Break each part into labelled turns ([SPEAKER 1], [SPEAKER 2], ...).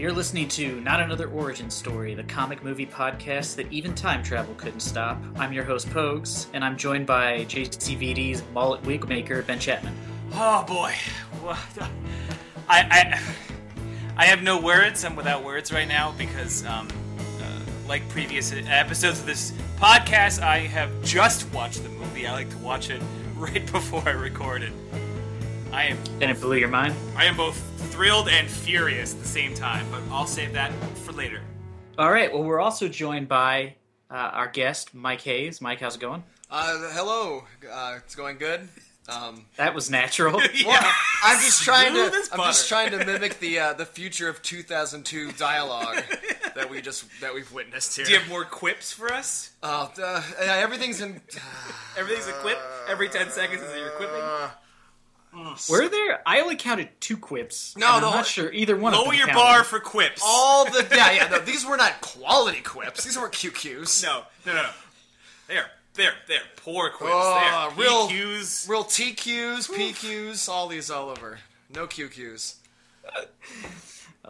[SPEAKER 1] listening to Not Another Origin Story, the comic movie podcast that even time travel couldn't stop. I'm your host, Pogues, and I'm joined by JCVD's mullet wig maker, Ben Chapman.
[SPEAKER 2] Oh boy, what? the- I I I have no words. I'm without words right now because, um, uh, like previous episodes of this podcast, I have just watched the movie. I like to watch it right before I record it. I am
[SPEAKER 1] And it blew your mind?
[SPEAKER 2] I am both thrilled and furious at the same time, but I'll save that for later.
[SPEAKER 1] All right, well, we're also joined by uh, our guest, Mike Hayes. Mike, how's it going?
[SPEAKER 3] Uh, hello. Uh, it's going good. Um,
[SPEAKER 1] That was natural.
[SPEAKER 3] well, I'm just trying
[SPEAKER 2] Smooth
[SPEAKER 3] to.
[SPEAKER 2] as
[SPEAKER 3] I'm just
[SPEAKER 2] butter.
[SPEAKER 3] trying to mimic the uh, the future of 2002 dialogue that we just that we've witnessed here.
[SPEAKER 2] Do you have more quips for us?
[SPEAKER 3] Uh, uh, yeah, everything's in.
[SPEAKER 2] Everything's a quip. Every ten seconds is your quipping.
[SPEAKER 1] Were there? I only counted two quips.
[SPEAKER 3] No,
[SPEAKER 1] and I'm
[SPEAKER 3] the whole-
[SPEAKER 1] not sure either one of
[SPEAKER 2] Lower
[SPEAKER 1] them
[SPEAKER 2] your
[SPEAKER 1] counted.
[SPEAKER 2] bar for quips.
[SPEAKER 3] All the yeah yeah. No, these were not quality quips. These weren't QQs.
[SPEAKER 2] No, no, no. no. They are, they are, they are poor quips.
[SPEAKER 3] Oh,
[SPEAKER 2] they are
[SPEAKER 3] real-
[SPEAKER 2] PQs.
[SPEAKER 3] Real TQs, PQs, all these all over. No QQs.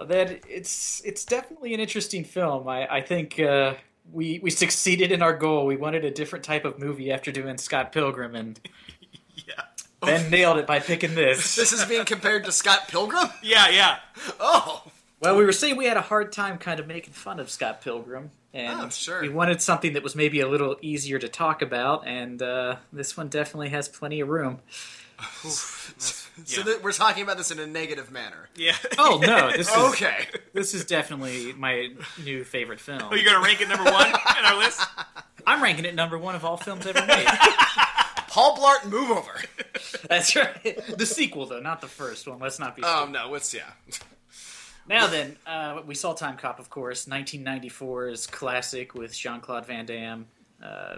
[SPEAKER 1] that it's it's definitely an interesting film. I I think uh, we we succeeded in our goal. We wanted a different type of movie after doing Scott Pilgrim, and
[SPEAKER 2] Yeah.
[SPEAKER 1] Ben nailed it by picking this.
[SPEAKER 3] This is being compared to Scott Pilgrim.
[SPEAKER 2] Yeah, yeah.
[SPEAKER 3] Oh,
[SPEAKER 1] Well, we were saying we had a hard time kind of making fun of Scott Pilgrim, and
[SPEAKER 3] Oh, sure.
[SPEAKER 1] we wanted something that was maybe a little easier to talk about, and uh, this one definitely has plenty of room.
[SPEAKER 3] so
[SPEAKER 2] Yeah.
[SPEAKER 3] that we're talking about this in a negative manner.
[SPEAKER 2] Yeah.
[SPEAKER 1] Oh no, this is
[SPEAKER 3] Okay.
[SPEAKER 1] this is definitely my new favorite film.
[SPEAKER 2] You're going to rank it number one in our list?
[SPEAKER 1] I'm ranking it number one of all films ever made.
[SPEAKER 3] Paul Blart, move over.
[SPEAKER 1] That's right. The sequel, though, not the first one. Let's not be.
[SPEAKER 3] Um, no, it's yeah.
[SPEAKER 1] Now then, uh, we saw Time Cop, of course, 1994's classic with Jean Claude Van Damme. Uh,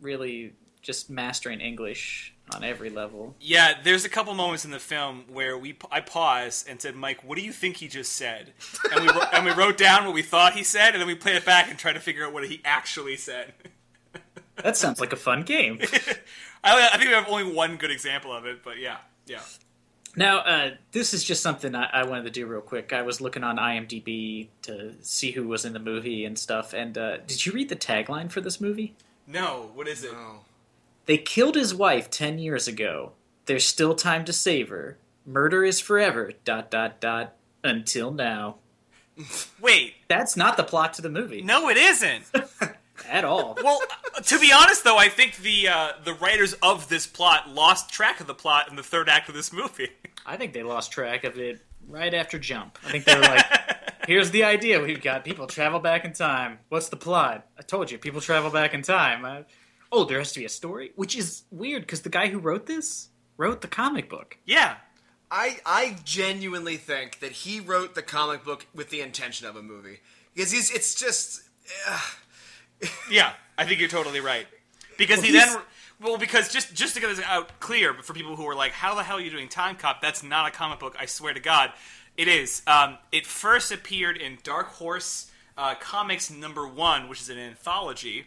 [SPEAKER 1] really just mastering English on every level.
[SPEAKER 2] Yeah, there's a couple moments in the film where we I paused and said, Mike, what do you think he just said? And we, wrote- and we wrote down what we thought he said, and then we played it back and tried to figure out what he actually said.
[SPEAKER 1] That sounds like a fun game.
[SPEAKER 2] I, I think we have only one good example of it, but yeah. Yeah.
[SPEAKER 1] Now, uh, this is just something I, I wanted to do real quick. I was looking on IMDb to see who was in the movie and stuff. And uh, did you read the tagline for this movie?
[SPEAKER 2] No, what is it?
[SPEAKER 3] Oh.
[SPEAKER 1] They killed his wife 10 years ago. There's still time to save her. Murder is forever. Dot, dot, dot. Until now.
[SPEAKER 2] Wait,
[SPEAKER 1] That's not the plot to the movie
[SPEAKER 2] no, it isn't.
[SPEAKER 1] at all.
[SPEAKER 2] Well, uh, to be honest, though, I think the uh, the writers of this plot lost track of the plot in the third act of this movie.
[SPEAKER 1] I think they lost track of it right after Jump. I think they were like, here's the idea we've got. People travel back in time. What's the plot? I told you, people travel back in time. I... Oh, there has to be a story? Which is weird because the guy who wrote this wrote the comic book.
[SPEAKER 2] yeah,
[SPEAKER 3] I I genuinely think that he wrote the comic book with the intention of a movie because he's it's just
[SPEAKER 2] yeah, I think you're totally right because he
[SPEAKER 1] he's-
[SPEAKER 2] then well because just just to get this out clear, but for people who are like, how the hell are you doing Time Cop? That's not a comic book. I swear to God, it is. Um, it first appeared in Dark Horse uh, Comics number one, which is an anthology.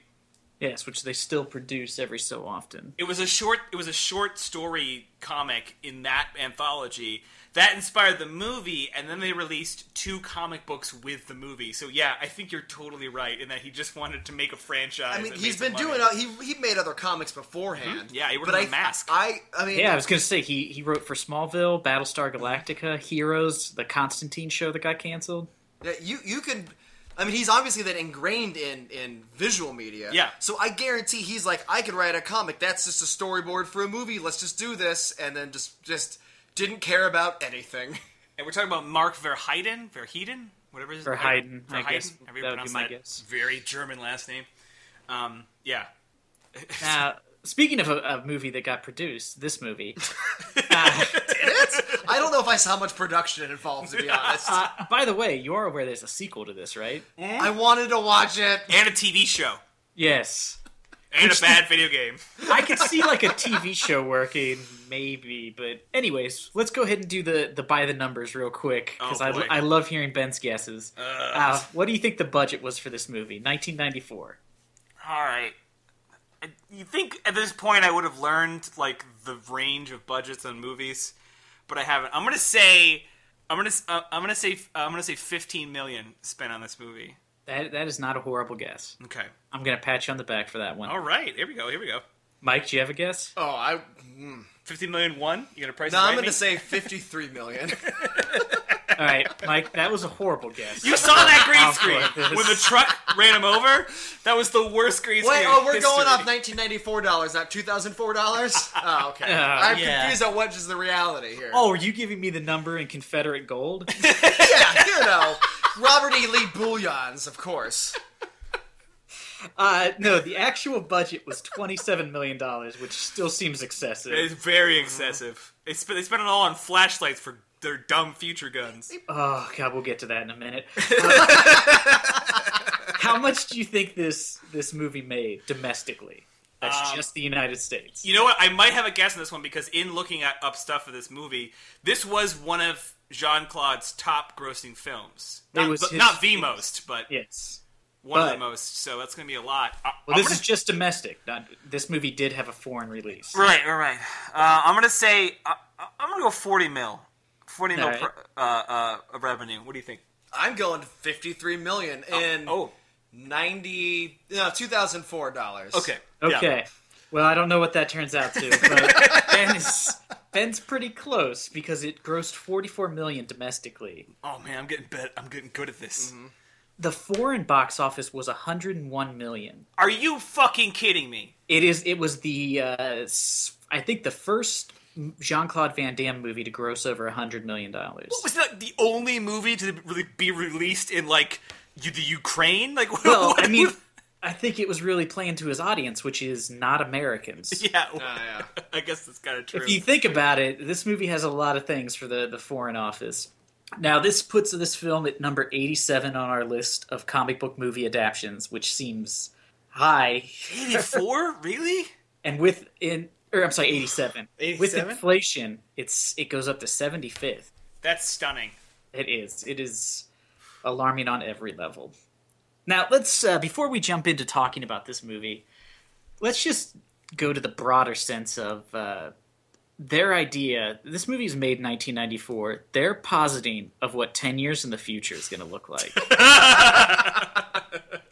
[SPEAKER 1] Yes, which they still produce every so often.
[SPEAKER 2] It was a short. It was a short story comic in that anthology that inspired the movie, and then they released two comic books with the movie. So yeah, I think you're totally right in that he just wanted to make a franchise.
[SPEAKER 3] I mean
[SPEAKER 2] and
[SPEAKER 3] he's
[SPEAKER 2] make some
[SPEAKER 3] been doing
[SPEAKER 2] money. Hmm?
[SPEAKER 3] uh, he he made other comics beforehand.
[SPEAKER 2] Yeah, he worked
[SPEAKER 3] but
[SPEAKER 2] on
[SPEAKER 3] I,
[SPEAKER 2] The Mask.
[SPEAKER 3] I I mean
[SPEAKER 1] Yeah, I was going to say he, he wrote for Smallville, Battlestar Galactica, Heroes, the Constantine show that got canceled.
[SPEAKER 3] that you you can I mean he's obviously that ingrained in in visual media.
[SPEAKER 2] Yeah.
[SPEAKER 3] So I guarantee he's like I could write a comic that's just a storyboard for a movie. Let's just do this and then just just didn't care about anything.
[SPEAKER 2] And we're talking about Mark Verheiden, Verheiden, whatever his
[SPEAKER 1] Verheiden, I
[SPEAKER 2] Verheiden,
[SPEAKER 1] guess.
[SPEAKER 2] however
[SPEAKER 1] That would be
[SPEAKER 2] you pronounce
[SPEAKER 1] my guess.
[SPEAKER 2] Very German last name. Um, yeah,
[SPEAKER 1] Now, speaking of a, a movie that got produced, this movie,
[SPEAKER 3] I don't know if I saw how much production it involves to be honest.
[SPEAKER 1] Uh, by the way, you are aware there's a sequel to this, right?
[SPEAKER 3] I wanted to watch it.
[SPEAKER 2] and a TV show,
[SPEAKER 1] Yes.
[SPEAKER 2] and a bad video game.
[SPEAKER 1] I could see like a TV show working, maybe. But anyways, let's go ahead and do the the by the numbers real quick because
[SPEAKER 2] Oh, boy.
[SPEAKER 1] I, I love hearing Ben's guesses. Uh, what do you think the budget was for this movie? 1994.
[SPEAKER 2] All right. I- You think at this point I would have learned like the range of budgets on movies, but I haven't. I'm gonna say I'm gonna s- uh, I'm gonna say I'm gonna say 15 million spent on this movie.
[SPEAKER 1] That that is not a horrible guess.
[SPEAKER 2] Okay.
[SPEAKER 1] I'm gonna pat you on the back for that one.
[SPEAKER 2] All right. Here we go. Here we go.
[SPEAKER 1] Mike, do you have a guess?
[SPEAKER 3] Oh, I.
[SPEAKER 2] 15 million one. You gonna price?
[SPEAKER 3] No,
[SPEAKER 2] it right
[SPEAKER 3] I'm going
[SPEAKER 2] me?
[SPEAKER 3] to say 53 million.
[SPEAKER 1] All right, Mike, that was a horrible guess.
[SPEAKER 2] You saw that green
[SPEAKER 1] Of
[SPEAKER 2] screen
[SPEAKER 1] course.
[SPEAKER 2] when the truck ran him over. That was the worst green
[SPEAKER 3] Wait,
[SPEAKER 2] screen.
[SPEAKER 3] oh,
[SPEAKER 2] in
[SPEAKER 3] we're
[SPEAKER 2] history.
[SPEAKER 3] going off 1994 dollars, not 2004 dollars. Oh, okay.
[SPEAKER 1] Uh,
[SPEAKER 3] I'm
[SPEAKER 2] yeah.
[SPEAKER 3] confused on what is the reality here.
[SPEAKER 1] Oh, are you giving me the number in Confederate gold?
[SPEAKER 3] yeah, you know, Robert E. Lee Bouillons, of course.
[SPEAKER 1] Uh, no, the actual budget was twenty-seven million dollars, which still seems
[SPEAKER 2] It's
[SPEAKER 1] excessive.
[SPEAKER 2] very excessive. They spent, they spent it all on flashlights for their dumb future guns.
[SPEAKER 1] Oh God, we'll get to that in a minute. Uh, how much do you think this this movie made domestically? That's
[SPEAKER 2] Um,
[SPEAKER 1] just the United States.
[SPEAKER 2] You know what? I might have a guess on this one because in looking at up stuff for this movie, this was one of Jean Claude's top grossing films.
[SPEAKER 1] It
[SPEAKER 2] Not,
[SPEAKER 1] was
[SPEAKER 2] but-
[SPEAKER 1] his-
[SPEAKER 2] not the most, but
[SPEAKER 1] yes.
[SPEAKER 2] one of the
[SPEAKER 1] but-
[SPEAKER 2] most. So that's going to be a lot. I,
[SPEAKER 1] Well,
[SPEAKER 2] I'm
[SPEAKER 1] this
[SPEAKER 2] gonna-
[SPEAKER 1] is just domestic. Not this movie did have a foreign release.
[SPEAKER 2] Right, right, right. Uh, I'm gonna say I, I- I'm gonna go 40 mil, 40 mil
[SPEAKER 1] All right.
[SPEAKER 2] per, uh, uh, revenue. What do you think?
[SPEAKER 3] I'm going 53 million in
[SPEAKER 2] oh,
[SPEAKER 3] 90 no, 2004 dollars.
[SPEAKER 2] okay, yeah.
[SPEAKER 1] Okay. Well, I don't know what that turns out to, but ben is, Ben's pretty close because it grossed 44 million domestically.
[SPEAKER 2] Oh man, I'm getting bet. I'm getting good at this.
[SPEAKER 1] The foreign box office was 101 million.
[SPEAKER 2] Are you fucking kidding me?
[SPEAKER 1] It is it was the uh, s- I think the first Jean-Claude Van Damme movie to gross over 100 million dollars.
[SPEAKER 2] Was that the only movie to really be released in like you, the Ukraine? Like, what-
[SPEAKER 1] Well,
[SPEAKER 2] what-
[SPEAKER 1] I mean I think it was really playing to his audience, which is not Americans.
[SPEAKER 2] yeah,
[SPEAKER 3] Uh, yeah.
[SPEAKER 2] I guess that's kind of true.
[SPEAKER 1] If you think about it, this movie has a lot of things for the, the foreign office. Now, this puts this film at number 87 on our list of comic book movie adaptions, which seems high.
[SPEAKER 2] 84, really?
[SPEAKER 1] And with in or I'm sorry, 87. With
[SPEAKER 3] 87?
[SPEAKER 1] inflation, it's it goes up to 75th.
[SPEAKER 2] That's stunning.
[SPEAKER 1] It is. It is alarming on every level. Now, let's uh, before we jump into talking about this movie, let's just go to the broader sense of uh, their idea. This movie is made in 1994. They're positing of what 10 years in the future is going to look like.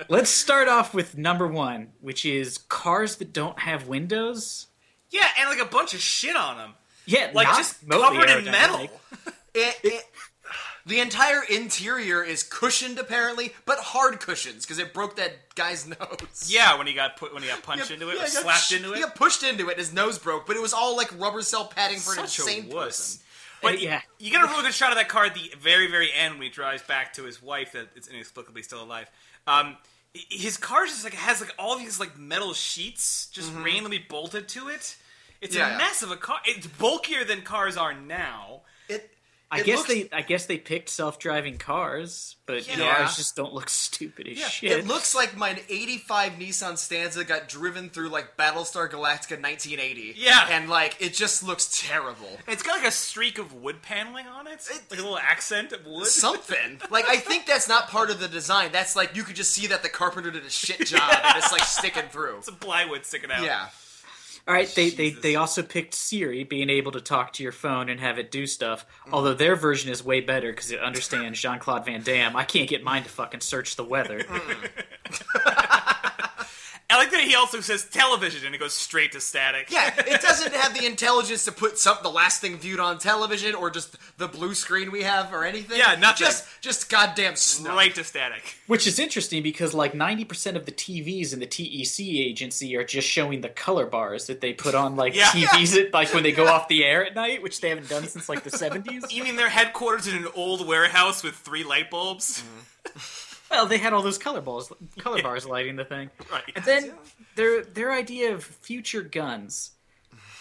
[SPEAKER 1] let's start off with number one, which is cars that don't have windows.
[SPEAKER 2] Yeah, and like a bunch of shit on them,
[SPEAKER 1] Yeah,
[SPEAKER 2] like
[SPEAKER 1] not
[SPEAKER 2] just
[SPEAKER 1] remotely
[SPEAKER 2] covered in
[SPEAKER 1] aerodynamic.
[SPEAKER 2] metal.
[SPEAKER 3] It- it- the entire interior is cushioned apparently, but hard cushions because it broke that guy's nose.
[SPEAKER 2] Yeah, when he got put when he got punched into it,
[SPEAKER 3] Yeah,
[SPEAKER 2] or
[SPEAKER 3] he got
[SPEAKER 2] slapped
[SPEAKER 3] sh-
[SPEAKER 2] into it.
[SPEAKER 3] He got pushed into it. His nose broke, but it was all like rubber cell padding for
[SPEAKER 2] Such
[SPEAKER 3] an
[SPEAKER 2] a
[SPEAKER 3] insane
[SPEAKER 2] wuss.
[SPEAKER 3] person.
[SPEAKER 2] But
[SPEAKER 1] Uh, yeah.
[SPEAKER 2] you get a really good shot of that car at the very, very end when he drives back to his wife that is inexplicably still alive. Um, h- his car just like has like all these like metal sheets just randomly bolted to it. It's
[SPEAKER 3] Yeah, yeah.
[SPEAKER 2] a mess of a car. It's bulkier than cars are now.
[SPEAKER 3] It.
[SPEAKER 1] I
[SPEAKER 3] it
[SPEAKER 1] guess
[SPEAKER 3] looks-
[SPEAKER 1] they I guess they picked self driving cars, but
[SPEAKER 2] Yeah.
[SPEAKER 1] cars just don't look stupid as shit.
[SPEAKER 3] It looks like my '85 Nissan Stanza got driven through like Battlestar Galactica 1980.
[SPEAKER 2] Yeah.
[SPEAKER 3] and like it just looks terrible.
[SPEAKER 2] It's got like a streak of wood paneling on it, like a little accent of wood.
[SPEAKER 3] Something like I think that's not part of the design. That's like you could just see that the carpenter did a shit job and it's like sticking through.
[SPEAKER 2] Some plywood sticking out.
[SPEAKER 3] Yeah,
[SPEAKER 1] All right, they, they
[SPEAKER 2] Jesus.
[SPEAKER 1] they also picked Siri being able to talk to your phone and have it do stuff.
[SPEAKER 3] Mm.
[SPEAKER 1] Although their version is way better because it understands Jean Claude Van Damme. I can't get mine to fucking search the weather.
[SPEAKER 3] Mm.
[SPEAKER 2] I like that he also says television and it goes straight to static.
[SPEAKER 3] yeah. It doesn't have the intelligence to put some the last thing viewed on television or just the blue screen we have or anything.
[SPEAKER 2] Yeah, nothing.
[SPEAKER 3] Just just goddamn snow.
[SPEAKER 2] Right to static.
[SPEAKER 1] Which is interesting because like ninety percent of the TVs in the TEC agency are just showing the color bars that they put on like
[SPEAKER 2] Yeah.
[SPEAKER 1] TVs at, like when they go off the air at night, which they haven't done since like the seventies.
[SPEAKER 2] You mean their headquarters in an old warehouse with three light bulbs?
[SPEAKER 1] Well, they had all those color balls, color bars lighting the thing.
[SPEAKER 2] Right.
[SPEAKER 1] And then their their idea of future guns,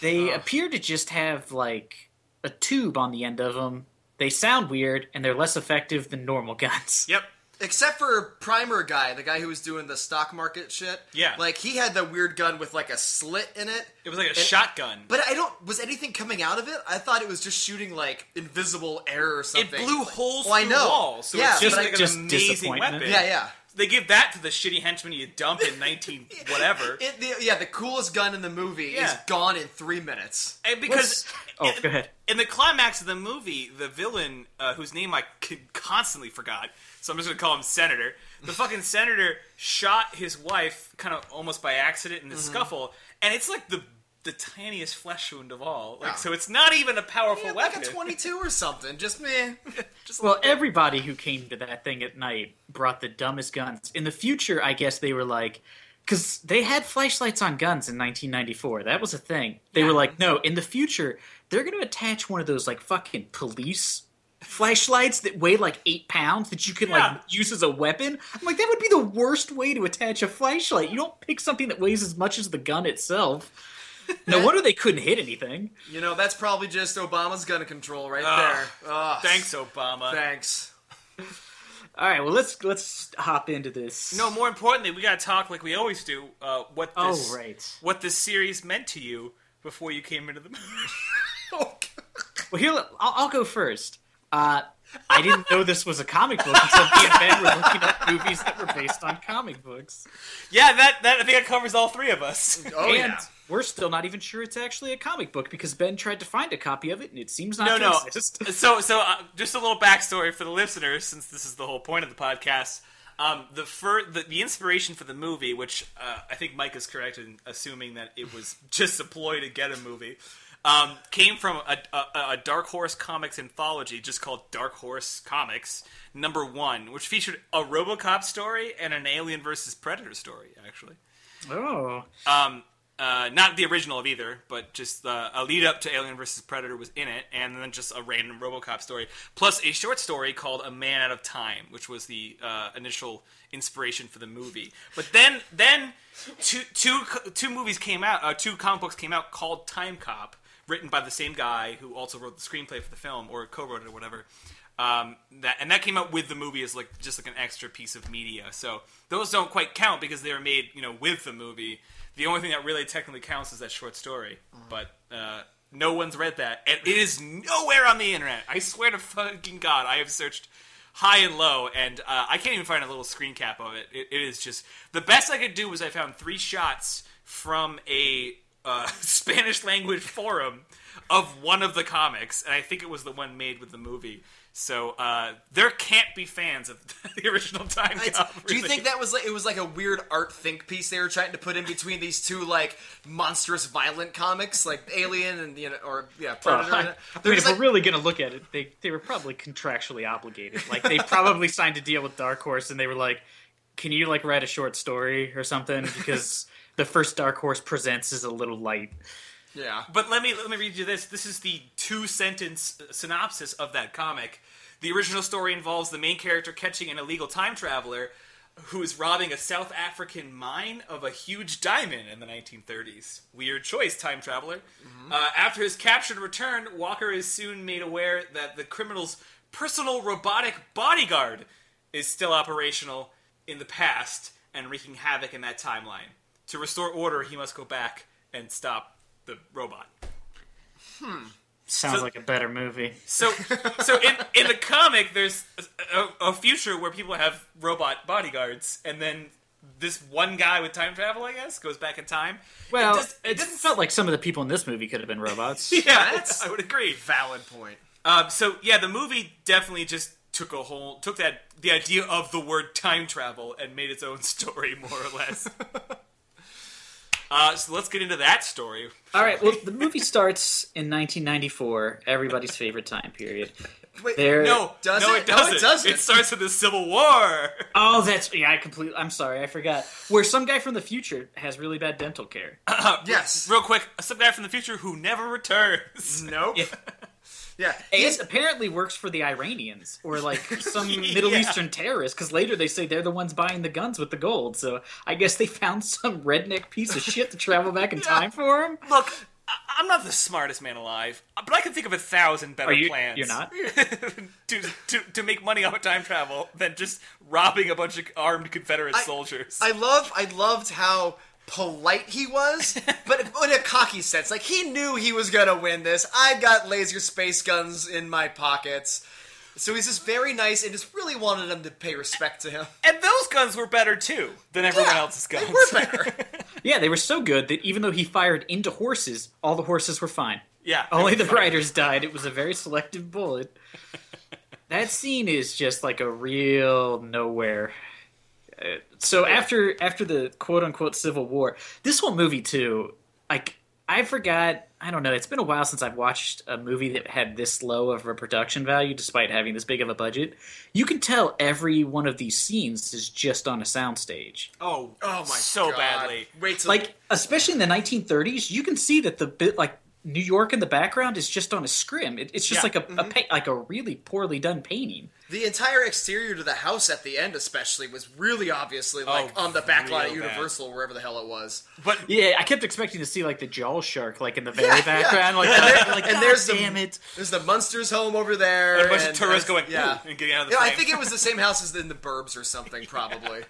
[SPEAKER 1] they appear to just have like a tube on the end of them. They sound weird and they're less effective than normal guns.
[SPEAKER 2] Yep.
[SPEAKER 3] Except for Primer guy, the guy who was doing the stock market shit.
[SPEAKER 2] Yeah.
[SPEAKER 3] Like he had the weird gun with like a slit in it.
[SPEAKER 2] It was like a shotgun.
[SPEAKER 3] But I don't. Was anything coming out of it? I thought it was just shooting like invisible air or
[SPEAKER 2] it
[SPEAKER 3] something.
[SPEAKER 2] blew holes
[SPEAKER 3] Well, Oh, I
[SPEAKER 2] through
[SPEAKER 3] know.
[SPEAKER 2] walls, so
[SPEAKER 3] Yeah,
[SPEAKER 2] it's just
[SPEAKER 3] but I-
[SPEAKER 2] like an
[SPEAKER 1] Just
[SPEAKER 2] amazing
[SPEAKER 1] disappointment.
[SPEAKER 2] weapon.
[SPEAKER 3] Yeah, yeah.
[SPEAKER 2] They give that to the shitty henchman you dump in 19 whatever.
[SPEAKER 3] It, the, yeah, the coolest gun in the movie is
[SPEAKER 2] Yeah.
[SPEAKER 3] gone in three minutes.
[SPEAKER 2] And because
[SPEAKER 1] Oh,
[SPEAKER 2] in,
[SPEAKER 1] go ahead.
[SPEAKER 2] in the climax of the movie, the villain uh, whose name I c- constantly forgot, so I'm just gonna call him Senator. The fucking senator shot his wife kind of almost by accident in the
[SPEAKER 3] Mm-hmm.
[SPEAKER 2] scuffle, and it's like the the tiniest flesh wound of all. Like
[SPEAKER 3] Yeah.
[SPEAKER 2] so, it's not even a powerful
[SPEAKER 3] Yeah, like
[SPEAKER 2] weapon.
[SPEAKER 3] a 22 or something. Just meh. Just
[SPEAKER 1] Well, everybody who came to that thing at night brought the dumbest guns. In the future, I guess they were like, because they had flashlights on guns in 1994. That was a thing. They were like, no, in the future, they're going to attach one of those, like, fucking police flashlights that weigh like eight pounds that you can
[SPEAKER 2] Yeah.
[SPEAKER 1] like use as a weapon i'm like that would be the worst way to attach a flashlight you don't pick something that weighs as much as the gun itself no wonder they couldn't hit anything
[SPEAKER 3] You know, that's probably just Obama's gun control right
[SPEAKER 2] Ugh.
[SPEAKER 3] there. Ugh.
[SPEAKER 2] Thanks, Obama.
[SPEAKER 3] Thanks.
[SPEAKER 1] all right well let's let's hop into this
[SPEAKER 2] No, more importantly, we gotta talk like we always do. Uh, what this
[SPEAKER 1] oh right
[SPEAKER 2] what this series meant to you before you came into the movie.
[SPEAKER 3] Oh,
[SPEAKER 1] Well, here I'll, I'll go first. Uh, I didn't know this was a comic book until me and Ben were looking up movies that were based on comic books,
[SPEAKER 2] yeah, that that I think that covers all three of us.
[SPEAKER 3] Oh,
[SPEAKER 1] and
[SPEAKER 3] yeah.
[SPEAKER 1] we're still not even sure it's actually a comic book because Ben tried to find a copy of it and it seems not
[SPEAKER 2] No,
[SPEAKER 1] to
[SPEAKER 2] no.
[SPEAKER 1] exist.
[SPEAKER 2] so so uh, just a little backstory for the listeners since this is the whole point of the podcast um, the, fir- the the inspiration for the movie which uh, i think mike is correct in assuming that it was just a ploy to get a movie um, came from a, a, a dark horse comics anthology just called dark horse comics number one which featured a robocop story and an alien versus predator story actually
[SPEAKER 1] Oh,
[SPEAKER 2] um, uh, not the original of either, but just uh, a lead up to Alien vs. Predator was in it, and then just a random Robocop story, plus a short story called A Man Out of Time, which was the uh, initial inspiration for the movie. But then, then two, two, co- two movies came out, uh, two comic books came out called Time Cop, written by the same guy who also wrote the screenplay for the film, or co wrote it, or whatever. Um, that and that came out with the movie as like just like an extra piece of media. So those don't quite count because they were made you know with the movie. The only thing that really technically counts is that short story, but uh, no one's read that, and it is nowhere on the internet. I swear to fucking god, I have searched high and low, and uh, I can't even find a little screen cap of it. it. It is just the best I could do was I found three shots from a uh, Spanish language forum of one of the comics, and I think it was the one made with the movie. So uh, there can't be fans of the original Time Cop.
[SPEAKER 3] It's- Do you think that was like it was like a weird art think piece they were trying to put in between these two like monstrous violent comics like Alien and you know or yeah
[SPEAKER 2] Uh,
[SPEAKER 3] Predator?
[SPEAKER 1] I, I
[SPEAKER 3] They're
[SPEAKER 1] mean,
[SPEAKER 3] just
[SPEAKER 1] if
[SPEAKER 3] like,
[SPEAKER 1] we're really gonna look at it, they they were probably contractually obligated. Like they probably signed a deal with Dark Horse, and they were like, "Can you like write a short story or something?" Because the first Dark Horse presents is a little light.
[SPEAKER 3] yeah.
[SPEAKER 2] But let me let me read you this. This is the two sentence synopsis of that comic. The original story involves the main character catching an illegal time traveler who is robbing a South African mine of a huge diamond in the 1930s. Weird choice, time traveler. Uh, after his capture and return, Walker is soon made aware that the criminal's personal robotic bodyguard is still operational in the past and wreaking havoc in that timeline. To restore order, he must go back and stop the robot.
[SPEAKER 1] Sounds
[SPEAKER 2] So-
[SPEAKER 1] like a better movie.
[SPEAKER 2] So, so in, in the comic, there's a, a future where people have robot bodyguards, and then this one guy with time travel, I guess, goes back in time.
[SPEAKER 1] Well,
[SPEAKER 2] it,
[SPEAKER 1] it,
[SPEAKER 2] does, it doesn't
[SPEAKER 1] felt like some of the people in this movie could have been robots.
[SPEAKER 2] Yeah,
[SPEAKER 3] That's-
[SPEAKER 2] I would agree.
[SPEAKER 3] Valid point.
[SPEAKER 2] Um, so yeah, the movie definitely just took a whole took that the idea of the word time travel and made its own story more or less. uh, so let's get into that story.
[SPEAKER 1] All right. Well, the movie starts in 1994, everybody's favorite time period.
[SPEAKER 3] Wait,
[SPEAKER 1] There.
[SPEAKER 2] No,
[SPEAKER 3] Does
[SPEAKER 2] no,
[SPEAKER 3] it?
[SPEAKER 2] it,
[SPEAKER 3] No, it
[SPEAKER 2] doesn't.
[SPEAKER 3] doesn't.
[SPEAKER 2] It starts with the Civil War.
[SPEAKER 1] Oh, that's yeah. I completely. I'm sorry. I forgot. Where some guy from the future has really bad dental care.
[SPEAKER 3] Uh, yes.
[SPEAKER 2] Real quick, some guy from the future who never returns.
[SPEAKER 3] Nope. Yeah.
[SPEAKER 1] And apparently works for the Iranians or like some Middle
[SPEAKER 2] Yeah.
[SPEAKER 1] Eastern terrorist. Because later they say they're the ones buying the guns with the gold. So I guess they found some redneck piece of shit to travel back in time for him.
[SPEAKER 2] Look, I- I'm not the smartest man alive, but I can think of a thousand better
[SPEAKER 1] Are you?
[SPEAKER 2] plans.
[SPEAKER 1] You're not.
[SPEAKER 2] to, to, to make money off of time travel than just robbing a bunch of armed Confederate soldiers.
[SPEAKER 3] I love I loved how polite he was, but in a cocky sense. Like he knew he was gonna win this. I got laser space guns in my pockets. So he's just very nice and just really wanted them to pay respect to him.
[SPEAKER 2] And those guns were better too than everyone
[SPEAKER 3] Yeah,
[SPEAKER 2] else's
[SPEAKER 3] they
[SPEAKER 2] guns.
[SPEAKER 3] were better.
[SPEAKER 1] Yeah, they were so good that even though he fired into horses, all the horses were fine.
[SPEAKER 2] yeah. they
[SPEAKER 1] Only
[SPEAKER 2] were
[SPEAKER 1] the
[SPEAKER 2] fine.
[SPEAKER 1] riders died. It was a very selective bullet. That scene is just like a real nowhere. Uh, So after after the quote unquote civil war, this whole movie too, like I forgot. I don't know. It's been a while since I've watched a movie that had this low of a production value, despite having this big of a budget. You can tell every one of these scenes is just on a soundstage.
[SPEAKER 2] Oh,
[SPEAKER 3] Oh my
[SPEAKER 2] so
[SPEAKER 3] God.
[SPEAKER 2] badly.
[SPEAKER 3] Wait till
[SPEAKER 1] Like especially in the 1930s, you can see that the bit like New York in the background is just on a scrim. It, it's just
[SPEAKER 2] Yeah.
[SPEAKER 1] like a, a pa- like a really poorly done painting.
[SPEAKER 3] the entire exterior to the house at the end, especially, was really obviously like
[SPEAKER 2] Oh,
[SPEAKER 3] on the back lot at
[SPEAKER 2] real bad.
[SPEAKER 3] Universal, wherever the hell it was.
[SPEAKER 2] But
[SPEAKER 1] Yeah, I kept expecting to see like the jaw shark like in the very
[SPEAKER 3] Yeah, yeah.
[SPEAKER 1] background. Like,
[SPEAKER 3] And there-
[SPEAKER 1] like
[SPEAKER 3] and
[SPEAKER 1] God
[SPEAKER 3] there's the-
[SPEAKER 1] damn it.
[SPEAKER 3] There's the Munsters home over there.
[SPEAKER 2] a bunch of
[SPEAKER 3] and-
[SPEAKER 2] tourists going,
[SPEAKER 3] yeah.
[SPEAKER 2] "Ooh," and getting out of the
[SPEAKER 3] You know, I
[SPEAKER 2] frame.
[SPEAKER 3] think it was the same house as in the Burbs or something, probably.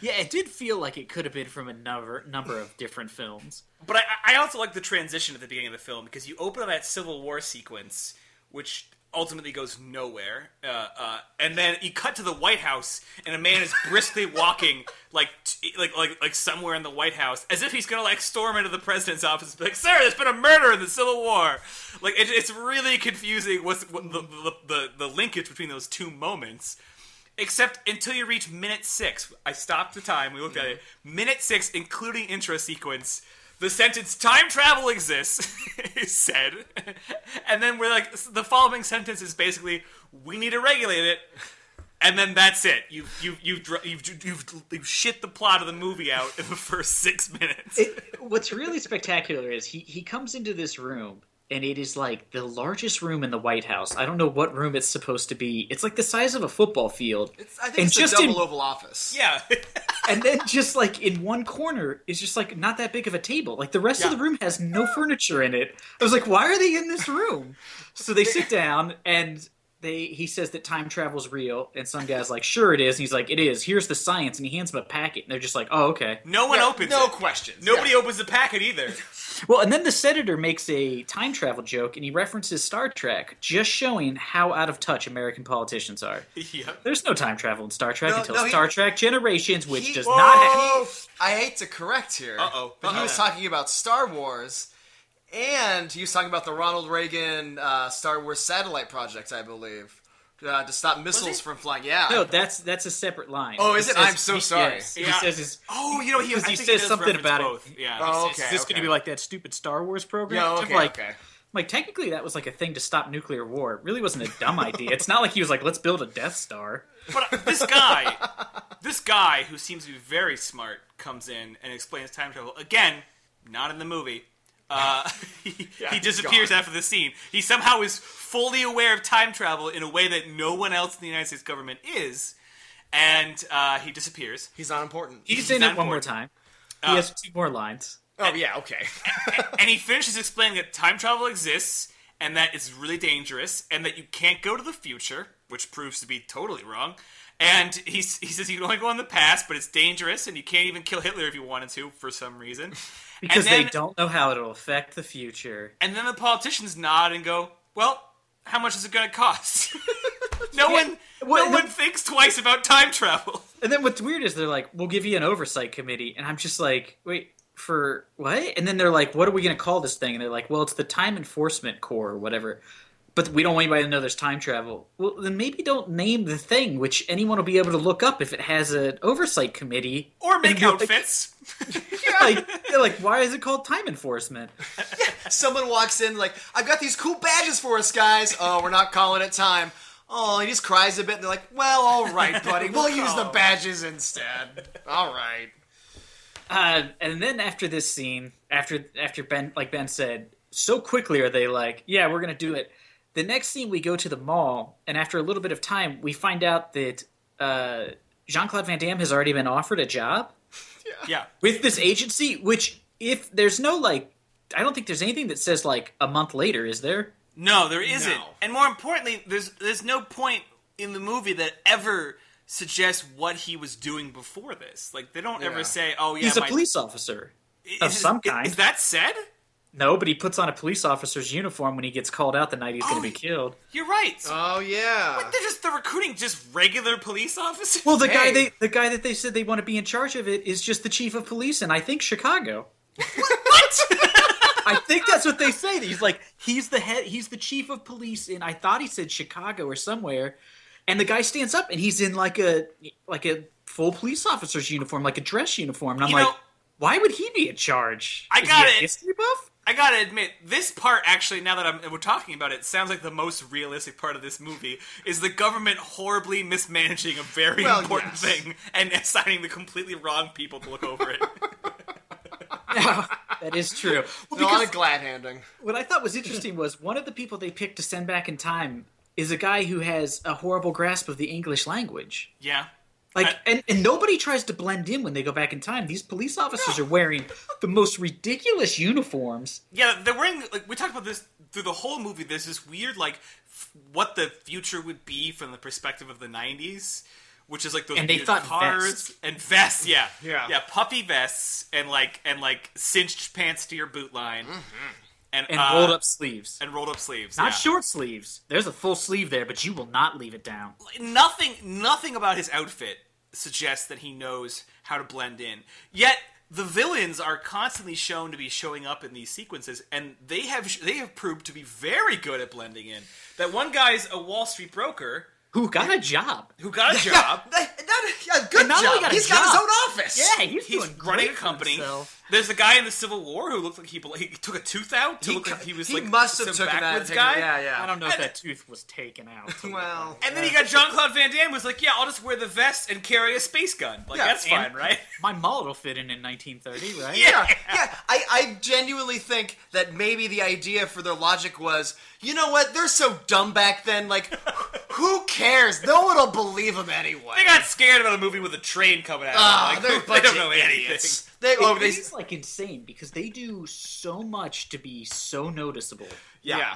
[SPEAKER 1] Yeah, it did feel like it could have been from a number number of different films.
[SPEAKER 2] But I, I also like the transition at the beginning of the film because you open up that Civil War sequence, which ultimately goes nowhere, uh, uh, and then you cut to the White House, and a man is briskly walking like t- like like like somewhere in the White House, as if he's gonna like storm into the president's office, and be like, "Sir, there's been a murder in the Civil War." Like it, it's really confusing what's what, the, the the the linkage between those two moments. Except until you reach minute six. I stopped the time, we looked at it. Minute six, including intro sequence, the sentence time travel exists is said. And then we're like, the following sentence is basically, we need to regulate it. And then that's it. You've, you've, you've, dr- you've, you've, you've shit the plot of the movie out in the first six minutes.
[SPEAKER 1] It, what's really spectacular is he he comes into this room and it is like the largest room in the White House. I don't know what room it's supposed to be. It's like the size of a football field.
[SPEAKER 3] It's, I think
[SPEAKER 1] And
[SPEAKER 3] it's
[SPEAKER 1] just
[SPEAKER 3] the double
[SPEAKER 1] in-
[SPEAKER 3] Oval Office.
[SPEAKER 2] yeah.
[SPEAKER 1] and then just like in one corner is just like not that big of a table. Like the rest of
[SPEAKER 2] Yeah.
[SPEAKER 1] the room has no furniture in it. I was like, why are they in this room? So they sit down and they he says that time travel's real and some guy's like, sure it is. And he's like, it is. Here's the science. And he hands him a packet and they're just like, oh, okay.
[SPEAKER 2] No one opens
[SPEAKER 3] no
[SPEAKER 2] it.
[SPEAKER 3] questions.
[SPEAKER 2] Nobody
[SPEAKER 3] Yeah.
[SPEAKER 2] opens the packet either.
[SPEAKER 1] Well, and then the senator makes a time travel joke and he references Star Trek, just showing how out of touch American politicians are.
[SPEAKER 2] yeah.
[SPEAKER 1] There's no time travel in Star Trek
[SPEAKER 3] No,
[SPEAKER 1] until
[SPEAKER 3] no, he-
[SPEAKER 1] Star Trek Generations, which
[SPEAKER 3] He- Oh,
[SPEAKER 1] does not have.
[SPEAKER 2] Whoa!
[SPEAKER 3] I hate to correct here,
[SPEAKER 2] Uh-oh.
[SPEAKER 3] but he
[SPEAKER 2] Uh-oh.
[SPEAKER 3] was talking about Star Wars, and he was talking about the Ronald Reagan uh, Star Wars satellite project, I believe, uh, to stop missiles from flying. Yeah,
[SPEAKER 1] No, that's that's a separate line.
[SPEAKER 3] Oh,
[SPEAKER 1] He
[SPEAKER 3] is it? I'm so
[SPEAKER 1] he-
[SPEAKER 3] sorry.
[SPEAKER 1] yes, He
[SPEAKER 2] Yeah.
[SPEAKER 1] says it's,
[SPEAKER 2] Oh, you know, he, I
[SPEAKER 1] Because he
[SPEAKER 2] think
[SPEAKER 1] says
[SPEAKER 2] does
[SPEAKER 1] something
[SPEAKER 2] reference
[SPEAKER 1] about it.
[SPEAKER 2] both. Yeah.
[SPEAKER 3] Oh,
[SPEAKER 1] is
[SPEAKER 3] okay.
[SPEAKER 1] this
[SPEAKER 3] okay.
[SPEAKER 1] going to be like that stupid Star Wars program?
[SPEAKER 3] Yeah,
[SPEAKER 1] I'm
[SPEAKER 3] okay,
[SPEAKER 1] like,
[SPEAKER 3] okay.
[SPEAKER 1] like technically that was like a thing to stop nuclear war. It really wasn't a dumb idea. It's not like he was like, let's build a Death Star.
[SPEAKER 2] But this guy, this guy who seems to be very smart, comes in and explains time travel again. Not in the movie. Uh, he,
[SPEAKER 3] Yeah,
[SPEAKER 2] he disappears
[SPEAKER 3] gone.
[SPEAKER 2] after the scene. He somehow is fully aware of time travel in a way that no one else in the United States government is, and uh, he disappears.
[SPEAKER 3] He's not important.
[SPEAKER 1] He's in it
[SPEAKER 2] not
[SPEAKER 1] one more time.
[SPEAKER 2] important. Uh,
[SPEAKER 1] He has two more lines.
[SPEAKER 3] oh yeah, okay.
[SPEAKER 2] and he finishes explaining that time travel exists and that it's really dangerous and that you can't go to the future, which proves to be totally wrong. And he, s- he says you can only go in the past, but it's dangerous and you can't even kill Hitler if you wanted to for some reason.
[SPEAKER 1] Because
[SPEAKER 2] and then,
[SPEAKER 1] they don't know how it'll affect the future.
[SPEAKER 2] And then the politicians nod and go, well, how much is it going to cost? no one,
[SPEAKER 1] Well,
[SPEAKER 2] no
[SPEAKER 1] the-
[SPEAKER 2] one thinks twice about time travel.
[SPEAKER 1] And then what's weird is they're like, we'll give you an oversight committee. And I'm just like, wait, for what? And then they're like, what are we going to call this thing? And they're like, well, it's the Time Enforcement Corps or whatever. But we don't want anybody to know there's time travel. Well, then maybe don't name the thing, which anyone will be able to look up if it has an oversight committee.
[SPEAKER 2] Or make
[SPEAKER 1] And you're like-
[SPEAKER 2] outfits.
[SPEAKER 1] Like, they're like, why is it called Time Enforcement?
[SPEAKER 3] Someone walks in like, I've got these cool badges for us, guys. Oh, we're not calling it time. Oh, he just cries a bit. And they're like, well, all right, buddy. We'll use the badges instead. All right.
[SPEAKER 1] Uh, and then after this scene, after after Ben, like Ben said, so quickly are they like, yeah, we're gonna do it. The next scene, we go to the mall, and after a little bit of time, we find out that uh, Jean Claude Van Damme has already been offered a job
[SPEAKER 2] yeah.
[SPEAKER 1] with this agency. Which, if there's no like, I don't think there's anything that says like a month later, is there?
[SPEAKER 2] No, there isn't.
[SPEAKER 3] No.
[SPEAKER 2] And more importantly, there's there's no point in the movie that ever suggests what he was doing before this. Like they don't
[SPEAKER 3] Yeah.
[SPEAKER 2] ever say, "Oh yeah,
[SPEAKER 1] He's
[SPEAKER 2] my-
[SPEAKER 1] a police officer.
[SPEAKER 2] is-
[SPEAKER 1] of some
[SPEAKER 2] is-
[SPEAKER 1] kind.
[SPEAKER 2] Is that said?
[SPEAKER 1] No, but he puts on a police officer's uniform when he gets called out the night he's
[SPEAKER 2] Oh,
[SPEAKER 1] going to be
[SPEAKER 2] he-
[SPEAKER 1] killed.
[SPEAKER 2] You're right.
[SPEAKER 3] Oh yeah.
[SPEAKER 2] They're just they're recruiting just regular police officers.
[SPEAKER 1] Well, the guy
[SPEAKER 3] Hey.
[SPEAKER 1] they the guy that they said they want to be in charge of it is just the chief of police in I think Chicago. What? I think that's what they say. He's like he's the head he's the chief of police in I thought he said Chicago or somewhere. And the guy stands up and he's in like a like a full police officer's uniform, like a dress uniform. And I'm
[SPEAKER 2] You
[SPEAKER 1] like,
[SPEAKER 2] know-
[SPEAKER 1] why would he be in charge?
[SPEAKER 2] I
[SPEAKER 1] Is
[SPEAKER 2] got
[SPEAKER 1] he a
[SPEAKER 2] it.
[SPEAKER 1] History buff?
[SPEAKER 2] I gotta admit, this part actually, now that I'm, we're talking about it, sounds like the most realistic part of this movie is the government horribly mismanaging a very
[SPEAKER 3] Well,
[SPEAKER 2] important
[SPEAKER 3] yes.
[SPEAKER 2] thing and assigning the completely wrong people to look over it.
[SPEAKER 1] No, that is true. Well,
[SPEAKER 3] A lot of glad handing.
[SPEAKER 1] What I thought was interesting was one of the people they picked to send back in time is a guy who has a horrible grasp of the English language.
[SPEAKER 2] yeah.
[SPEAKER 1] Like,
[SPEAKER 2] I-
[SPEAKER 1] and, and nobody tries to blend in when they go back in time. These police officers are wearing the most ridiculous uniforms.
[SPEAKER 2] Yeah, they're wearing, like, we talked about this through the whole movie. There's this weird, like, f- what the future would be from the perspective of the 90s, which is like those
[SPEAKER 1] And they
[SPEAKER 2] weird
[SPEAKER 1] thought
[SPEAKER 2] cars
[SPEAKER 1] vests.
[SPEAKER 2] and vests, yeah.
[SPEAKER 3] Yeah.
[SPEAKER 2] Yeah, puffy vests and, like, and, like, cinched pants to your boot line. And,
[SPEAKER 1] And
[SPEAKER 2] uh,
[SPEAKER 1] rolled up sleeves.
[SPEAKER 2] and rolled up sleeves.
[SPEAKER 1] Not
[SPEAKER 2] yeah.
[SPEAKER 1] short sleeves. There's a full sleeve there, but you will not leave it down.
[SPEAKER 2] Nothing, nothing about his outfit suggests that he knows how to blend in. Yet the villains are constantly shown to be showing up in these sequences, and they have they have proved to be very good at blending in. That one guy's a Wall Street broker
[SPEAKER 1] Who got a job?
[SPEAKER 2] who got a
[SPEAKER 3] Yeah,
[SPEAKER 2] job.
[SPEAKER 3] that- that- yeah, good
[SPEAKER 1] And not only
[SPEAKER 3] job.
[SPEAKER 1] got a
[SPEAKER 3] He's got his
[SPEAKER 1] job.
[SPEAKER 3] own office.
[SPEAKER 1] Yeah, he's,
[SPEAKER 2] He's
[SPEAKER 1] doing
[SPEAKER 2] running a
[SPEAKER 1] great for
[SPEAKER 2] company.
[SPEAKER 1] himself.
[SPEAKER 2] There's a guy in the Civil War who looked like he, bel- he took a tooth out to
[SPEAKER 3] He
[SPEAKER 2] look
[SPEAKER 3] cu-
[SPEAKER 2] like he was
[SPEAKER 3] he
[SPEAKER 2] like
[SPEAKER 3] must have
[SPEAKER 2] some
[SPEAKER 3] taken that-
[SPEAKER 2] backwards
[SPEAKER 3] taken-
[SPEAKER 2] guy.
[SPEAKER 3] yeah, yeah.
[SPEAKER 1] I don't know if
[SPEAKER 2] And-
[SPEAKER 1] that tooth was taken out.
[SPEAKER 3] Well,
[SPEAKER 2] And then he got Jean Claude Van Damme was like, yeah, I'll just wear the vest and carry a space gun. Like
[SPEAKER 3] Yeah,
[SPEAKER 2] that's fine,
[SPEAKER 1] and-
[SPEAKER 2] right?
[SPEAKER 1] my mullet will fit in in 1930, right?
[SPEAKER 2] Yeah.
[SPEAKER 3] yeah, yeah. I, I genuinely think that maybe the idea for their logic was, you know what? They're so dumb back then. Like, who cares? No one will believe them anyway.
[SPEAKER 2] They got scared about a movie with a train coming at them.
[SPEAKER 3] Ah,
[SPEAKER 2] Like,
[SPEAKER 3] they're a
[SPEAKER 2] they
[SPEAKER 3] bunch
[SPEAKER 2] don't
[SPEAKER 3] of
[SPEAKER 2] know
[SPEAKER 3] idiots.
[SPEAKER 2] anything.
[SPEAKER 3] They, oh,
[SPEAKER 1] it
[SPEAKER 3] they,
[SPEAKER 1] is like insane because they do so much to be so noticeable.
[SPEAKER 2] Yeah.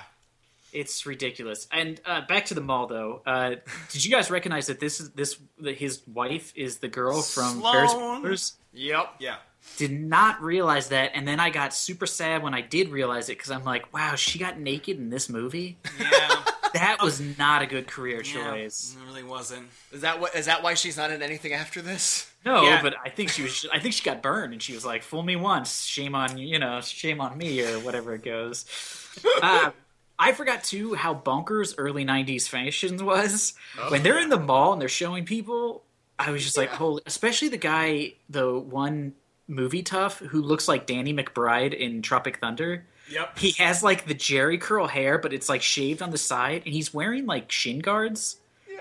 [SPEAKER 1] It's ridiculous. And uh, back to the mall, though. Uh, did you guys recognize that this is this that his wife is the girl from Ferris
[SPEAKER 2] Sloane.
[SPEAKER 1] Bueller's?
[SPEAKER 3] Yep.
[SPEAKER 2] Yeah.
[SPEAKER 1] Did not realize that, and then I got super sad when I did realize it because I'm like, wow, she got naked in this movie.
[SPEAKER 2] Yeah.
[SPEAKER 1] That was not a good career
[SPEAKER 2] yeah.
[SPEAKER 1] choice.
[SPEAKER 2] It really wasn't.
[SPEAKER 3] Is that what? Is that why she's not in anything after this?
[SPEAKER 1] No,
[SPEAKER 2] Yeah.
[SPEAKER 1] but I think she was. I think she got burned, and she was like, "Fool me once, shame on you know, shame on me," or whatever it goes. uh, I forgot too how bonkers early '90s fashion was. when they're in the mall and they're showing people, I was just like, "Holy!" Especially the guy, the one movie tough who looks like Danny McBride in Tropic Thunder.
[SPEAKER 2] Yep.
[SPEAKER 1] He has like the Jerry curl hair, but it's like shaved on the side, and he's wearing like shin guards,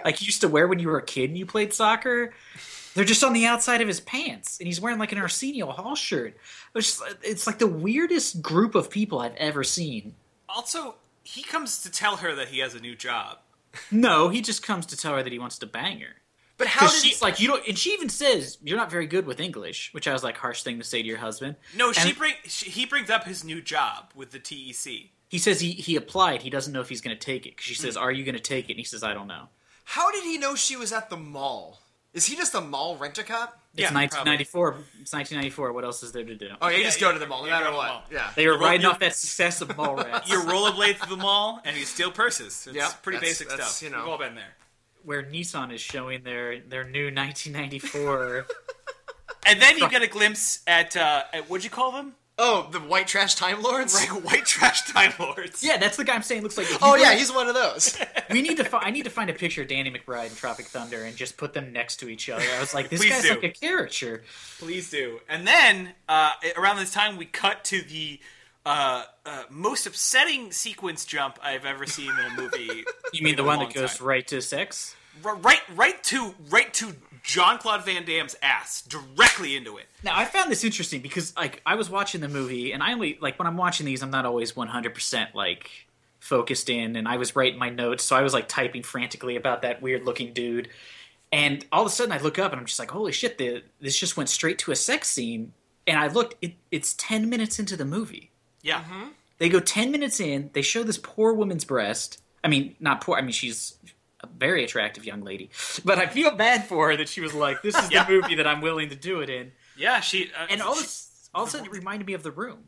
[SPEAKER 1] like you used to wear when you were a kid and you played soccer. They're just on the outside of his pants, and he's wearing like an Arsenio Hall shirt. It's, it's like the weirdest group of people I've ever seen.
[SPEAKER 2] Also, he comes to tell her that he has a new job.
[SPEAKER 1] No, he just comes to tell her that he wants to bang her.
[SPEAKER 3] But how
[SPEAKER 1] Because
[SPEAKER 3] did?
[SPEAKER 1] she's like, you don't, and she even says, "You're not very good with English," which I was like, harsh thing to say to your husband.
[SPEAKER 2] No, she
[SPEAKER 1] And-
[SPEAKER 2] bring she, he brings up his new job with the E TEC.
[SPEAKER 1] He says he he applied. He doesn't know if he's going to take it. 'Cause she says, "Are you going to take it?" And he says, "I don't know."
[SPEAKER 3] how did he know she was at the mall? Is he just a mall rent a cop?
[SPEAKER 1] It's
[SPEAKER 2] Yeah,
[SPEAKER 1] 1994. It's 1994. What else is there to do?
[SPEAKER 3] Oh, yeah, you
[SPEAKER 2] Yeah,
[SPEAKER 3] just
[SPEAKER 2] you-
[SPEAKER 3] go to the mall no
[SPEAKER 2] you go to
[SPEAKER 3] matter
[SPEAKER 2] the
[SPEAKER 3] what.
[SPEAKER 2] mall.
[SPEAKER 3] Yeah.
[SPEAKER 1] They were
[SPEAKER 2] well,
[SPEAKER 1] riding
[SPEAKER 2] you-
[SPEAKER 1] off that success of Mallrats,
[SPEAKER 2] You rollerblade through the mall and you steal purses. It's
[SPEAKER 3] Yep,
[SPEAKER 2] pretty
[SPEAKER 3] that's-
[SPEAKER 2] basic
[SPEAKER 3] that's,
[SPEAKER 2] stuff.
[SPEAKER 3] you know.
[SPEAKER 2] We've all been there.
[SPEAKER 1] where Nissan is showing their their new 1994.
[SPEAKER 2] And then you get a glimpse at uh, at what'd you call them?
[SPEAKER 3] Oh, the white trash time lords.
[SPEAKER 2] Like white trash time lords.
[SPEAKER 1] yeah, that's the guy I'm saying looks like. if
[SPEAKER 3] Oh
[SPEAKER 1] you
[SPEAKER 3] yeah,
[SPEAKER 1] were-
[SPEAKER 3] he's one of those.
[SPEAKER 1] we need to. Fi- I need to find a picture of Danny McBride and Tropic Thunder and just put them next to each other. I was like, this
[SPEAKER 2] Please
[SPEAKER 1] guy's
[SPEAKER 2] do.
[SPEAKER 1] like a caricature.
[SPEAKER 2] Please do. And then uh, around this time, we cut to the uh, uh, most upsetting sequence jump I've ever seen in a movie.
[SPEAKER 1] You mean
[SPEAKER 2] in
[SPEAKER 1] the
[SPEAKER 2] a
[SPEAKER 1] one
[SPEAKER 2] long
[SPEAKER 1] that goes
[SPEAKER 2] time.
[SPEAKER 1] right to sex?
[SPEAKER 2] R- right, right to right to Jean Claude Van Damme's ass directly into it.
[SPEAKER 1] Now I found this interesting because like I was watching the movie and I only like when I'm watching these I'm not always 100% like focused in and I was writing my notes so I was like typing frantically about that weird looking dude and all of a sudden I look up and I'm just like holy shit the, this just went straight to a sex scene and I looked it, it's 10 minutes into the movie.
[SPEAKER 2] Yeah,
[SPEAKER 1] They go 10 minutes in, they show this poor woman's breast. I mean, not poor, I mean, she's a very attractive young lady. But I feel bad for her that she was like, this is
[SPEAKER 2] Yeah.
[SPEAKER 1] the movie that I'm willing to do it in.
[SPEAKER 2] yeah. She uh,
[SPEAKER 1] And all,
[SPEAKER 2] she-
[SPEAKER 1] this, all of a sudden, it reminded me of The Room.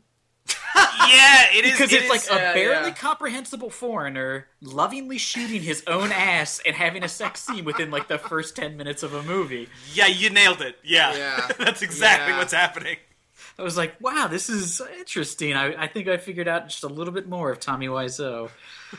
[SPEAKER 2] yeah, it is
[SPEAKER 1] Because
[SPEAKER 2] it
[SPEAKER 1] it's like
[SPEAKER 2] is-
[SPEAKER 3] yeah,
[SPEAKER 1] a barely
[SPEAKER 3] yeah.
[SPEAKER 1] comprehensible foreigner lovingly shooting his own ass and having a sex scene within like the first 10 minutes of a movie.
[SPEAKER 2] yeah, you nailed it. Yeah,
[SPEAKER 3] Yeah.
[SPEAKER 2] that's exactly
[SPEAKER 3] Yeah.
[SPEAKER 2] what's happening.
[SPEAKER 1] I was like, wow, this is interesting. I, I think I figured out just a little bit more of Tommy Wiseau.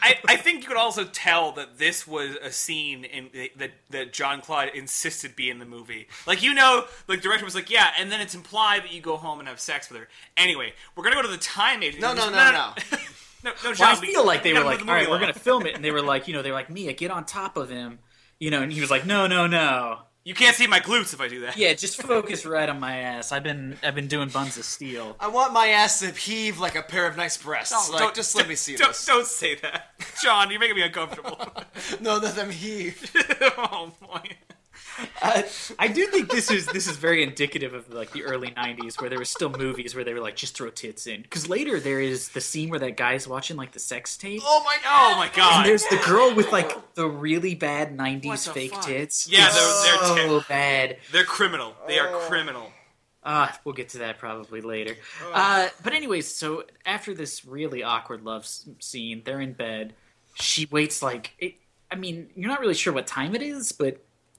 [SPEAKER 2] I, I think you could also tell that this was a scene in that that John Claude insisted be in the movie. Like you know, like director was like, yeah, and then it's implied that you go home and have sex with her. Anyway, we're gonna go to the time agent.
[SPEAKER 3] No,
[SPEAKER 2] He's
[SPEAKER 3] no,
[SPEAKER 2] like,
[SPEAKER 3] no,
[SPEAKER 2] no, no,
[SPEAKER 1] Well, I
[SPEAKER 2] John. we-
[SPEAKER 1] feel like they
[SPEAKER 2] we
[SPEAKER 1] were
[SPEAKER 2] gotta
[SPEAKER 1] like,
[SPEAKER 2] move
[SPEAKER 1] all
[SPEAKER 2] the
[SPEAKER 1] right,
[SPEAKER 2] movie
[SPEAKER 1] we're going
[SPEAKER 2] along."
[SPEAKER 1] to film it. And they were like, you know, they were like, Mia, get on top of him. You know, and he was like, no, no, no.
[SPEAKER 2] You can't see my glutes if I do that.
[SPEAKER 1] Yeah, just focus right on my ass. I've been I've been doing buns of steel.
[SPEAKER 3] I want my ass to heave like a pair of nice breasts. like,
[SPEAKER 2] Don't-
[SPEAKER 3] just let
[SPEAKER 2] don't-
[SPEAKER 3] me see
[SPEAKER 2] Don't,
[SPEAKER 3] this.
[SPEAKER 2] don't say that, John. You're making me uncomfortable.
[SPEAKER 3] No, let them heave.
[SPEAKER 2] oh boy.
[SPEAKER 1] I, I do think this is this is very indicative of like the early '90s, where there were still movies where they were like just throw tits in. Because later there is the scene where that guy's watching like the sex tape,
[SPEAKER 3] Oh my god.
[SPEAKER 2] Oh my
[SPEAKER 1] and
[SPEAKER 2] god.
[SPEAKER 1] there's the girl with like the really bad
[SPEAKER 2] What
[SPEAKER 1] '90s
[SPEAKER 2] the
[SPEAKER 1] fake
[SPEAKER 2] fuck?
[SPEAKER 1] tits.
[SPEAKER 2] Yeah,
[SPEAKER 1] It's
[SPEAKER 2] they're- they're
[SPEAKER 1] so bad.
[SPEAKER 2] They're criminal. They are
[SPEAKER 1] Oh.
[SPEAKER 2] criminal.
[SPEAKER 1] Ah, we'll get to that probably later. Uh, but anyways, so after this really awkward love s- scene, they're in bed. She waits like it, I mean, you're not really sure what time it is, but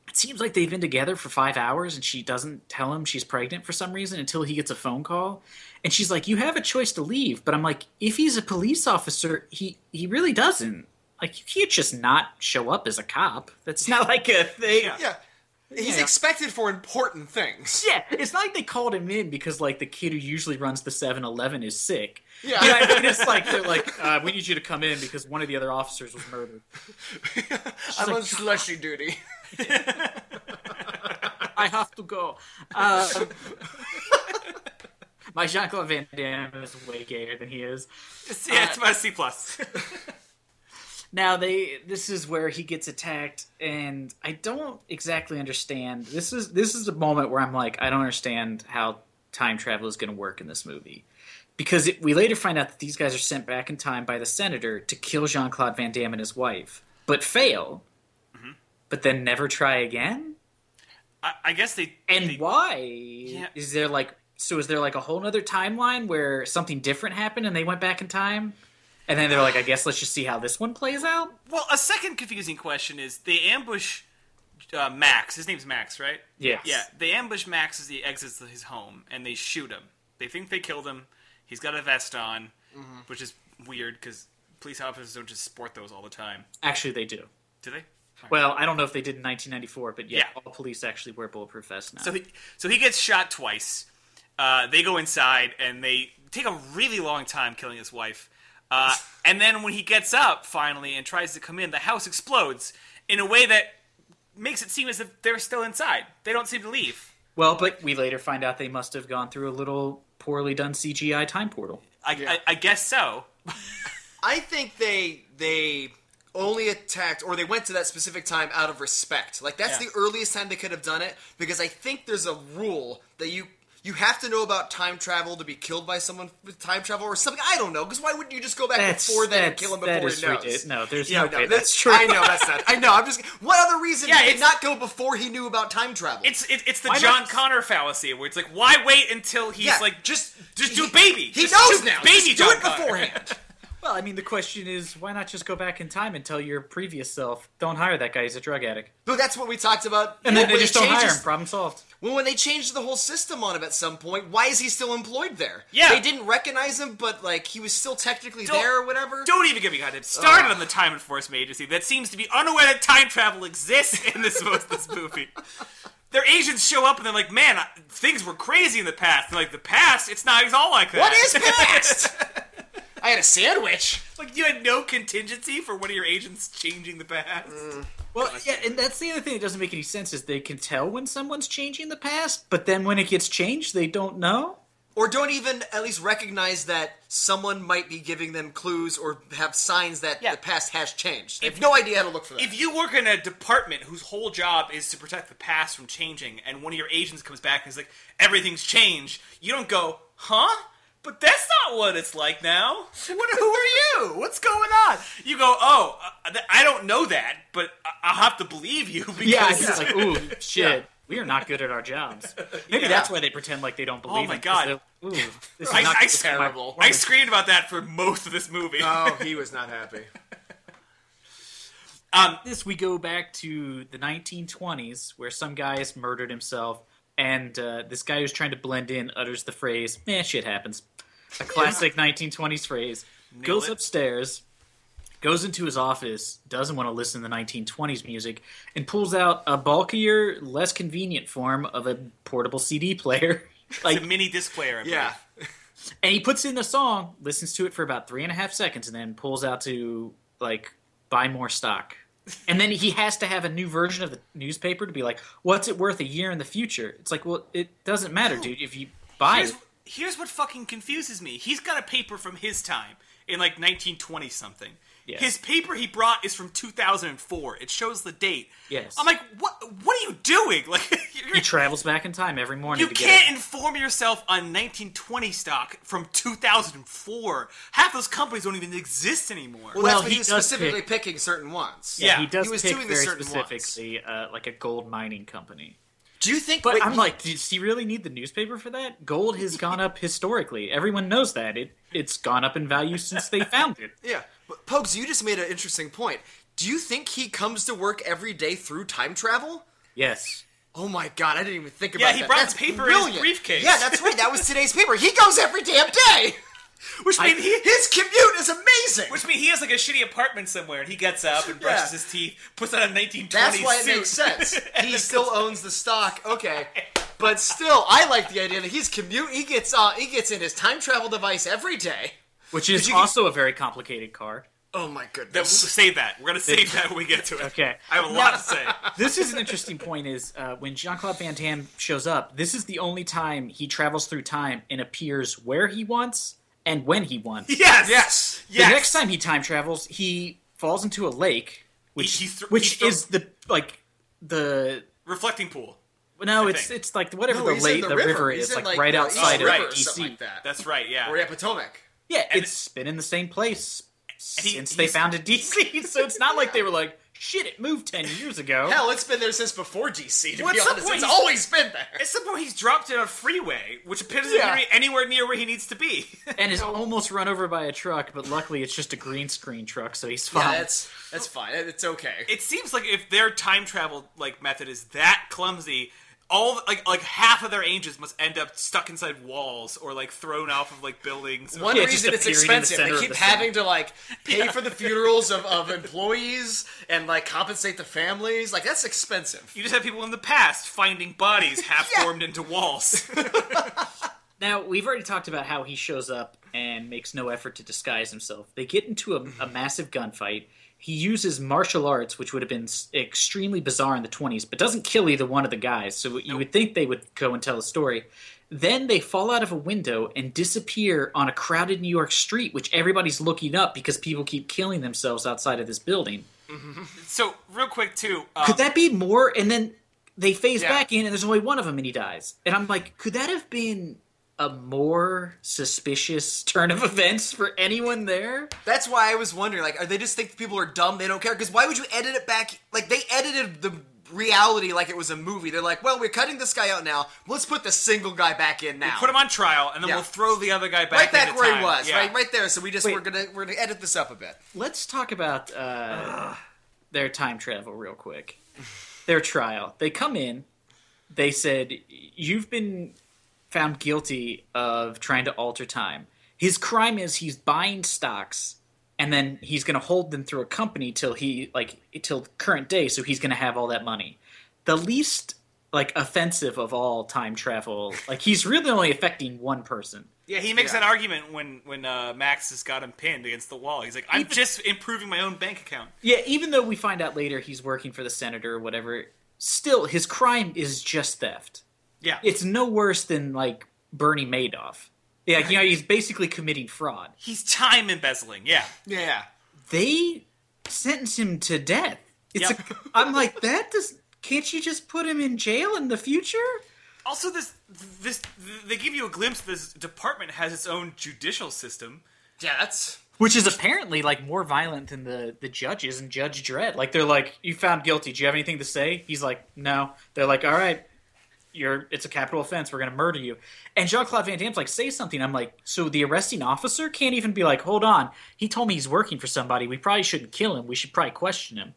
[SPEAKER 1] it seems like they've been together for five hours, and she doesn't tell him she's pregnant for some reason until he gets a phone call, and she's like, "You have a choice to leave," but I'm like, if he's a police officer, he he really doesn't. Like, you can't just not show up as a cop. That's not like a thing.
[SPEAKER 3] Oh, Yeah. He's
[SPEAKER 1] Yeah.
[SPEAKER 3] expected for important things.
[SPEAKER 1] Yeah, it's not like they called him in because like the kid who usually runs the 7-Eleven is sick.
[SPEAKER 3] Yeah.
[SPEAKER 1] You know what I mean? It's like they're like, uh, we need you to come in because one of the other officers was murdered.
[SPEAKER 3] I'm on slushy duty.
[SPEAKER 1] I have to go. Uh, my Jean Claude Van Damme is way gayer than he is.
[SPEAKER 2] Yeah, it's about a C plus.
[SPEAKER 1] Now they this is where he gets attacked and I don't exactly understand. This is this is the moment where I'm like I don't understand how time travel is going to work in this movie. Because it, we later find out that these guys are sent back in time by the senator to kill Jean-Claude Van Damme and his wife, but fail.
[SPEAKER 2] Mm-hmm.
[SPEAKER 1] But then never try again?
[SPEAKER 2] I, I guess they
[SPEAKER 1] And
[SPEAKER 2] they-
[SPEAKER 1] why?
[SPEAKER 2] Yeah.
[SPEAKER 1] Is there like so is there like a whole nother timeline where something different happened and they went back in time? And then they're like, I guess let's just see how this one plays out.
[SPEAKER 2] Well, a second confusing question is they ambush uh, Max. His name's Max, right?
[SPEAKER 1] Yes.
[SPEAKER 2] Yeah. They ambush Max as he exits his home, and they shoot him. They think they killed him. He's got a vest on, which is weird because police officers don't just sport those all the time,
[SPEAKER 1] Actually, they do.
[SPEAKER 2] do they?
[SPEAKER 1] Well, I don't know if they did in 1994, but yeah,
[SPEAKER 2] Yeah.
[SPEAKER 1] all police actually wear bulletproof vests now.
[SPEAKER 2] So he, so he gets shot twice. Uh, they go inside and they take a really long time killing his wife. Uh, and then when he gets up finally and tries to come in, the house explodes in a way that makes it seem as if they're still inside. They don't seem to leave.
[SPEAKER 1] well, but we later find out they must have gone through a little poorly done CGI time portal.
[SPEAKER 2] I,
[SPEAKER 3] Yeah.
[SPEAKER 2] I, I guess so.
[SPEAKER 3] I think they they only attacked or they went to that specific time out of respect. Like that's
[SPEAKER 2] Yeah.
[SPEAKER 3] the earliest time they could have done it because I think there's a rule that you you have to know about time travel to be killed by someone with time travel or something. I don't know because why wouldn't you just go back
[SPEAKER 1] That's
[SPEAKER 3] before that and
[SPEAKER 1] that's-
[SPEAKER 3] kill him
[SPEAKER 1] that
[SPEAKER 3] before
[SPEAKER 1] is
[SPEAKER 3] he knows?
[SPEAKER 1] ridiculous. No, there's
[SPEAKER 3] Yeah,
[SPEAKER 1] no, way
[SPEAKER 3] no,
[SPEAKER 1] that's
[SPEAKER 3] that-
[SPEAKER 1] true.
[SPEAKER 3] I know that's not. I know. I'm just. What other reason
[SPEAKER 2] Yeah,
[SPEAKER 3] did
[SPEAKER 2] it's-
[SPEAKER 3] he not go before he knew about time travel?
[SPEAKER 2] It's it, it's the
[SPEAKER 1] Why not
[SPEAKER 2] John
[SPEAKER 1] just-
[SPEAKER 2] Connor fallacy where it's like, why wait until he's
[SPEAKER 3] Yeah.
[SPEAKER 2] like just just do
[SPEAKER 3] He-
[SPEAKER 2] baby.
[SPEAKER 3] He
[SPEAKER 2] Just
[SPEAKER 3] knows
[SPEAKER 2] do
[SPEAKER 3] now.
[SPEAKER 2] Baby
[SPEAKER 3] Just do
[SPEAKER 2] John
[SPEAKER 3] it
[SPEAKER 2] Connor.
[SPEAKER 3] beforehand.
[SPEAKER 1] Well, I mean, the question is, why not just go back in time and tell your previous self, "Don't hire that guy; he's a drug addict,"
[SPEAKER 3] no, that's what we talked about.
[SPEAKER 1] and then
[SPEAKER 3] when
[SPEAKER 1] they
[SPEAKER 3] he
[SPEAKER 1] just don't hire
[SPEAKER 3] changes-
[SPEAKER 1] him. Problem solved.
[SPEAKER 3] Well, when they changed the whole system on him at some point, why is he still employed there?
[SPEAKER 2] Yeah.
[SPEAKER 3] They didn't recognize him, but, like, he was still technically there or whatever.
[SPEAKER 2] Don't even get me goddamn started
[SPEAKER 3] Ugh.
[SPEAKER 2] on the time enforcement agency that seems to be unaware that time travel exists in this most this movie. Their agents show up and they're like, "Man, I, things were crazy in the past." They're like, "The past? It's not. It's all like that."
[SPEAKER 3] What is past? I had a sandwich.
[SPEAKER 2] like you had no contingency for one of your agents changing the past.
[SPEAKER 3] Mm.
[SPEAKER 1] Well, yeah, and that's the other thing that doesn't make any sense is they can tell when someone's changing the past, but then when it gets changed, they don't know.
[SPEAKER 3] Or don't even at least recognize that someone might be giving them clues or have signs that
[SPEAKER 2] Yeah.
[SPEAKER 3] the past has changed. They
[SPEAKER 2] If-
[SPEAKER 3] have no idea how to look for that.
[SPEAKER 2] If you work in a department whose whole job is to protect the past from changing, and one of your agents comes back and is like, "Everything's changed," you don't go, "Huh?" But that's not what it's like now. What, who are you? What's going on? You go, "Oh, uh, th- I don't know that, but I- I'll have to believe you." Because
[SPEAKER 1] Yeah, it's like, ooh, shit. We are not good at our jobs. Maybe
[SPEAKER 2] Yeah. Oh
[SPEAKER 1] that's why they pretend like they don't believe.
[SPEAKER 2] my
[SPEAKER 1] it, 'cause
[SPEAKER 2] God.
[SPEAKER 1] they're- Ooh, this is
[SPEAKER 2] I,
[SPEAKER 1] not
[SPEAKER 2] I,
[SPEAKER 1] good for my Uh,
[SPEAKER 2] terrible. I
[SPEAKER 1] performance.
[SPEAKER 2] screamed about that for most of this movie.
[SPEAKER 3] Oh, he was not happy.
[SPEAKER 1] this we go back to the 1920s where some guy has murdered himself and uh, this guy who's trying to blend in utters the phrase man shit happens a classic 1920s phrase goes
[SPEAKER 2] it.
[SPEAKER 1] upstairs goes into his office doesn't want to listen to 1920s music and pulls out a bulkier less convenient form of a portable cd player like
[SPEAKER 2] the mini disc player. I believe.
[SPEAKER 3] Yeah.
[SPEAKER 1] and he puts in the song, listens to it for about three and a half seconds, and then pulls out to like buy more stock. And then he has to have a new version of the newspaper to be like, what's it worth a year in the future? It's like, well, it doesn't matter, dude. If you buy
[SPEAKER 2] Here's,
[SPEAKER 1] it,
[SPEAKER 2] here's what fucking confuses me. He's got a paper from his time in like 1920 something.
[SPEAKER 1] Yes.
[SPEAKER 2] His paper he brought is from 2004. It shows the date.
[SPEAKER 1] Yes.
[SPEAKER 2] I'm like, what? What are you doing? Like, you're,
[SPEAKER 1] he travels back in time every morning.
[SPEAKER 2] you
[SPEAKER 1] to
[SPEAKER 2] can't
[SPEAKER 1] Get it.
[SPEAKER 2] inform yourself on 1920 stock from 2004. Half those companies don't even exist anymore.
[SPEAKER 3] Well,
[SPEAKER 1] Well,
[SPEAKER 3] that's when
[SPEAKER 1] he
[SPEAKER 3] he was
[SPEAKER 1] does
[SPEAKER 3] specifically
[SPEAKER 1] pick-
[SPEAKER 3] picking certain ones.
[SPEAKER 2] Yeah,
[SPEAKER 1] he does
[SPEAKER 3] he was
[SPEAKER 1] pick
[SPEAKER 3] doing the
[SPEAKER 1] very
[SPEAKER 3] certain
[SPEAKER 1] specifically uh, like a gold mining company.
[SPEAKER 3] Do you think?
[SPEAKER 1] But
[SPEAKER 3] wait,
[SPEAKER 1] I'm like, does he really need the newspaper for that? Gold has gone up historically. Everyone knows that. It it's gone up in value since they found it.
[SPEAKER 3] yeah. But Pokes, you just made an interesting point. Do you think he comes to work every day through time travel?
[SPEAKER 1] Yes.
[SPEAKER 3] Oh my god, I didn't even think about
[SPEAKER 2] Yeah,
[SPEAKER 3] that.
[SPEAKER 2] he brought
[SPEAKER 3] That's
[SPEAKER 2] the paper in his
[SPEAKER 3] brilliant.
[SPEAKER 2] briefcase.
[SPEAKER 3] Yeah, that's right. That was today's paper. He goes every damn day.
[SPEAKER 2] which means he,
[SPEAKER 3] His commute is amazing.
[SPEAKER 2] which means he has like a shitty apartment somewhere, and he gets up and brushes
[SPEAKER 3] Yeah.
[SPEAKER 2] his teeth, puts on a 1920s
[SPEAKER 3] that's why it
[SPEAKER 2] suit.
[SPEAKER 3] makes sense. He still owns the stock. Okay. But still, I like the idea that he's commute. He gets uh, he gets in his time travel device every day.
[SPEAKER 1] Which is
[SPEAKER 3] you get-
[SPEAKER 1] also a very complicated car.
[SPEAKER 3] Oh my
[SPEAKER 2] That-
[SPEAKER 3] goodness!
[SPEAKER 2] save that. We're gonna save that when we get to it.
[SPEAKER 1] Okay.
[SPEAKER 2] I have a lot to say.
[SPEAKER 1] this is an interesting point is uh, when jean-claude van damme shows up this is the only time he travels through time and appears where he wants and when he wants
[SPEAKER 2] Yes.
[SPEAKER 3] Yes.
[SPEAKER 2] Yes.
[SPEAKER 1] the next time he time travels he falls into a lake which,
[SPEAKER 2] He- he thro-
[SPEAKER 1] which
[SPEAKER 2] he thro-
[SPEAKER 1] is the like the
[SPEAKER 2] reflecting pool.
[SPEAKER 1] no it's
[SPEAKER 2] think.
[SPEAKER 1] it's like whatever
[SPEAKER 3] No,
[SPEAKER 1] the
[SPEAKER 3] he's in
[SPEAKER 1] lake
[SPEAKER 3] the
[SPEAKER 1] the,
[SPEAKER 3] river.
[SPEAKER 1] river,
[SPEAKER 3] He's
[SPEAKER 1] is
[SPEAKER 3] in,
[SPEAKER 1] like,
[SPEAKER 3] like,
[SPEAKER 1] right
[SPEAKER 3] the
[SPEAKER 1] outside of
[SPEAKER 2] East
[SPEAKER 1] E
[SPEAKER 2] River or
[SPEAKER 1] dc
[SPEAKER 3] something like that.
[SPEAKER 2] That's right. Yeah.
[SPEAKER 3] Or yeah, Potomac.
[SPEAKER 1] yeah
[SPEAKER 2] And-
[SPEAKER 1] it's been in the same place
[SPEAKER 2] he-
[SPEAKER 1] since they
[SPEAKER 2] he's-
[SPEAKER 1] founded dc so it's not like they were like shit it moved 10 years ago
[SPEAKER 3] Hell, it's been there since before DC. To
[SPEAKER 2] Well,
[SPEAKER 3] be
[SPEAKER 2] at some
[SPEAKER 3] honest,
[SPEAKER 2] point
[SPEAKER 3] it's
[SPEAKER 2] he's-
[SPEAKER 3] always been there.
[SPEAKER 2] At some point, he's dropped in a freeway, which appears to
[SPEAKER 3] Yeah.
[SPEAKER 2] be anywhere near where he needs to be.
[SPEAKER 1] and is almost run over by a truck, but luckily it's just a green screen truck, so he's
[SPEAKER 3] Yeah,
[SPEAKER 1] fine.
[SPEAKER 3] that's that's fine. It's okay.
[SPEAKER 2] it seems like if their time travel like method is that clumsy, all like like half of their angels must end up stuck inside walls or like thrown off of like buildings. or-
[SPEAKER 3] One
[SPEAKER 1] Yeah, just
[SPEAKER 3] reason it's
[SPEAKER 1] appearing in the
[SPEAKER 3] expensive.
[SPEAKER 1] center
[SPEAKER 3] They
[SPEAKER 1] of
[SPEAKER 3] keep
[SPEAKER 1] the
[SPEAKER 3] having to like pay for the funerals of, of employees and like compensate the families. Like that's expensive.
[SPEAKER 2] you just have people in the past finding bodies half formed into walls.
[SPEAKER 1] Now we've already talked about how he shows up and makes no effort to disguise himself. They get into a, a massive gunfight. He uses martial arts, which would have been s- extremely bizarre in the twenties, but doesn't kill either one of the guys. So you would think they would go and tell a story. Then they fall out of a window and disappear on a crowded New York street, which everybody's looking up because people keep killing themselves outside of this building.
[SPEAKER 2] so real quick too. Um,
[SPEAKER 1] could that be more? And then they phase
[SPEAKER 3] Yeah.
[SPEAKER 1] back in, and there's only one of them, and he dies. And I'm like, could that have been a more suspicious turn of events for anyone there?
[SPEAKER 3] That's why I was wondering. Like, are they just think people are dumb? They don't care. Because why would you edit it back? Like they edited the reality like it was a movie. They're like, well, we're cutting this guy out now. Let's put the single guy back in now.
[SPEAKER 2] uh, Put him on trial, and then
[SPEAKER 3] Yeah.
[SPEAKER 2] we'll throw the other guy back
[SPEAKER 3] right back
[SPEAKER 2] into
[SPEAKER 3] where
[SPEAKER 2] time.
[SPEAKER 3] he was.
[SPEAKER 2] Yeah.
[SPEAKER 3] Right, right there. So we just
[SPEAKER 1] Wait.
[SPEAKER 3] we're gonna we're gonna edit this up a bit.
[SPEAKER 1] Let's talk about uh, their time travel real quick. Their trial. They come in. They said, "You've been found guilty of trying to alter time. His crime is he's buying stocks and then he's going to hold them through a company till he like till current day so he's going to have all that money. The least like offensive of all time travel. Like he's really only affecting one person.
[SPEAKER 2] Yeah, he makes
[SPEAKER 3] Yeah.
[SPEAKER 2] that argument when when uh, Max has got him pinned against the wall. He's like, "I'm
[SPEAKER 1] Even-
[SPEAKER 2] just improving my own bank account."
[SPEAKER 1] Yeah, even though we find out later he's working for the senator or whatever, still his crime is just theft.
[SPEAKER 2] Yeah,
[SPEAKER 1] It's no worse than like Bernie Madoff. Yeah, you know, he's basically committing fraud.
[SPEAKER 2] he's time embezzling. Yeah,
[SPEAKER 3] Yeah.
[SPEAKER 1] they sentence him to death. It's
[SPEAKER 2] Yep.
[SPEAKER 1] a, I'm like that does can't you just put him in jail in the future?
[SPEAKER 2] Also, this this they give you a glimpse. This department has its own judicial system.
[SPEAKER 3] Yeah. That's
[SPEAKER 1] Which is apparently like more violent than the the judges and Judge Dredd. Like they're like, "You found guilty. Do you have anything to say?" He's like, "No." They're like, "All right, you're it's a capital offense. We're gonna murder you." And Jean Claude Van Damme's like, "Say something." I'm like, "So the arresting officer can't even be like, hold on. He told me he's working for somebody. We probably shouldn't kill him. We should probably question him."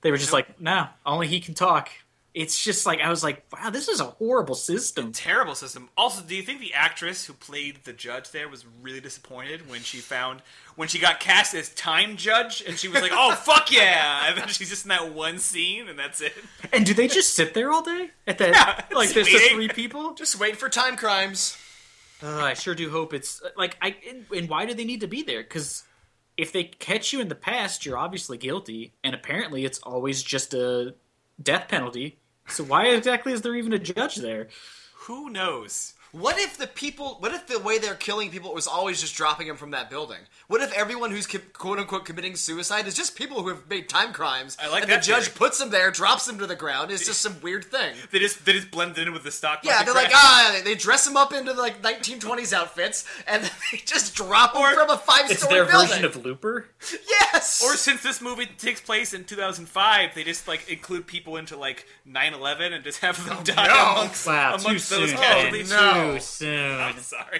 [SPEAKER 1] They were just like, "No, only he can talk." It's just like I was like, "Wow, this is a horrible system."
[SPEAKER 2] Terrible system. Also, do you think the actress who played the judge there was really disappointed when she found when she got cast as time judge and she was like, "Oh fuck yeah!" And then she's just in that one scene and that's it.
[SPEAKER 1] And do they just sit there all day at that?
[SPEAKER 2] Yeah,
[SPEAKER 1] like there's just
[SPEAKER 2] waiting.
[SPEAKER 1] three people.
[SPEAKER 3] Just waiting for time crimes.
[SPEAKER 1] Ugh, Uh, I sure do hope it's uh, like I. And, and why do they need to be there? Because if they catch you in the past, you're obviously guilty, and apparently it's always just a death penalty. So why exactly is there even a judge there?
[SPEAKER 2] Who knows?
[SPEAKER 3] What if the people? What if the way they're killing people was always just dropping them from that building? What if everyone who's co- quote unquote committing suicide is just people who have made time crimes?
[SPEAKER 2] I like
[SPEAKER 3] and
[SPEAKER 2] that
[SPEAKER 3] the judge
[SPEAKER 2] theory.
[SPEAKER 3] puts them there, drops them to the ground. It's just some weird thing.
[SPEAKER 2] They just they just blended in with the stock.
[SPEAKER 3] Yeah,
[SPEAKER 2] market
[SPEAKER 3] they're like
[SPEAKER 2] crash.
[SPEAKER 3] ah, they dress them up into like 1920s outfits, and then they just drop them from a five
[SPEAKER 1] It's
[SPEAKER 3] story
[SPEAKER 1] their
[SPEAKER 3] building.
[SPEAKER 1] version of Looper.
[SPEAKER 3] yes,
[SPEAKER 2] Or since this movie takes place in 2005, they just like include people into like 9/11 and just have them die
[SPEAKER 3] Oh, no. Oh,
[SPEAKER 2] amongst,
[SPEAKER 1] Wow, too
[SPEAKER 2] amongst those
[SPEAKER 1] soon.
[SPEAKER 2] casualties.
[SPEAKER 1] Ken.
[SPEAKER 3] no.
[SPEAKER 1] Too soon.
[SPEAKER 2] I'm sorry.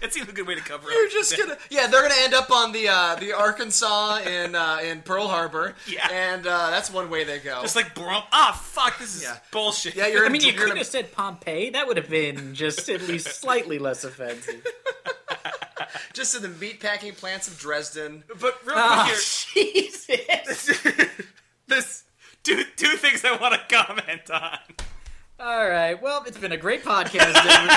[SPEAKER 2] That seems a good way to cover
[SPEAKER 3] You're
[SPEAKER 2] up.
[SPEAKER 3] just gonna, yeah. They're gonna end up on the uh, the Arkansas in uh, in Pearl Harbor,
[SPEAKER 2] Yeah.
[SPEAKER 3] and uh, that's one way they go.
[SPEAKER 2] Just like brum. Ah, fuck. This is
[SPEAKER 3] Yeah.
[SPEAKER 2] bullshit.
[SPEAKER 3] yeah, you're.
[SPEAKER 1] I mean, you
[SPEAKER 3] you're
[SPEAKER 1] could
[SPEAKER 3] gonna-
[SPEAKER 1] have said Pompeii. That would have been just at least slightly less offensive.
[SPEAKER 3] just in the meatpacking plants of Dresden.
[SPEAKER 2] But real
[SPEAKER 1] Oh,
[SPEAKER 2] quick
[SPEAKER 1] Jesus.
[SPEAKER 2] here, this two two things I want to comment on.
[SPEAKER 1] All right. Well, it's been a great podcast. David.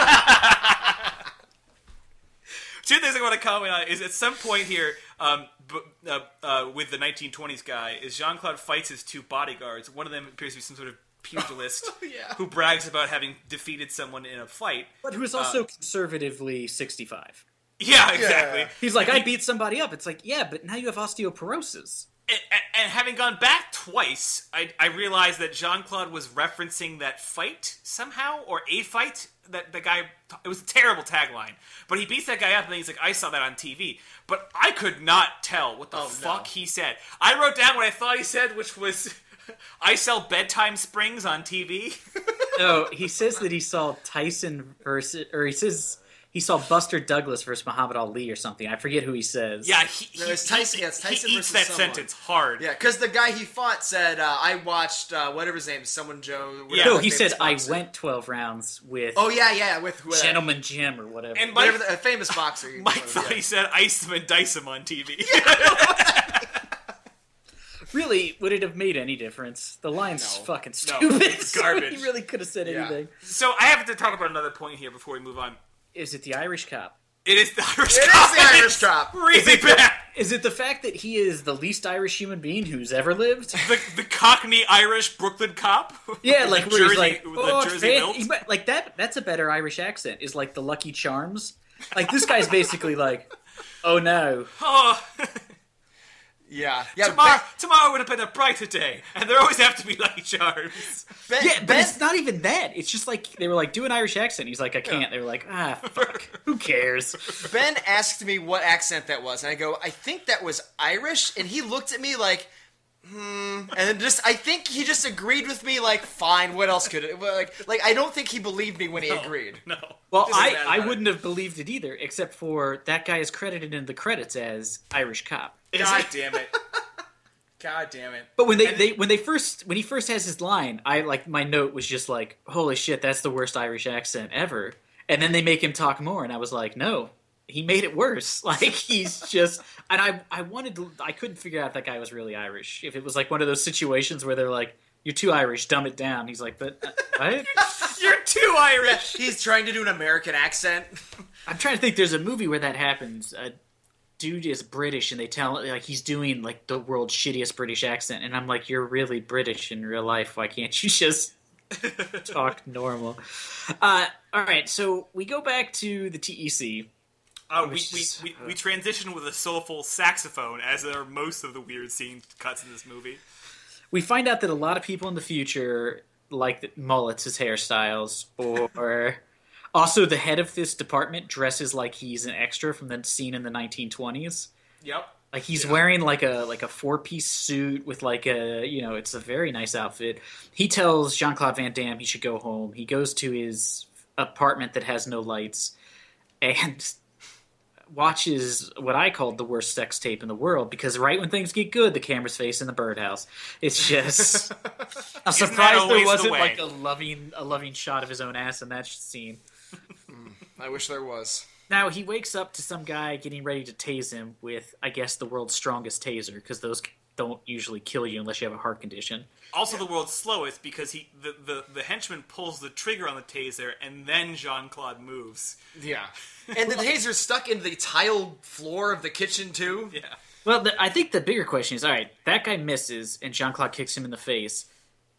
[SPEAKER 2] Two things I want to comment on is at some point here, um, b- uh, uh, with the 1920s guy, is Jean Claude fights his two bodyguards. One of them appears to be some sort of pugilist
[SPEAKER 3] yeah.
[SPEAKER 2] who brags about having defeated someone in a fight.
[SPEAKER 1] but who's
[SPEAKER 3] Uh,
[SPEAKER 1] also conservatively 65.
[SPEAKER 2] Yeah, exactly.
[SPEAKER 1] He's like, I beat somebody up. It's like, yeah, but now you have osteoporosis.
[SPEAKER 2] and, and having gone back twice, I, I realized that Jean Claude was referencing that fight somehow, or a fight that the guy. It was a terrible tagline, but he beats that guy up, and then he's like, "I saw that on TV," but I could not tell
[SPEAKER 3] Oh,
[SPEAKER 2] what the fuck he said. I wrote down what I thought he said, which was, "I sell bedtime springs on TV."
[SPEAKER 1] No, he says that he saw Tyson versus, or he says he saw Buster Douglas versus Muhammad Ali or something. I forget who he says.
[SPEAKER 2] Yeah, he, he,
[SPEAKER 3] No, it's Tyson-
[SPEAKER 2] he,
[SPEAKER 3] yeah, it's Tyson
[SPEAKER 2] he eats
[SPEAKER 3] versus
[SPEAKER 2] that
[SPEAKER 3] someone.
[SPEAKER 2] sentence hard.
[SPEAKER 3] Yeah, because the guy he fought said, uh, "I watched uh, whatever his name, is, someone Joe." whatever
[SPEAKER 2] Yeah.
[SPEAKER 1] No,
[SPEAKER 3] his
[SPEAKER 1] he
[SPEAKER 3] name
[SPEAKER 1] said
[SPEAKER 3] is,
[SPEAKER 1] I
[SPEAKER 3] boxer."
[SPEAKER 1] went twelve rounds with
[SPEAKER 3] Oh yeah, yeah, with whoever.
[SPEAKER 1] Gentleman Jim or whatever.
[SPEAKER 2] And Mike,
[SPEAKER 3] whatever the, a famous boxer. you-
[SPEAKER 2] Mike
[SPEAKER 3] whatever,
[SPEAKER 2] thought
[SPEAKER 3] yeah.
[SPEAKER 2] he said, "Ice him and dice him on TV."
[SPEAKER 1] really, would it have made any difference? The line's
[SPEAKER 3] No.
[SPEAKER 1] fucking
[SPEAKER 2] No,
[SPEAKER 1] stupid.
[SPEAKER 2] it's garbage.
[SPEAKER 1] he really could have said
[SPEAKER 3] Yeah.
[SPEAKER 1] anything.
[SPEAKER 2] So I have to talk about another point here before we move on.
[SPEAKER 1] Is it the Irish cop?
[SPEAKER 2] It is the Irish
[SPEAKER 3] It is
[SPEAKER 2] cop.
[SPEAKER 3] the Irish
[SPEAKER 2] It's
[SPEAKER 3] cop.
[SPEAKER 2] Really bad.
[SPEAKER 1] Is it the fact that he is the least Irish human being who's ever lived?
[SPEAKER 2] The, the Cockney Irish Brooklyn cop.
[SPEAKER 1] Yeah, like
[SPEAKER 2] With
[SPEAKER 1] where he's
[SPEAKER 2] Jersey-
[SPEAKER 1] like,
[SPEAKER 2] with
[SPEAKER 1] oh,
[SPEAKER 2] the
[SPEAKER 1] it's
[SPEAKER 2] Jersey
[SPEAKER 1] fan-
[SPEAKER 2] lilt.
[SPEAKER 1] he might- like that. That's a better Irish accent. Is like the Lucky Charms. Like this guy's basically like, oh no,
[SPEAKER 2] Oh,
[SPEAKER 3] Yeah, yeah.
[SPEAKER 2] tomorrow, tomorrow would have been a brighter day, and there always have to be lucky charms.
[SPEAKER 3] Ben,
[SPEAKER 1] yeah, but
[SPEAKER 3] Ben-
[SPEAKER 1] it's not even that. It's just like they were like, do an Irish accent. He's like, I can't. They were like, ah, fuck, who cares?
[SPEAKER 3] Ben asked me what accent that was, and I go, I think that was Irish. And he looked at me like, hmm. And then just, I think he just agreed with me, like, fine, what else could it? well, Like, like I don't think he believed me when he agreed.
[SPEAKER 2] No.
[SPEAKER 1] Well,
[SPEAKER 3] Just
[SPEAKER 1] I,
[SPEAKER 3] mad
[SPEAKER 1] I
[SPEAKER 3] about it.
[SPEAKER 1] wouldn't have believed it either, except for that guy is credited in the credits as Irish cop.
[SPEAKER 2] God damn it. God damn it.
[SPEAKER 1] But when they,
[SPEAKER 2] And-
[SPEAKER 1] they when they first when he first has his line, I like my note was just like, "Holy shit, that's the worst Irish accent ever." And then they make him talk more, and I was like, "No, he made it worse." Like he's just, and I I wanted to, I couldn't figure out if that guy was really Irish. If it was like one of those situations where they're like, "You're too Irish, dumb it down." He's like, "But uh, I,
[SPEAKER 2] You're too Irish.
[SPEAKER 3] He's trying to do an American accent.
[SPEAKER 1] I'm trying to think. There's a movie where that happens. A dude is British, and they tell like he's doing like the world's shittiest British accent, and I'm like, you're really British in real life. Why can't you just talk normal? Uh, all right, so we go back to the E TEC.
[SPEAKER 2] Uh, we,
[SPEAKER 1] Which
[SPEAKER 2] we,
[SPEAKER 1] is-
[SPEAKER 2] we, we transition with a soulful saxophone, as are most of the weird scene cuts in this movie.
[SPEAKER 1] We find out that a lot of people in the future like that mullets as hairstyles, or also the head of this department dresses like he's an extra from the scene in the 1920s.
[SPEAKER 2] Yep.
[SPEAKER 1] Like he's wearing like a like a four piece suit with like a you know it's a very nice outfit. He tells Jean Claude Van Damme he should go home. He goes to his apartment that has no lights and watches what I called the worst sex tape in the world because right when things get good, the camera's face in the birdhouse. It's just I'm surprised
[SPEAKER 4] always
[SPEAKER 1] there
[SPEAKER 4] the
[SPEAKER 1] wasn't
[SPEAKER 4] way?
[SPEAKER 1] like a loving a loving shot of his own ass in that scene.
[SPEAKER 3] I wish there was.
[SPEAKER 1] Now he wakes up to some guy getting ready to tase him with, I guess, the world's strongest taser because those don't usually kill you unless you have a heart condition.
[SPEAKER 2] Also, the world's slowest because he the, the, the henchman pulls the trigger on the taser and then Jean Claude moves.
[SPEAKER 3] Yeah. And the taser's stuck in the tile floor of the kitchen too.
[SPEAKER 2] Yeah.
[SPEAKER 1] Well, the, I think the bigger question is: all right, that guy misses, and Jean Claude kicks him in the face.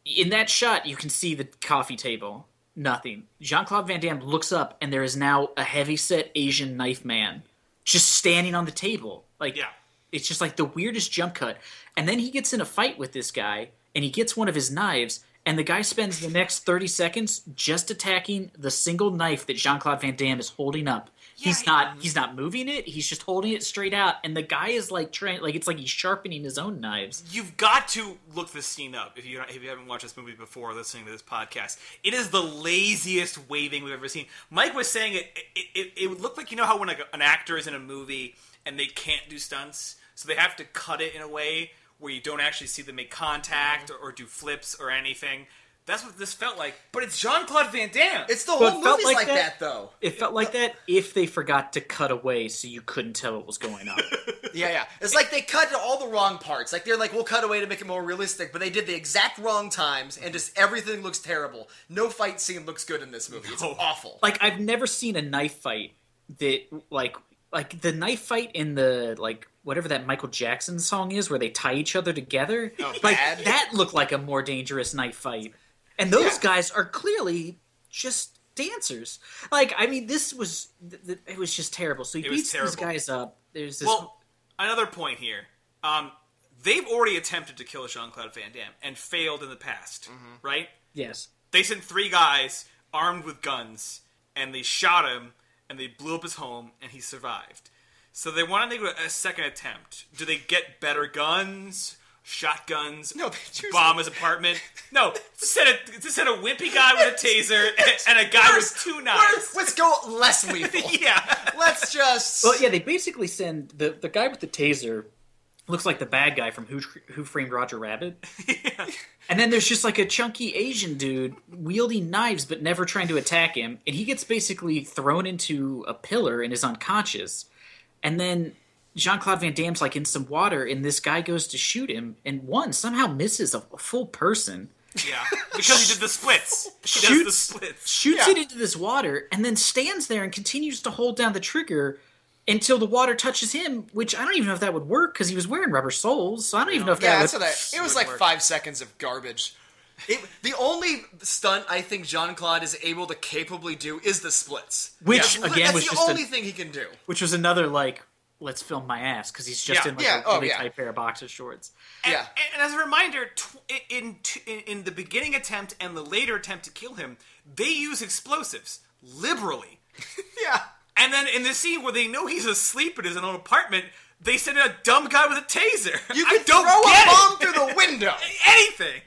[SPEAKER 1] In that shot, you can see the coffee table. Nothing. Jean Claude Van Damme looks up, and there is now a heavyset Asian knife man just standing on the table. Like,
[SPEAKER 2] Yeah.
[SPEAKER 1] it's just like the weirdest jump cut. And then he gets in a fight with this guy, and he gets one of his knives, and the guy spends the next 30 seconds just attacking the single knife that Jean-Claude Van Damme is holding up. he's
[SPEAKER 2] he-
[SPEAKER 1] not he's not moving it, he's just holding it straight out, and the guy is like trying like it's like he's sharpening his own knives.
[SPEAKER 2] You've got to look this scene up if you if you haven't watched this movie before or listening to this podcast. It is the laziest waving we've ever seen. Mike was saying it it, it, it would look like you know how when like an actor is in a movie and they can't do stunts, so they have to cut it in a way where you don't actually see them make contact
[SPEAKER 3] Mm-hmm.
[SPEAKER 2] or, or do flips or anything. That's what this felt like, but it's Jean Claude Van Damme.
[SPEAKER 3] It's the
[SPEAKER 1] But
[SPEAKER 3] whole
[SPEAKER 1] it felt
[SPEAKER 3] movie's like,
[SPEAKER 1] like
[SPEAKER 3] that.
[SPEAKER 1] that-
[SPEAKER 3] though.
[SPEAKER 1] It felt like that if they forgot to cut away so you couldn't tell what was going on.
[SPEAKER 3] Yeah, yeah. It's like they cut to all the wrong parts. Like they're like, we'll cut away to make it more realistic, but they did the exact wrong times, and just everything looks terrible. No fight scene looks good in this movie. It's awful.
[SPEAKER 1] like I've never seen a knife fight that like like the knife fight in the like whatever that Michael Jackson song is where they tie each other together.
[SPEAKER 2] Oh,
[SPEAKER 1] like
[SPEAKER 3] bad.
[SPEAKER 1] that looked like a more dangerous knife fight. And those guys are clearly just dancers. Like I mean this was th- th- it was just terrible. So he
[SPEAKER 2] It was
[SPEAKER 1] beats these
[SPEAKER 2] terrible.
[SPEAKER 1] guys up. There's this
[SPEAKER 2] Well, another point here. Um, they've already attempted to kill Jean Claude Van Damme and failed in the past,
[SPEAKER 3] Mm-hmm.
[SPEAKER 2] right?
[SPEAKER 1] yes.
[SPEAKER 2] They sent three guys armed with guns and they shot him and they blew up his home and he survived. So they want to make a second attempt. Do they get better guns? Shotguns?
[SPEAKER 3] No, they choose-
[SPEAKER 2] bomb his apartment. No, just send a just send a wimpy guy with a taser and, and a guy with two knives.
[SPEAKER 3] Let's go less lethal.
[SPEAKER 2] Yeah,
[SPEAKER 3] Let's just.
[SPEAKER 1] Well, yeah, they basically send the the guy with the taser looks like the bad guy from Who Who Framed Roger Rabbit. And then there's just like a chunky Asian dude wielding knives but never trying to attack him, and he gets basically thrown into a pillar and is unconscious. And then Jean Claude Van Damme's like in some water, and this guy goes to shoot him, and one somehow misses a, a full person,
[SPEAKER 2] yeah, because he did the splits. He does the
[SPEAKER 1] Shoots-
[SPEAKER 2] splits.
[SPEAKER 1] shoots
[SPEAKER 3] Yeah.
[SPEAKER 1] it into this water, and then stands there and continues to hold down the trigger until the water touches him. Which I don't even know if that would work because he was wearing rubber soles, so I don't even know if
[SPEAKER 3] Yeah,
[SPEAKER 1] that
[SPEAKER 3] that's
[SPEAKER 1] would.
[SPEAKER 3] what I. It was like five seconds of garbage. It, the only stunt I think Jean Claude is able to capably do is the splits.
[SPEAKER 1] Which,
[SPEAKER 3] That's-
[SPEAKER 1] again,
[SPEAKER 3] that's
[SPEAKER 1] was
[SPEAKER 3] the
[SPEAKER 1] just a-
[SPEAKER 3] only thing he can do.
[SPEAKER 1] which was another like let's film my ass because he's just
[SPEAKER 2] Yeah,
[SPEAKER 1] in like
[SPEAKER 3] yeah,
[SPEAKER 1] a
[SPEAKER 3] oh,
[SPEAKER 1] really
[SPEAKER 3] yeah.
[SPEAKER 1] tight pair of boxer shorts.
[SPEAKER 3] yeah,
[SPEAKER 2] And, and as a reminder, tw- in, t- in in the beginning attempt and the later attempt to kill him, they use explosives liberally.
[SPEAKER 3] yeah.
[SPEAKER 2] And then in the scene where they know he's asleep in his own apartment, they send in a dumb guy with a taser.
[SPEAKER 3] You
[SPEAKER 2] I
[SPEAKER 3] can
[SPEAKER 2] don't
[SPEAKER 3] throw
[SPEAKER 2] get
[SPEAKER 3] a bomb
[SPEAKER 2] it.
[SPEAKER 3] through the window.
[SPEAKER 2] anything.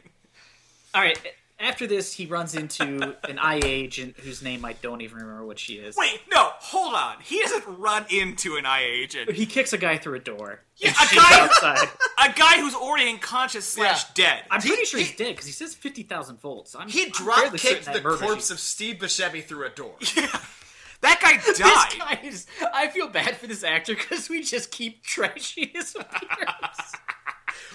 [SPEAKER 1] All right. After this, he runs into an IA agent whose name I don't even remember what she is.
[SPEAKER 2] Wait, no, hold on. He doesn't run into an IA agent.
[SPEAKER 1] He kicks a guy through a door.
[SPEAKER 2] Yeah,
[SPEAKER 1] And
[SPEAKER 2] a
[SPEAKER 1] she's
[SPEAKER 2] guy-
[SPEAKER 1] outside.
[SPEAKER 2] A guy who's already unconscious slash
[SPEAKER 3] Yeah.
[SPEAKER 2] dead.
[SPEAKER 1] I'm
[SPEAKER 3] He-
[SPEAKER 1] pretty sure he's
[SPEAKER 3] he-
[SPEAKER 1] dead because he says fifty thousand volts. I'm,
[SPEAKER 3] He
[SPEAKER 1] I'm
[SPEAKER 3] drop
[SPEAKER 1] fairly certain
[SPEAKER 3] kicked
[SPEAKER 1] that
[SPEAKER 3] the
[SPEAKER 1] murder
[SPEAKER 3] corpse
[SPEAKER 1] she-
[SPEAKER 3] of Steve Buscemi through a door.
[SPEAKER 2] that guy
[SPEAKER 1] This
[SPEAKER 2] died.
[SPEAKER 1] guy is. I feel bad for this actor because we just keep trashing his appearance.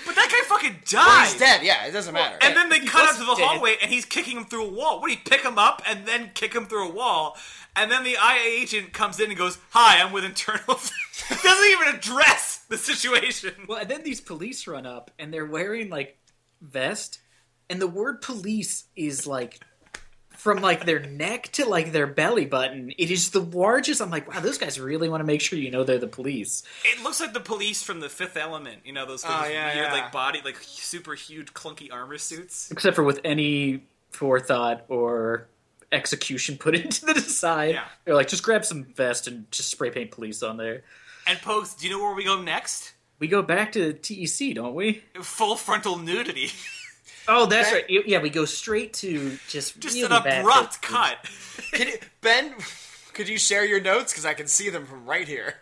[SPEAKER 2] But that guy fucking died.
[SPEAKER 3] He's dead. Yeah, it doesn't matter.
[SPEAKER 2] And then they cut up to
[SPEAKER 1] wasn't
[SPEAKER 2] the
[SPEAKER 1] dead.
[SPEAKER 2] hallway, and he's kicking him through a wall. What do you pick him up and then kick him through a wall? And then the IA agent comes in and goes, "Hi, I'm with internal." affairs." Doesn't even address the situation.
[SPEAKER 1] Well, and then these police run up and they're wearing like vest, and the word police is like from like their neck to like their belly button. It is the largest. I'm like, wow, those guys really want to make sure you know they're the police.
[SPEAKER 2] It looks like the police from The Fifth Element. You know those those
[SPEAKER 3] Oh, yeah,
[SPEAKER 2] weird,
[SPEAKER 3] yeah.
[SPEAKER 2] like body, like super huge, clunky armor suits.
[SPEAKER 1] Except for with any forethought or execution put into the design.
[SPEAKER 2] Yeah.
[SPEAKER 1] They're like, just grab some vest and just spray paint police on there.
[SPEAKER 2] And Pokes, do you know where we go next?
[SPEAKER 1] we go back to TEC, don't we?
[SPEAKER 2] Full frontal nudity.
[SPEAKER 1] Oh, that's
[SPEAKER 3] Back-
[SPEAKER 1] right. Y- Yeah, we go straight to just
[SPEAKER 2] Just
[SPEAKER 1] really
[SPEAKER 2] an
[SPEAKER 1] bad pictures.
[SPEAKER 2] abrupt cut.
[SPEAKER 3] Can you, ben, could you share your notes? Because I can see them from right here.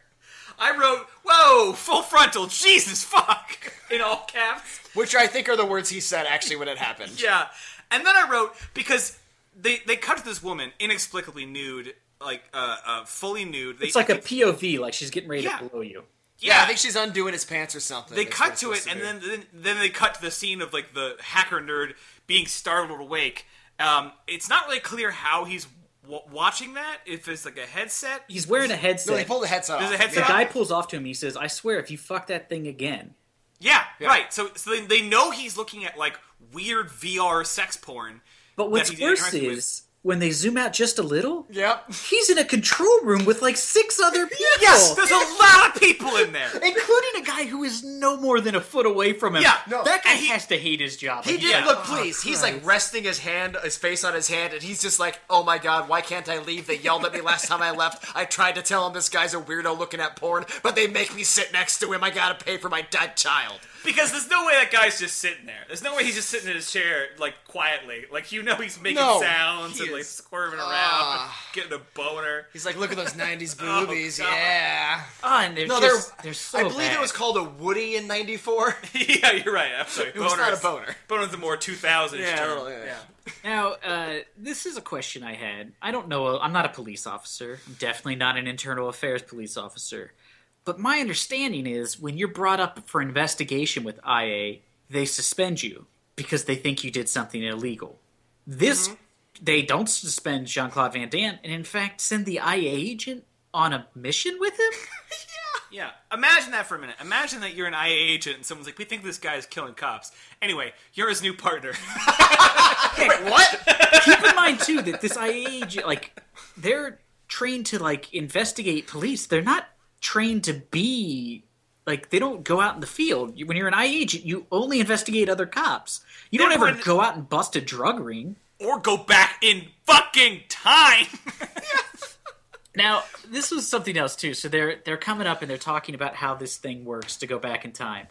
[SPEAKER 2] I wrote, "Whoa, full frontal, Jesus fuck!" in all caps.
[SPEAKER 3] Which I think are the words he said actually when it happened.
[SPEAKER 2] Yeah. And then I wrote because they they cut to this woman inexplicably nude, like uh, uh fully nude. They,
[SPEAKER 1] It's like a POV, like she's getting ready
[SPEAKER 2] Yeah.
[SPEAKER 1] to blow you.
[SPEAKER 3] Yeah, I
[SPEAKER 2] yeah.
[SPEAKER 3] think she's undoing his pants or something.
[SPEAKER 2] they
[SPEAKER 3] is what
[SPEAKER 2] cut
[SPEAKER 3] it's
[SPEAKER 2] to it,
[SPEAKER 3] supposed
[SPEAKER 2] and
[SPEAKER 3] be.
[SPEAKER 2] then, then then they cut to the scene of like the hacker nerd being startled awake. Um, it's not really clear how he's w- watching that. If it's like a headset,
[SPEAKER 1] He's wearing a headset.
[SPEAKER 3] No, he pulled the headset
[SPEAKER 2] There's
[SPEAKER 3] off.
[SPEAKER 2] a headset
[SPEAKER 1] the guy
[SPEAKER 2] Yeah.
[SPEAKER 1] pulls off to him. He says, "I swear, if you fuck that thing again."
[SPEAKER 2] yeah, right. So so they, they know he's looking at like weird VR sex porn.
[SPEAKER 1] But what's
[SPEAKER 2] he's
[SPEAKER 1] worse
[SPEAKER 2] interacting with-
[SPEAKER 1] is when they zoom out just a little,
[SPEAKER 3] Yep.
[SPEAKER 1] he's in a control room with like six other people,
[SPEAKER 2] Yes, there's a lot of people in there.
[SPEAKER 1] including a guy who is no more than a foot away from him.
[SPEAKER 2] Yeah,
[SPEAKER 3] no,
[SPEAKER 1] that guy
[SPEAKER 2] and he-
[SPEAKER 1] has to hate his job.
[SPEAKER 3] He
[SPEAKER 1] Like,
[SPEAKER 3] did.
[SPEAKER 2] Yeah.
[SPEAKER 3] Look, please. he's like resting his hand, his face on his hand, and he's just like, "Oh my god, why can't I leave? They yelled at me last time I left. I tried to tell him this guy's a weirdo looking at porn, but they make me sit next to him. I gotta pay for my dead child."
[SPEAKER 2] Because there's no way that guy's just sitting there. There's no way he's just sitting in his chair, like quietly. Like you know, he's making
[SPEAKER 3] No,
[SPEAKER 2] sounds
[SPEAKER 3] he
[SPEAKER 2] and like
[SPEAKER 3] is-
[SPEAKER 2] squirming around,
[SPEAKER 3] Ah.
[SPEAKER 2] getting a boner.
[SPEAKER 3] He's like, "Look at those '90s
[SPEAKER 2] Oh,
[SPEAKER 3] boobies,
[SPEAKER 2] God.
[SPEAKER 3] yeah."
[SPEAKER 1] oh, and they're
[SPEAKER 3] No,
[SPEAKER 1] just,
[SPEAKER 3] they're.
[SPEAKER 1] they're so
[SPEAKER 3] I believe
[SPEAKER 1] bad.
[SPEAKER 3] it was called a Woody in '94.
[SPEAKER 2] yeah, you're right. I'm sorry.
[SPEAKER 3] It was not a
[SPEAKER 2] Boners-
[SPEAKER 3] boner.
[SPEAKER 2] Boner's the more 2000s
[SPEAKER 3] Yeah,
[SPEAKER 2] term.
[SPEAKER 3] well, yeah, yeah.
[SPEAKER 1] Now, uh, this is a question I had. I don't know. I'm not a police officer. I'm definitely not an internal affairs police officer. But my understanding is when you're brought up for investigation with IA, they suspend you because they think you did something illegal. This, they don't suspend Jean Claude Van Damme, and in fact, send the IA agent on a mission with him?
[SPEAKER 2] Yeah. Imagine that for a minute. Imagine that you're an IA agent and someone's like, "We think this guy is killing cops." Anyway, you're his new partner.
[SPEAKER 3] What?
[SPEAKER 1] Keep in mind, too, that this IA agent, like, they're trained to, like, investigate police. They're not trained to be, like, they don't go out in the field. You- When you're an IA agent, you only investigate other cops. You don't
[SPEAKER 2] They
[SPEAKER 1] ever
[SPEAKER 2] were in-
[SPEAKER 1] go out and bust a drug ring.
[SPEAKER 2] or go back in fucking time.
[SPEAKER 1] Now, this was something else too. So they're they're coming up and they're talking about how this thing works to go back in time.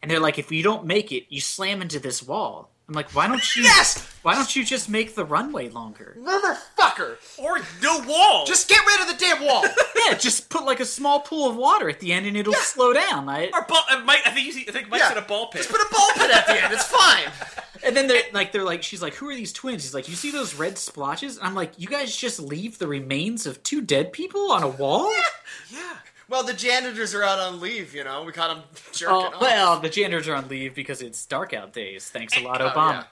[SPEAKER 1] And they're like, if you don't make it, you slam into this wall. I'm like, why don't you
[SPEAKER 3] Yes!
[SPEAKER 1] why don't you just make the runway longer?
[SPEAKER 3] Motherfucker!
[SPEAKER 2] or no wall.
[SPEAKER 3] Just get rid of the damn wall.
[SPEAKER 1] Yeah, just put like a small pool of water at the end and it'll slow down. I,
[SPEAKER 2] or ball. uh, Mike, I think you. see- I think Mike
[SPEAKER 3] Yeah.
[SPEAKER 2] said a ball pit.
[SPEAKER 3] Just put a ball pit at the end. It's fine.
[SPEAKER 1] and then they're like they're like she's like, Who are these twins? He's like, You see those red splotches? And I'm like, You guys just leave the remains of two dead people on a wall?
[SPEAKER 2] yeah.
[SPEAKER 3] Well, the janitors are out on leave. You know, we caught them jerking
[SPEAKER 1] Oh,
[SPEAKER 3] off.
[SPEAKER 1] well, the janitors are on leave because it's dark out days. Thanks a lot,
[SPEAKER 3] Oh, yeah.
[SPEAKER 1] Obama.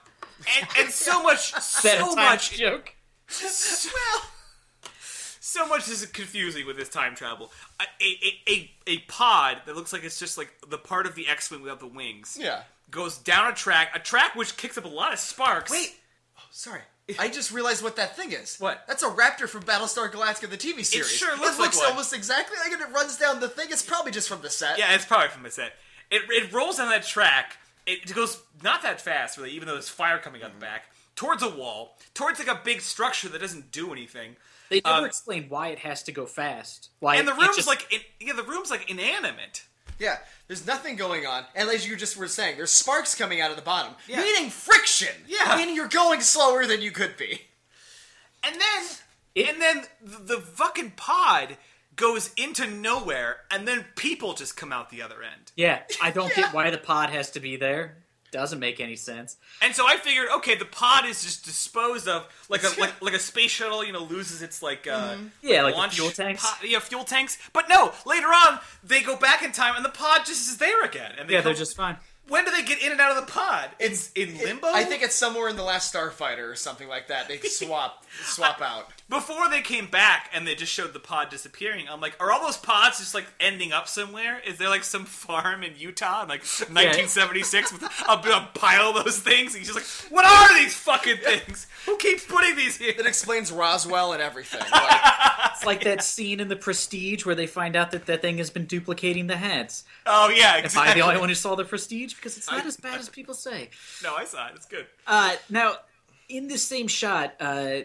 [SPEAKER 2] And, and so much,
[SPEAKER 1] That
[SPEAKER 2] so
[SPEAKER 1] time
[SPEAKER 2] much
[SPEAKER 1] joke.
[SPEAKER 2] well, so much is confusing with this time travel. A, a, a, a pod that looks like it's just like the part of the X Wing without the wings.
[SPEAKER 3] Yeah.
[SPEAKER 2] Goes down a track, a track which kicks up a lot of sparks.
[SPEAKER 3] Wait. Oh, sorry. I just realized what that thing is.
[SPEAKER 2] What?
[SPEAKER 3] That's a raptor from Battlestar Galactica, the TV series.
[SPEAKER 2] sure looks
[SPEAKER 3] it
[SPEAKER 2] like
[SPEAKER 3] looks
[SPEAKER 2] one.
[SPEAKER 3] almost exactly like it. It runs down the thing. It's probably just from the set.
[SPEAKER 2] Yeah, it's probably from a set. It, it rolls down that track. It goes not that fast, really, even though there's fire coming
[SPEAKER 1] Mm-hmm.
[SPEAKER 2] out the back, towards a wall, towards like a big structure that doesn't do anything.
[SPEAKER 1] They never
[SPEAKER 2] Um,
[SPEAKER 1] explain why it has to go fast. Why
[SPEAKER 2] And the
[SPEAKER 1] it
[SPEAKER 2] room's
[SPEAKER 1] just-
[SPEAKER 2] like, in, yeah, the room's like inanimate.
[SPEAKER 3] Yeah. There's nothing going on, and as you just were saying, there's sparks coming out of the bottom,
[SPEAKER 2] Yeah.
[SPEAKER 3] meaning friction.
[SPEAKER 2] Yeah.
[SPEAKER 3] Meaning you're going slower than you could be.
[SPEAKER 2] And then, and then the, the fucking pod goes into nowhere, and then people just come out the other end.
[SPEAKER 1] yeah. I don't get why the pod has to be there. Doesn't make any sense.
[SPEAKER 2] And so I figured, okay, the pod is just disposed of like a like, like a space shuttle, you know, loses its like uh,
[SPEAKER 1] Mm-hmm. Yeah, like the
[SPEAKER 2] launch
[SPEAKER 1] fuel tanks.
[SPEAKER 2] pod- yeah, fuel tanks. But no, later on they go back in time, and the pod just is there again. And they
[SPEAKER 1] Yeah, they're
[SPEAKER 2] come-
[SPEAKER 1] just fine.
[SPEAKER 2] when do they get in and out of the pod? It's in limbo.
[SPEAKER 3] I think it's somewhere in the last Starfighter or something like that. They swap swap out.
[SPEAKER 2] before they came back and they just showed the pod disappearing, I'm like, are all those pods just like ending up somewhere? Is there like some farm in Utah in like 1976 with a, a pile of those things? And he's just like, what are these fucking things? Who keeps putting these here?
[SPEAKER 3] That explains Roswell and everything. Like,
[SPEAKER 1] It's like that scene in The Prestige where they find out that that thing has been duplicating the heads.
[SPEAKER 2] Oh yeah,
[SPEAKER 1] Am I
[SPEAKER 2] exactly.
[SPEAKER 1] the only one who saw The Prestige? Because it's not as bad as people say.
[SPEAKER 2] No, I saw it. It's good.
[SPEAKER 1] Uh, now, in this same shot, uh,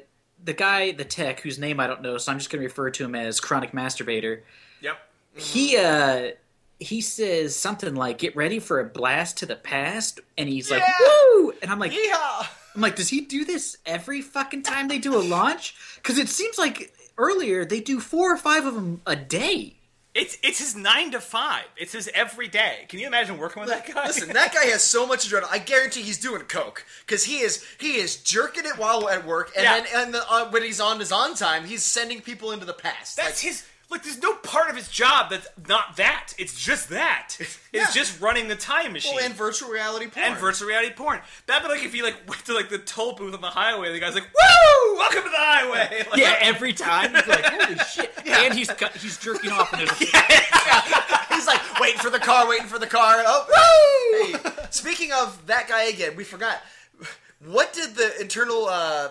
[SPEAKER 1] the guy, the tech, whose name I don't know, so I'm just going to refer to him as Chronic Masturbator.
[SPEAKER 2] Yep.
[SPEAKER 1] he uh he says something like "Get ready for a blast to the past," and he's like
[SPEAKER 3] Yeah.
[SPEAKER 1] "Woo!" And I'm like,
[SPEAKER 3] Yeehaw!
[SPEAKER 1] I'm like, does he do this every fucking time they do a launch? Because it seems like earlier they do four or five of them a day.
[SPEAKER 2] It's it's his nine to five. It's his every day. Can you imagine working with that guy?
[SPEAKER 3] Listen, that guy has so much adrenaline. I guarantee he's doing coke because he is he is jerking it while at work, and
[SPEAKER 2] Yeah.
[SPEAKER 3] then and the, uh, when he's on his on time, he's sending people into the past.
[SPEAKER 2] that's
[SPEAKER 3] Like,
[SPEAKER 2] his. Look, there's no part of his job that's not that. It's just that. It's
[SPEAKER 3] Yeah.
[SPEAKER 2] just running the time machine.
[SPEAKER 3] well, and virtual reality porn.
[SPEAKER 2] and virtual reality porn. That'd be like if you like went to like the toll booth on the highway. and The guy's like, "Woo! Welcome to the highway!" Like,
[SPEAKER 1] Yeah, every time. He's like, holy shit. And he's cut, he's jerking off. And there's a,
[SPEAKER 3] He's like waiting for the car, waiting for the car. Oh, woo! Hey, speaking of that guy again, we forgot. What did the internal uh,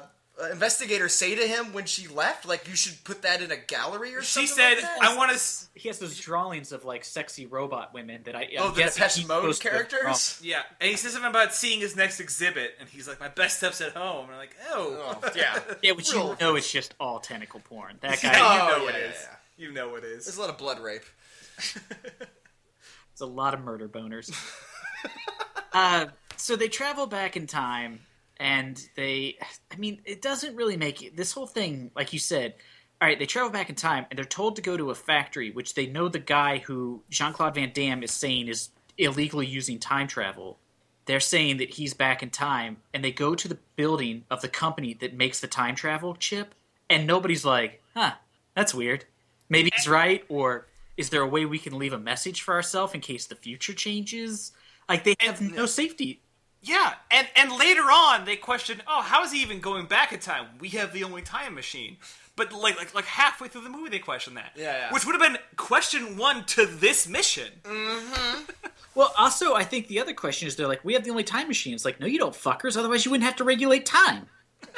[SPEAKER 3] investigator say to him when she left? Like, you should put that in a gallery or
[SPEAKER 2] She
[SPEAKER 3] something.
[SPEAKER 2] said,
[SPEAKER 3] like that?
[SPEAKER 2] "I want to."
[SPEAKER 1] he has those drawings of like sexy robot women that I. I'm
[SPEAKER 3] Oh, the
[SPEAKER 1] guessing
[SPEAKER 3] Depeche
[SPEAKER 1] he's
[SPEAKER 3] Mode
[SPEAKER 1] supposed to-
[SPEAKER 3] characters.
[SPEAKER 2] Yeah, and he says something about seeing his next exhibit, and he's like, "My best stuff's at home." And I'm like, "Oh,
[SPEAKER 3] Oh, yeah,
[SPEAKER 1] oh. Yeah, which
[SPEAKER 3] Real-
[SPEAKER 1] you know is just all tentacle porn. That guy.
[SPEAKER 2] Yeah,
[SPEAKER 3] Oh,
[SPEAKER 2] you know
[SPEAKER 3] yeah,
[SPEAKER 2] it
[SPEAKER 3] yeah,
[SPEAKER 2] is.
[SPEAKER 3] yeah.
[SPEAKER 2] You know it
[SPEAKER 3] there's
[SPEAKER 2] is."
[SPEAKER 3] a lot of blood rape.
[SPEAKER 1] It's a lot of murder boners. uh, so they travel back in time, and they. I mean, it doesn't really make it. This whole thing, like you said, all right, they travel back in time, and they're told to go to a factory, which they know the guy who Jean Claude Van Damme is saying is illegally using time travel. They're saying that he's back in time, and they go to the building of the company that makes the time travel chip, and nobody's like, huh, that's weird. Maybe he's right, or is there a way we can leave a message for ourselves in case the future changes? Like they have no safety.
[SPEAKER 2] Yeah, and and later on they question, "Oh, how is he even going back in time? We have the only time machine." But like like like halfway through the movie they question that.
[SPEAKER 3] Yeah, yeah.
[SPEAKER 2] Which would have been question one to this mission.
[SPEAKER 1] Well, also, I think the other question is they're like, we have the only time machine. It's like, no, you don't, fuckers. Otherwise, you wouldn't have to regulate time.
[SPEAKER 3] Yeah,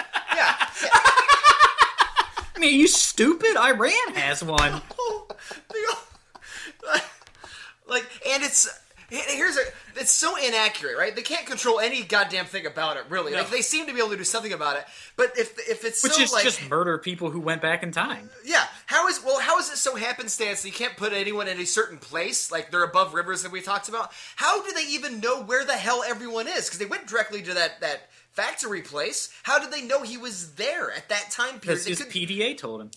[SPEAKER 1] I mean, are you stupid? Iran has one.
[SPEAKER 3] like, and it's here's a it's so inaccurate, right? They can't control any goddamn thing about it, really. Like, they seem to be able to do something about it, but if if it's
[SPEAKER 1] Which
[SPEAKER 3] so
[SPEAKER 1] is
[SPEAKER 3] like
[SPEAKER 1] just murder people who went back in time.
[SPEAKER 3] yeah, how is well how is it so happenstance that you can't put anyone in a certain place? Like they're above rivers that we talked about. How do they even know where the hell everyone is? Because they went directly to that that factory place. How did they know he was there at that time period?
[SPEAKER 1] Because his
[SPEAKER 3] They couldn't-
[SPEAKER 1] PDA told him.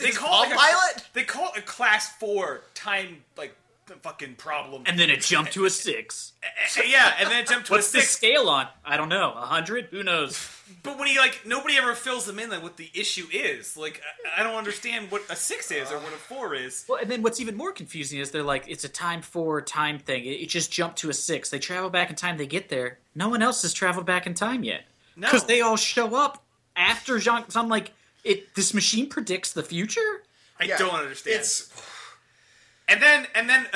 [SPEAKER 2] they call
[SPEAKER 3] all
[SPEAKER 2] it like a-
[SPEAKER 3] pilot?
[SPEAKER 2] They call it a class four time like fucking problem.
[SPEAKER 1] And then it jumped to a six.
[SPEAKER 2] Uh, yeah, and then it jumped to
[SPEAKER 1] What's
[SPEAKER 2] a
[SPEAKER 1] the
[SPEAKER 2] six.
[SPEAKER 1] scale on? I don't know. A hundred? Who knows?
[SPEAKER 2] But when he like nobody ever fills them in like what the issue is. Like I, I don't understand what a six is or what a four is.
[SPEAKER 1] Well, and then what's even more confusing is they're like, it's a time four time thing. It, it just jumped to a six. They travel back in time. They get there. No one else has traveled back in time yet.
[SPEAKER 2] No.
[SPEAKER 1] Because they all show up after Jean. So I'm like, it. This machine predicts the future.
[SPEAKER 2] I
[SPEAKER 3] Yeah,
[SPEAKER 2] don't understand.
[SPEAKER 3] It's
[SPEAKER 2] And then and then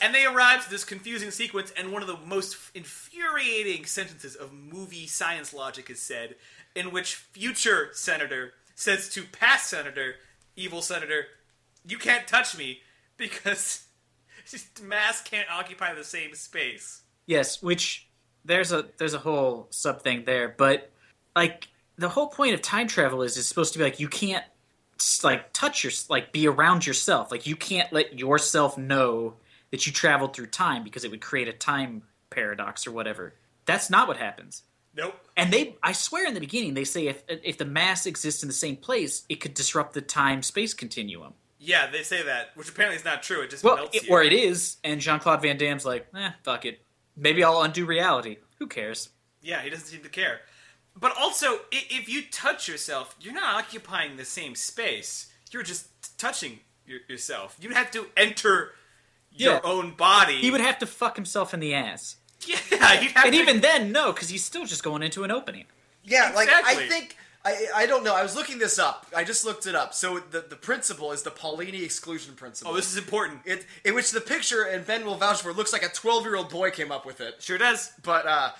[SPEAKER 2] and they arrive to this confusing sequence and one of the most infuriating sentences of movie science logic is said in which future senator says to past senator, evil senator, you can't touch me because mass can't occupy the same space.
[SPEAKER 1] Yes, which there's a there's a whole sub thing there, but like the whole point of time travel is is supposed to be like you can't s- like touch your like be around yourself. Like you can't let yourself know that you traveled through time because it would create a time paradox or whatever. That's not what happens.
[SPEAKER 2] Nope.
[SPEAKER 1] And they I swear in the beginning they say if if the mass exists in the same place, it could disrupt the time space continuum.
[SPEAKER 2] Yeah, they say that, which apparently is not true. It just
[SPEAKER 1] Well,
[SPEAKER 2] melts
[SPEAKER 1] it,
[SPEAKER 2] you.
[SPEAKER 1] or it is, and Jean Claude Van Damme's like, eh, fuck it. Maybe I'll undo reality. Who cares?
[SPEAKER 2] Yeah, he doesn't seem to care. But also, i- if you touch yourself, you're not occupying the same space. You're just t- touching your- yourself. You have to enter your
[SPEAKER 1] Yeah.
[SPEAKER 2] own body.
[SPEAKER 1] He would have to fuck himself in the ass.
[SPEAKER 2] yeah, you'd have
[SPEAKER 1] And
[SPEAKER 2] to.
[SPEAKER 1] even then, no, because he's still just going into an opening.
[SPEAKER 3] yeah, like I
[SPEAKER 2] Exactly.
[SPEAKER 3] think I I don't know. I was looking this up. I just looked it up. So the the principle is the Paulini exclusion principle.
[SPEAKER 2] oh, this is important.
[SPEAKER 3] it in which the picture and Ben will vouch for looks like a twelve year old boy came up with it.
[SPEAKER 2] sure does.
[SPEAKER 3] But uh,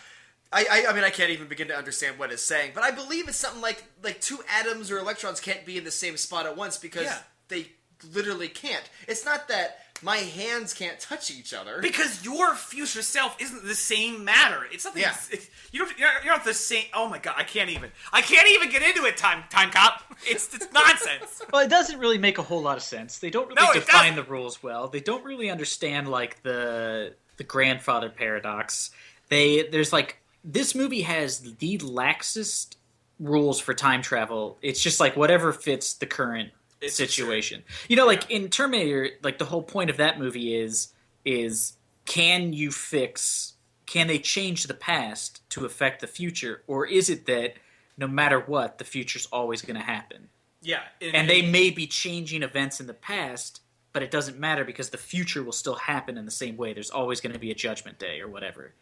[SPEAKER 3] I, I I mean I can't even begin to understand what it's saying. But I believe it's something like like two atoms or electrons can't be in the same spot at once because
[SPEAKER 2] Yeah.
[SPEAKER 3] they literally can't. It's not that my hands can't touch each other.
[SPEAKER 2] Because your future self isn't the same matter. It's something.
[SPEAKER 3] Yeah.
[SPEAKER 2] It's, you don't. You're, not- you're not the same. Oh my god! I can't even. I can't even get into it. Time. Time cop. It's it's nonsense.
[SPEAKER 1] Well, it doesn't really make a whole lot of sense. They don't really
[SPEAKER 2] No, it
[SPEAKER 1] define
[SPEAKER 2] doesn't.
[SPEAKER 1] the rules well. They don't really understand like the the grandfather paradox. They there's like this movie has the laxest rules for time travel. It's just like whatever fits the current
[SPEAKER 2] It's
[SPEAKER 1] situation. You know, like in Terminator, like the whole point of that movie is is can you fix can they change the past to affect the future or is it that no matter what the future's always going to happen
[SPEAKER 2] yeah.
[SPEAKER 1] and they may be changing events in the past but it doesn't matter because the future will still happen in the same way there's always going to be a judgment day or whatever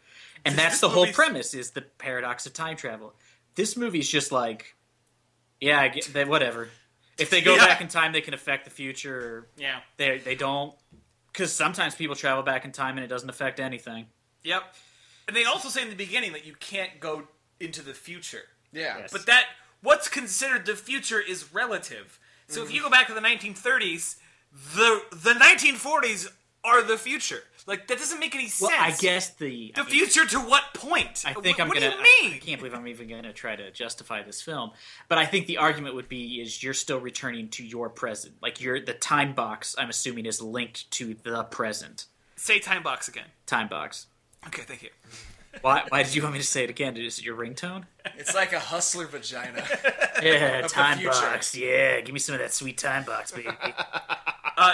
[SPEAKER 1] and that's
[SPEAKER 2] This
[SPEAKER 1] the whole
[SPEAKER 2] movie's-
[SPEAKER 1] premise is the paradox of time travel this movie's just like yeah I get, they, whatever if they go
[SPEAKER 2] Yeah.
[SPEAKER 1] back in time they can affect the future
[SPEAKER 2] Yeah.
[SPEAKER 1] they, they don't because sometimes people travel back in time and it doesn't affect anything
[SPEAKER 2] Yep. And they also say in the beginning that you can't go into the future.
[SPEAKER 3] yeah.
[SPEAKER 1] Yes.
[SPEAKER 2] But that what's considered the future is relative. So if you go back to the 1930s, the the 1940s are the future. Like that doesn't make any sense.
[SPEAKER 1] well i guess the
[SPEAKER 2] the future to what point?
[SPEAKER 1] I think
[SPEAKER 2] Wh-
[SPEAKER 1] I'm
[SPEAKER 2] what
[SPEAKER 1] gonna.
[SPEAKER 2] do
[SPEAKER 1] I-
[SPEAKER 2] you
[SPEAKER 1] I,
[SPEAKER 2] mean?
[SPEAKER 1] can't believe I'm even gonna try to justify this film, but I think the argument would be is you're still returning to your present, like your the time box. I'm assuming is linked to the present
[SPEAKER 2] Say time box again.
[SPEAKER 1] time box.
[SPEAKER 2] Okay, thank you.
[SPEAKER 1] Why? Why did you want me to say it again? Is it your ringtone?
[SPEAKER 3] It's like a hustler vagina.
[SPEAKER 1] Yeah, time
[SPEAKER 3] future.
[SPEAKER 1] box. Yeah, give me some of that sweet time box, baby.
[SPEAKER 2] Uh,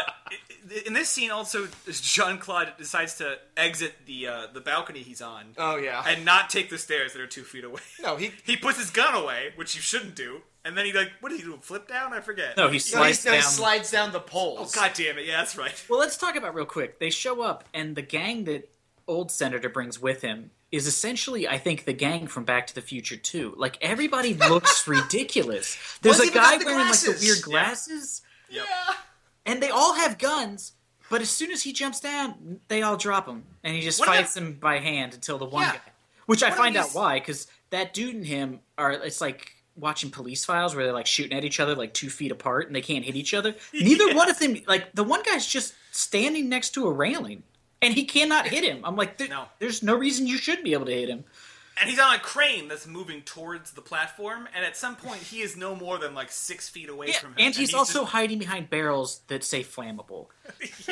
[SPEAKER 2] in this scene, also Jean Claude decides to exit the uh, the balcony he's on
[SPEAKER 3] oh yeah.
[SPEAKER 2] and not take the stairs that are two feet away.
[SPEAKER 3] no, he
[SPEAKER 2] He puts his gun away, which you shouldn't do, and then he like, what did he do? Flip down? I forget.
[SPEAKER 1] no, he
[SPEAKER 3] no, he
[SPEAKER 1] slides
[SPEAKER 3] no, he
[SPEAKER 1] down.
[SPEAKER 3] slides down the
[SPEAKER 2] Oh,
[SPEAKER 3] poles.
[SPEAKER 2] God damn it! Yeah, that's right.
[SPEAKER 1] Well, let's talk about real quick. They show up, and the gang that old senator brings with him is essentially, I think, the gang from Back to the Future too. Like everybody looks ridiculous. There's a
[SPEAKER 3] Well, even got
[SPEAKER 1] guy
[SPEAKER 3] the
[SPEAKER 1] wearing like
[SPEAKER 3] glasses.
[SPEAKER 1] the weird
[SPEAKER 3] Yeah.
[SPEAKER 1] glasses,
[SPEAKER 3] Yeah.
[SPEAKER 1] and they all have guns. But as soon as he jumps down, they all drop him, and he just
[SPEAKER 2] What about-
[SPEAKER 1] fights them by hand until the one
[SPEAKER 3] Yeah.
[SPEAKER 1] guy. Which I
[SPEAKER 3] What
[SPEAKER 1] find
[SPEAKER 3] about
[SPEAKER 1] out
[SPEAKER 3] these-
[SPEAKER 1] why, because that dude and him are. It's like watching police files where they're like shooting at each other like two feet apart and they can't hit each other. Neither one of them. Like the one guy's just standing next to a railing, and he cannot hit him. I'm like, there,
[SPEAKER 2] No.
[SPEAKER 1] there's no reason you should be able to hit him.
[SPEAKER 2] And he's on a crane that's moving towards the platform, and at some point, he is no more than like six feet away
[SPEAKER 1] Yeah,
[SPEAKER 2] from him.
[SPEAKER 1] and he's, also
[SPEAKER 2] just-
[SPEAKER 1] hiding behind barrels that say flammable.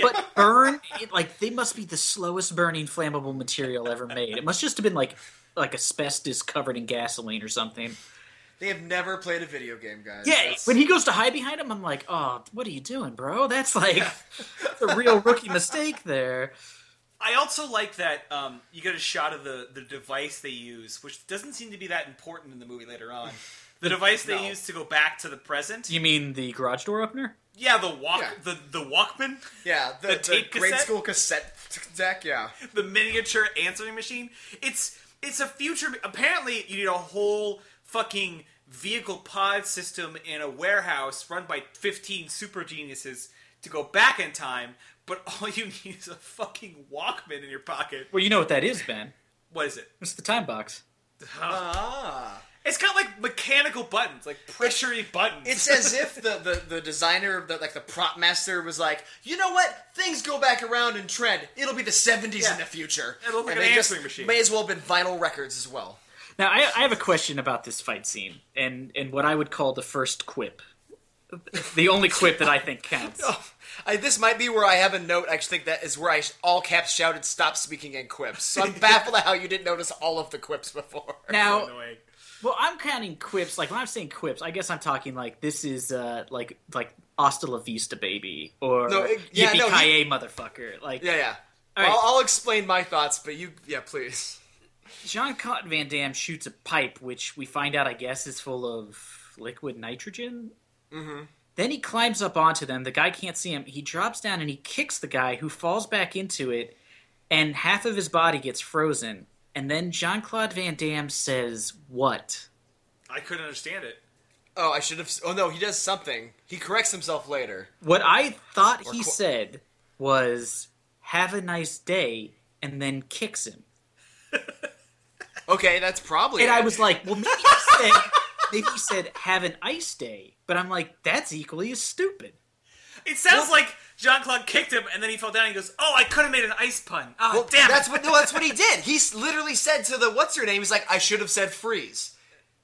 [SPEAKER 1] But burn, it, like they must be the slowest burning flammable material ever made. It must just have been like like asbestos covered in gasoline or something.
[SPEAKER 3] They have never played a video game, guys.
[SPEAKER 1] Yeah,
[SPEAKER 3] That's-
[SPEAKER 1] when he goes to hide behind him, I'm like, oh, what are you doing, bro? That's like that's a real rookie mistake there.
[SPEAKER 2] I also like that um, you get a shot of the the device they use, which doesn't seem to be that important in the movie later on. The device they
[SPEAKER 3] No.
[SPEAKER 2] use to go back to the present.
[SPEAKER 1] You mean the garage door opener?
[SPEAKER 2] Yeah, the walk,
[SPEAKER 3] Yeah.
[SPEAKER 2] the the Walkman,
[SPEAKER 3] yeah, the,
[SPEAKER 2] The
[SPEAKER 3] the,
[SPEAKER 2] tape
[SPEAKER 3] grade
[SPEAKER 2] cassette?
[SPEAKER 3] school cassette deck. Yeah,
[SPEAKER 2] the miniature answering machine. It's it's a future. Apparently, you need a whole fucking vehicle pod system in a warehouse run by fifteen super geniuses to go back in time. But all you need is a fucking Walkman in your pocket.
[SPEAKER 1] Well, you know what that is, Ben.
[SPEAKER 2] What is it?
[SPEAKER 1] It's the time box.
[SPEAKER 2] Oh.
[SPEAKER 3] ah,
[SPEAKER 2] It's got like mechanical buttons, like pressury buttons.
[SPEAKER 3] it's as if the, the, the designer, of the, like the prop master, was like, you know what? Things go back around in trend. It'll be the '70s
[SPEAKER 2] Yeah.
[SPEAKER 3] in the future.
[SPEAKER 2] It'll look like
[SPEAKER 3] And
[SPEAKER 2] an
[SPEAKER 3] they just
[SPEAKER 2] answering machine.
[SPEAKER 3] May as well have been vinyl records as well.
[SPEAKER 1] Now, I, I have a question about this fight scene and and what I would call the first quip, the only quip that I think counts.
[SPEAKER 3] I, this might be where I have a note. I actually think that is where I sh- all caps shouted "Stop speaking in quips." So I'm baffled at how you didn't notice all of the quips before.
[SPEAKER 1] Now,
[SPEAKER 2] Annoying.
[SPEAKER 1] well, I'm counting quips. Like when I'm saying quips, I guess I'm talking like this is uh like like hasta la vista, baby, or
[SPEAKER 3] No, it- yeah,
[SPEAKER 1] yippee
[SPEAKER 3] no, he-
[SPEAKER 1] ki motherfucker. Like
[SPEAKER 3] Yeah, yeah.
[SPEAKER 1] All right.
[SPEAKER 3] I'll, I'll explain my thoughts, but you, yeah, please.
[SPEAKER 1] Jean Claude Van Damme shoots a pipe, which we find out, I guess, is full of liquid nitrogen. Mm-hmm. Then he climbs up onto them. The guy can't see him. He drops down and he kicks the guy, who falls back into it, and half of his body gets frozen. And then Jean Claude Van Damme says, What?
[SPEAKER 2] I couldn't understand it.
[SPEAKER 3] Oh, I should have. Oh no, he does something. He corrects himself later.
[SPEAKER 1] What I thought he
[SPEAKER 3] qu-
[SPEAKER 1] said was, Have a nice day, and then kicks him.
[SPEAKER 3] Okay, that's probably.
[SPEAKER 1] And
[SPEAKER 3] it.
[SPEAKER 1] I was like, Well, maybe he said, maybe he said, Have an ice day. But I'm like, That's equally as stupid.
[SPEAKER 2] It sounds like Jean Claude kicked him, and then he fell down. and He goes, "Oh, I could have made an ice pun. Oh,
[SPEAKER 3] Well,
[SPEAKER 2] damn
[SPEAKER 3] that's
[SPEAKER 2] it.
[SPEAKER 3] what no, that's what he did. He s- literally said to the what's her name. He's like, I should have said freeze.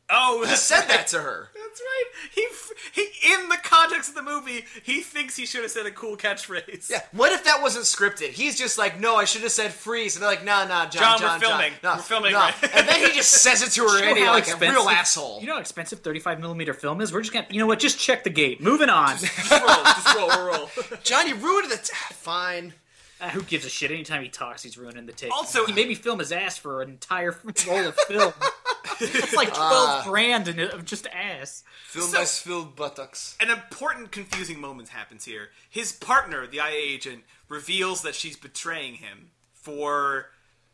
[SPEAKER 2] Oh,
[SPEAKER 3] He said that to her.
[SPEAKER 2] That's right. He, f- he in the context of the movie, he thinks he should have said a cool catchphrase.
[SPEAKER 3] Yeah. What if that wasn't scripted? He's just like, no, I should have said freeze, and they're like, nah, nah, John,
[SPEAKER 2] John, we're filming.
[SPEAKER 3] Nah,
[SPEAKER 2] We're filming
[SPEAKER 3] nah."
[SPEAKER 2] right-
[SPEAKER 3] And then he just says it to her,
[SPEAKER 1] You
[SPEAKER 3] and
[SPEAKER 1] know
[SPEAKER 3] he's
[SPEAKER 1] how
[SPEAKER 3] like a
[SPEAKER 1] expensive-
[SPEAKER 3] real asshole.
[SPEAKER 1] You know how expensive 35 millimeter film is? We're just gonna, you know what? Just check the gate. Moving on.
[SPEAKER 2] Just roll, just roll, we'll roll.
[SPEAKER 3] John, you ruined the. T- Fine.
[SPEAKER 1] Ah, who gives a shit? Anytime he talks, he's ruining the tape.
[SPEAKER 2] Also-
[SPEAKER 1] he made me film his ass for an entire roll of film. It's
[SPEAKER 3] Uh.
[SPEAKER 1] like 12 grand in it of just ass.
[SPEAKER 3] Film
[SPEAKER 2] So-
[SPEAKER 3] nice filled buttocks.
[SPEAKER 2] An important, confusing moment happens here. His partner, the IA agent, reveals that she's betraying him for,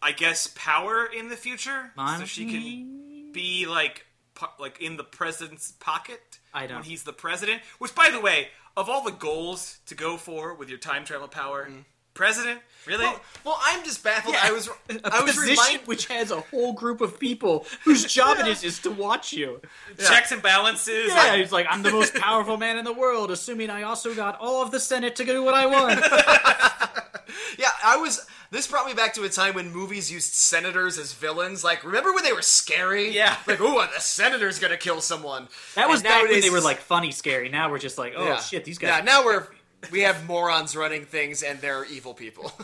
[SPEAKER 2] I guess, power in the future, so she can be like, po- like in the president's pocket
[SPEAKER 1] I don't-
[SPEAKER 2] when he's the president. Which, by the way, of all the goals to go for with your time travel power, president, really?
[SPEAKER 3] Well, well, I'm just baffled. I was,
[SPEAKER 1] A
[SPEAKER 3] I was
[SPEAKER 1] position
[SPEAKER 3] reminded.
[SPEAKER 1] which has a whole group of people whose job it is is to watch you.
[SPEAKER 2] Checks and balances.
[SPEAKER 1] Yeah, he's like, I'm the most powerful man in the world, assuming I also got all of the Senate to do what I want.
[SPEAKER 3] Yeah, I was. This brought me back to a time when movies used senators as villains. Like, remember when they were scary?
[SPEAKER 2] Yeah.
[SPEAKER 3] Like, oh, the senator's gonna kill someone.
[SPEAKER 1] That was
[SPEAKER 3] And
[SPEAKER 1] back when
[SPEAKER 3] nowadays
[SPEAKER 1] they were
[SPEAKER 3] it's-
[SPEAKER 1] like funny, scary. Now we're just like, oh
[SPEAKER 3] yeah.
[SPEAKER 1] shit, these
[SPEAKER 3] Yeah,
[SPEAKER 1] guys.
[SPEAKER 3] now we're we have morons running things, and they're evil people.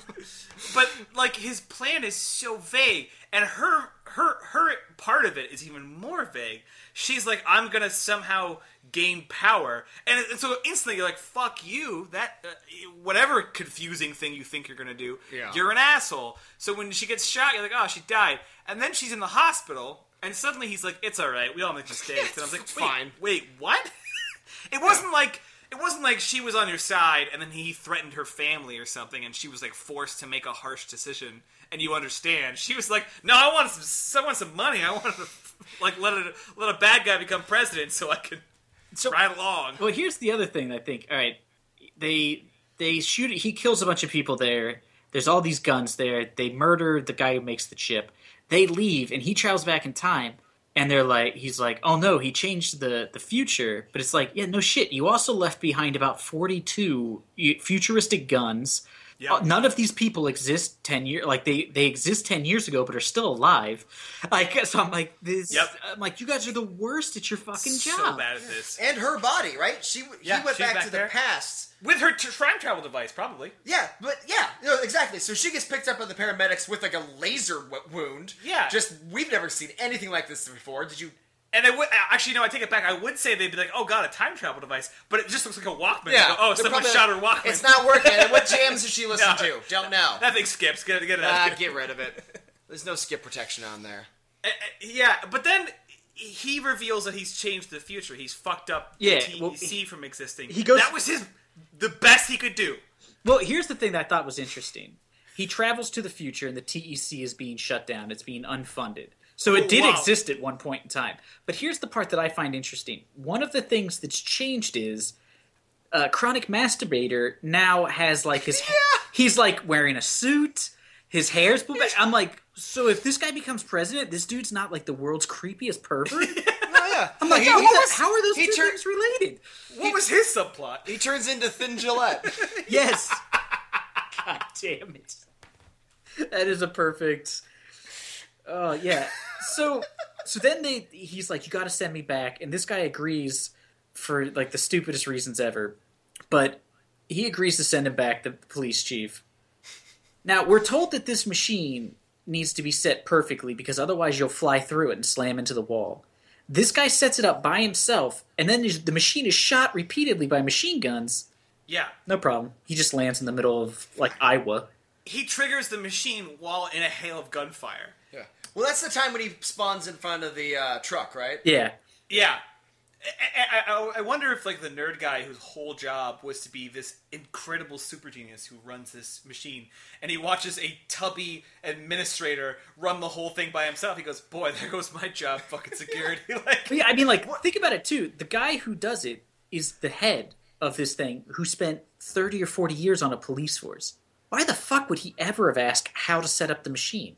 [SPEAKER 2] but like his plan is so vague and her her her part of it is even more vague she's like i'm gonna somehow gain power and, and so instantly you're like fuck you that uh, whatever confusing thing you think you're gonna do
[SPEAKER 3] Yeah.
[SPEAKER 2] you're an asshole so when she gets shot you're like oh she died and then she's in the hospital and suddenly he's like it's all right we all make mistakes and i was like
[SPEAKER 3] It's
[SPEAKER 2] wait,
[SPEAKER 3] fine.
[SPEAKER 2] wait what it wasn't like it wasn't like she was on your side and then he threatened her family or something and she was like forced to make a harsh decision and you understand. She was like, "No, I want some I want some money. I want to like let a let a bad guy become president so I can
[SPEAKER 1] So-
[SPEAKER 2] ride along."
[SPEAKER 1] Well, here's the other thing. I think. All right, they they shoot. He kills a bunch of people there. There's all these guns there. They murder the guy who makes the chip. They leave, and he travels back in time. And they're like, he's like, oh no, he changed the the future. But it's like, yeah, no shit. You also left behind about 42 futuristic guns.
[SPEAKER 2] Yeah.
[SPEAKER 1] Uh, None of these people exist ten year like they they exist ten years ago, but are still alive. I guess I'm like this.
[SPEAKER 2] Yep.
[SPEAKER 1] I'm like you guys are the worst at your fucking job.
[SPEAKER 2] So bad at this.
[SPEAKER 3] and her body, right? She
[SPEAKER 2] Yeah,
[SPEAKER 3] he went
[SPEAKER 2] she's
[SPEAKER 3] back,
[SPEAKER 2] back
[SPEAKER 3] to
[SPEAKER 2] there.
[SPEAKER 3] the past.
[SPEAKER 2] With her t- time travel device probably.
[SPEAKER 3] Yeah, but yeah, no, exactly. So she gets picked up by the paramedics with like a laser w- wound.
[SPEAKER 2] Yeah.
[SPEAKER 3] just we've never seen anything like this before. Did you?
[SPEAKER 2] And I would actually no, I take it back. I would say they'd be like, "Oh god, a time travel device," but it just looks like a Walkman. They go, oh,
[SPEAKER 3] They're
[SPEAKER 2] someone
[SPEAKER 3] probably
[SPEAKER 2] shot her
[SPEAKER 3] like,
[SPEAKER 2] Walkman.
[SPEAKER 3] It's not working. what jams does she listen
[SPEAKER 2] No.
[SPEAKER 3] to? Don't know.
[SPEAKER 2] that thing skips. Get it, get it out. of
[SPEAKER 3] Ah,
[SPEAKER 2] here.
[SPEAKER 3] get rid of it. There's no skip protection on there.
[SPEAKER 2] Yeah, but then he reveals that he's changed the future. He's fucked up
[SPEAKER 1] Yeah,
[SPEAKER 2] BTC
[SPEAKER 1] well,
[SPEAKER 2] from existing.
[SPEAKER 1] he goes-
[SPEAKER 2] That was his the best he could do.
[SPEAKER 1] Well, here's the thing that I thought was interesting. He travels to the future, and the TEC is being shut down. It's being unfunded. So it
[SPEAKER 2] Oh,
[SPEAKER 1] did
[SPEAKER 2] wow.
[SPEAKER 1] exist at one point in time. But here's the part that I find interesting. One of the things that's changed is uh, chronic masturbator now has like his he's like wearing a suit. His hair's pulled back. I'm like, so if this guy becomes president, this dude's not like the world's creepiest pervert.
[SPEAKER 3] Oh yeah.
[SPEAKER 1] I'm like,
[SPEAKER 3] he,
[SPEAKER 1] how,
[SPEAKER 3] he
[SPEAKER 1] what-
[SPEAKER 3] was-
[SPEAKER 1] how are those
[SPEAKER 3] he
[SPEAKER 1] two
[SPEAKER 3] tur-
[SPEAKER 1] things related?
[SPEAKER 2] What was his subplot?
[SPEAKER 3] He turns into Thin Gillette.
[SPEAKER 1] Yes. God damn it. That is a perfect. Oh yeah. So so then they he's like, you got to send me back, and this guy agrees for like the stupidest reasons ever, but he agrees to send him back. The police chief. Now we're told that this machine needs to be set perfectly because otherwise you'll fly through it and slam into the wall. This guy sets it up by himself, and then the machine is shot repeatedly by machine guns.
[SPEAKER 2] Yeah,
[SPEAKER 1] No problem. He just lands in the middle of like Iowa.
[SPEAKER 2] he triggers the machine while in a hail of gunfire.
[SPEAKER 3] Yeah. Well, that's the time when he spawns in front of the uh, truck, right?
[SPEAKER 1] Yeah.
[SPEAKER 2] Yeah. I, I- I- I wonder if like the nerd guy whose whole job was to be this incredible super genius who runs this machine, and he watches a tubby administrator run the whole thing by himself. He goes, "Boy, there goes my job, fucking security." like,
[SPEAKER 1] But yeah, I mean like think about it too. The guy who does it is the head of this thing who spent 30 or 40 years on a police force. Why the fuck would he ever have asked how to set up the machine?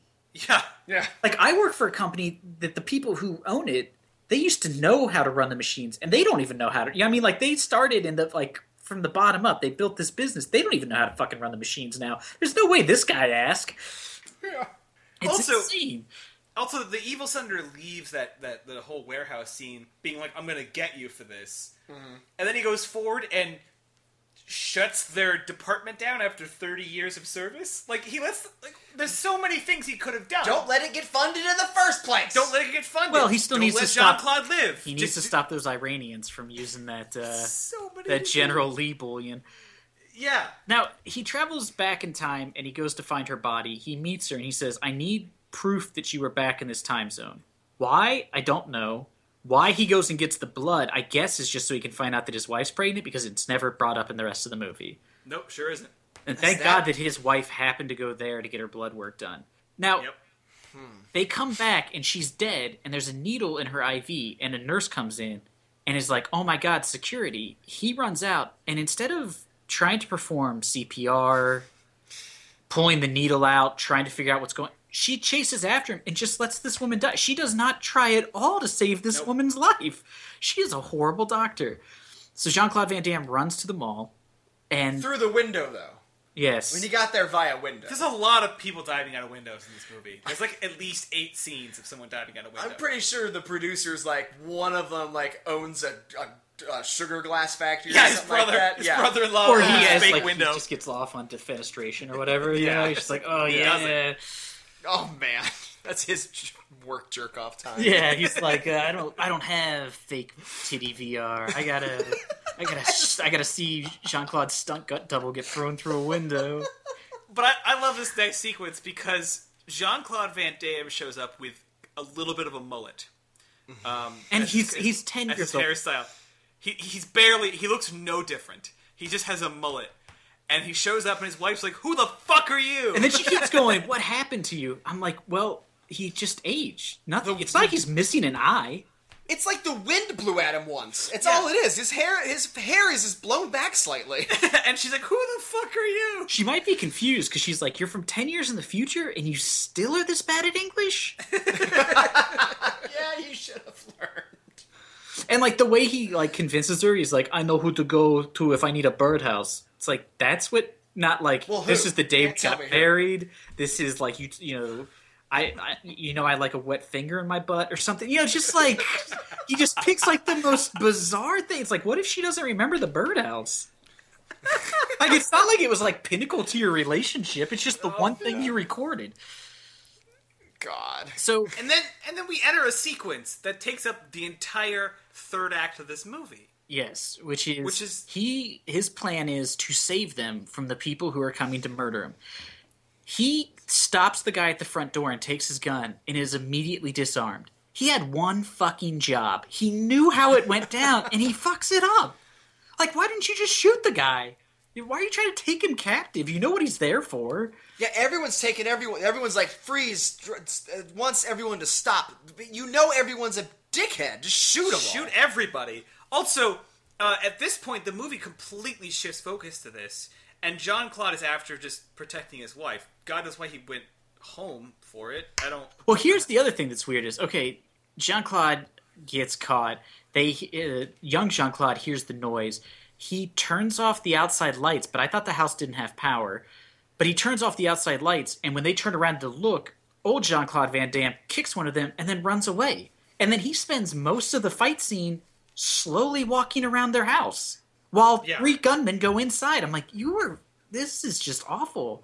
[SPEAKER 2] yeah,
[SPEAKER 3] Yeah.
[SPEAKER 1] Like I work for a company that the people who own it, they used to know how to run the machines and they don't even know how to. You know what I mean like they started in the like from the bottom up. They built this business. They don't even know how to fucking run the machines now. There's no way this guy asked. It's
[SPEAKER 2] Also-
[SPEAKER 1] insane.
[SPEAKER 2] Also, the evil senator leaves that, that the whole warehouse scene, being like, "I'm gonna get you for this,"
[SPEAKER 3] Mm-hmm.
[SPEAKER 2] and then he goes forward and shuts their department down after 30 years of service. Like he lets, like, there's so many things he could have done.
[SPEAKER 3] Don't let it get funded in the first place.
[SPEAKER 2] don't let it get funded.
[SPEAKER 1] Well, he still
[SPEAKER 2] Don't
[SPEAKER 1] needs
[SPEAKER 2] let
[SPEAKER 1] to stop-
[SPEAKER 2] Jean-Claude live.
[SPEAKER 1] He needs to stop those Iranians from using that uh,
[SPEAKER 2] So many
[SPEAKER 1] that General Lee bullion.
[SPEAKER 2] Yeah,
[SPEAKER 1] Now he travels back in time and he goes to find her body. He meets her and he says, "I need proof that you were back in this time zone." Why? I don't know. Why he goes and gets the blood, I guess, is just so he can find out that his wife's pregnant because it's never brought up in the rest of the movie.
[SPEAKER 2] nope, sure isn't.
[SPEAKER 1] And thank
[SPEAKER 3] that-
[SPEAKER 1] God that his wife happened to go there to get her blood work done. Now,
[SPEAKER 2] Yep.
[SPEAKER 1] they come back and she's dead, and there's a needle in her IV, and a nurse comes in and is like, oh my God, security. He runs out, and instead of trying to perform CPR, pulling the needle out, trying to figure out what's going she chases after him and just lets this woman die. She does not try at all to save this woman's life. She is a horrible doctor. So Jean Claude Van Damme runs to the mall, and
[SPEAKER 3] Through the window, though.
[SPEAKER 1] yes,
[SPEAKER 3] When you got there via window.
[SPEAKER 2] There's a lot of people diving out of windows in this movie. There's like at least eight scenes of someone diving out of window.
[SPEAKER 3] I'm pretty sure the producers, like, one of them, like, owns a, a, a sugar glass factory
[SPEAKER 2] yeah,
[SPEAKER 3] or
[SPEAKER 2] his
[SPEAKER 3] something
[SPEAKER 2] brother,
[SPEAKER 3] like that.
[SPEAKER 2] his
[SPEAKER 3] yeah.
[SPEAKER 2] brother-in-law,
[SPEAKER 1] or he
[SPEAKER 2] owns a
[SPEAKER 1] has
[SPEAKER 2] fake
[SPEAKER 1] like
[SPEAKER 2] window.
[SPEAKER 1] he just gets off on defenestration or whatever. You
[SPEAKER 2] Yeah.
[SPEAKER 1] know, he's just like, oh
[SPEAKER 2] He does
[SPEAKER 1] yeah,
[SPEAKER 3] Oh, man. That's his j- work jerk off time.
[SPEAKER 1] yeah. He's like, uh, I don't, I don't have fake titty VR. I gotta, I gotta, s- I gotta see Jean Claude stunt gut double get thrown through a window.
[SPEAKER 2] But I, I love this next sequence because Jean Claude Van Damme shows up with a little bit of a mullet. Um,
[SPEAKER 1] And
[SPEAKER 2] as
[SPEAKER 1] he's
[SPEAKER 2] his-
[SPEAKER 1] he's ten
[SPEAKER 2] as his
[SPEAKER 1] years old.
[SPEAKER 2] hairstyle. He, he's barely. He looks no different. He just has a mullet, and he shows up, and his wife's like, "Who the fuck are you?"
[SPEAKER 1] And then she keeps going, "What happened to you?" I'm like, "Well, he just aged. Nothing. It's not like he's missing an eye."
[SPEAKER 3] It's like the wind blew at him once. It's all it is. His hair, his hair is just blown back slightly.
[SPEAKER 2] and she's like, "Who the fuck are you?"
[SPEAKER 1] She might be confused because she's like, "You're from ten years in the future, and you still are this bad at English."
[SPEAKER 3] yeah, you should have learned.
[SPEAKER 1] And like the way he like convinces her, he's like, "I know who to go to if I need a birdhouse." It's like that's what not like
[SPEAKER 3] Well, who?
[SPEAKER 1] this is the day we
[SPEAKER 3] Can't tell
[SPEAKER 1] got
[SPEAKER 3] me who.
[SPEAKER 1] married. This is like you you know, I, I you know I like a wet finger in my butt or something. You know, just like he just picks like the most bizarre thing. It's like, what if she doesn't remember the birdhouse? like it's not like it was like pinnacle to your relationship. It's
[SPEAKER 3] Oh,
[SPEAKER 1] just the one thing you recorded.
[SPEAKER 3] God.
[SPEAKER 1] So
[SPEAKER 2] And then and then we enter a sequence that takes up the entire third act of this movie.
[SPEAKER 1] Yes, which is
[SPEAKER 2] Which is-
[SPEAKER 1] he his plan is to save them from the people who are coming to murder him. He stops the guy at the front door and takes his gun and is immediately disarmed. He had one fucking job. He knew how it went down and he fucks it up. Like why didn't you just shoot the guy? Why are you trying to take him captive? You know what he's there for.
[SPEAKER 3] Yeah, everyone's taking everyone. Everyone's like freeze. dr- uh, Wants everyone to stop. But you know, everyone's a dickhead. Just shoot them.
[SPEAKER 2] Shoot everybody. Also, uh, at this point, the movie completely shifts focus to this, and John Claude is after just protecting his wife. God knows why he went home for it. I don't.
[SPEAKER 1] Well, here's the other thing that's weird is okay, Jean Claude gets caught. They uh, young Jean Claude hears the noise. He turns off the outside lights, but I thought the house didn't have power. But he turns off the outside lights, and when they turn around to look, old Jean Claude Van Damme kicks one of them and then runs away. And then he spends most of the fight scene slowly walking around their house while
[SPEAKER 2] Yeah.
[SPEAKER 1] three gunmen go inside. I'm like, you were. This is just awful.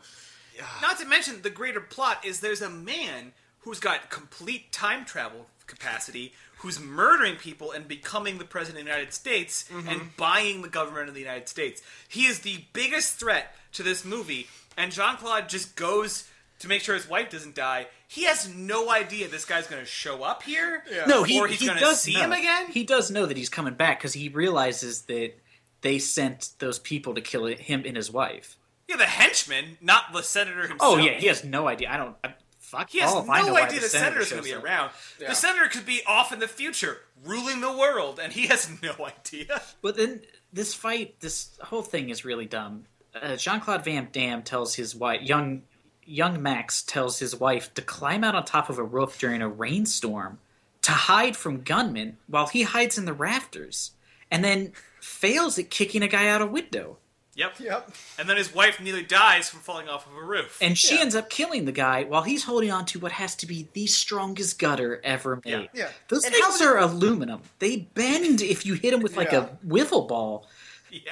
[SPEAKER 2] Not to mention the greater plot is there's a man who's got complete time travel capacity who's murdering people and becoming the president of the United States
[SPEAKER 1] Mm-hmm.
[SPEAKER 2] and buying the government of the United States. He is the biggest threat to this movie and Jean-Claude just goes to make sure his wife doesn't die. He has no idea this guy's going to show up here
[SPEAKER 1] No, he,
[SPEAKER 2] or he's
[SPEAKER 1] he
[SPEAKER 2] going to
[SPEAKER 1] does
[SPEAKER 2] see
[SPEAKER 1] know.
[SPEAKER 2] him again.
[SPEAKER 1] He does know that he's coming back because he realizes that they sent those people to kill him and his wife.
[SPEAKER 2] yeah, the henchman, not the senator himself.
[SPEAKER 1] Oh yeah, he has no idea. I don't. I, fuck.
[SPEAKER 2] He has
[SPEAKER 1] all Oh, if I know
[SPEAKER 2] no
[SPEAKER 1] why
[SPEAKER 2] idea
[SPEAKER 1] the
[SPEAKER 2] the senator's going
[SPEAKER 1] going
[SPEAKER 2] to be around. The senator could be off in the future, ruling the world, and he has no idea.
[SPEAKER 1] But then this fight, this whole thing is really dumb. Uh, Jean Claude Van Damme tells his wife, young young Max tells his wife to climb out on top of a roof during a rainstorm to hide from gunmen while he hides in the rafters. And then fails at kicking a guy out a window.
[SPEAKER 2] Yep.
[SPEAKER 3] Yep.
[SPEAKER 2] And then his wife nearly dies from falling off of a roof.
[SPEAKER 1] And she
[SPEAKER 3] Yeah.
[SPEAKER 1] ends up killing the guy while he's holding on to what has to be the strongest gutter ever
[SPEAKER 2] Yeah.
[SPEAKER 1] made.
[SPEAKER 3] Yeah.
[SPEAKER 1] Those
[SPEAKER 3] And
[SPEAKER 1] things
[SPEAKER 3] how's
[SPEAKER 1] are aluminum. They bend if you hit them with like
[SPEAKER 3] Yeah.
[SPEAKER 1] a wiffle ball.
[SPEAKER 2] yeah.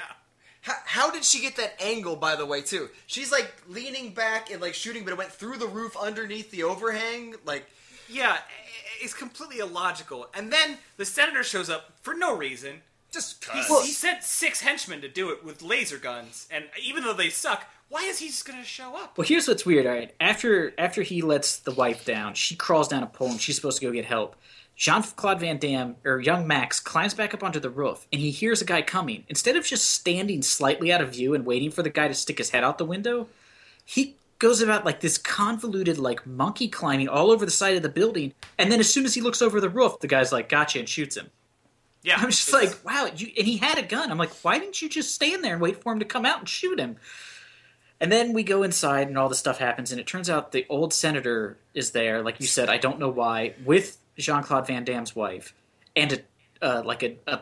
[SPEAKER 3] How, how did she get that angle, by the way, too? She's like leaning back and like shooting, but it went through the roof underneath the overhang. Like,
[SPEAKER 2] Yeah. It's completely illogical. And then the senator shows up for no reason.
[SPEAKER 3] just
[SPEAKER 2] He,
[SPEAKER 3] cut.
[SPEAKER 2] he sent six henchmen to do it with laser guns. And even though they suck, why is he just going to show up?
[SPEAKER 1] Well, here's what's weird. All right, after after he lets the wife down, she crawls down a pole and she's supposed to go get help. Jean Claude Van Damme or young Max climbs back up onto the roof and he hears a guy coming. Instead of just standing slightly out of view and waiting for the guy to stick his head out the window, he goes about like this convoluted like monkey climbing all over the side of the building. And then as soon as he looks over the roof, the guy's like, "Gotcha!" and shoots him.
[SPEAKER 2] Yeah.
[SPEAKER 1] I'm just
[SPEAKER 2] it's-
[SPEAKER 1] like, wow, you, and he had a gun. I'm like, why didn't you just stand there and wait for him to come out and shoot him? And then we go inside, and all this stuff happens, and it turns out the old senator is there, like you said, I don't know why, with Jean Claude Van Damme's wife, and a uh, like a, a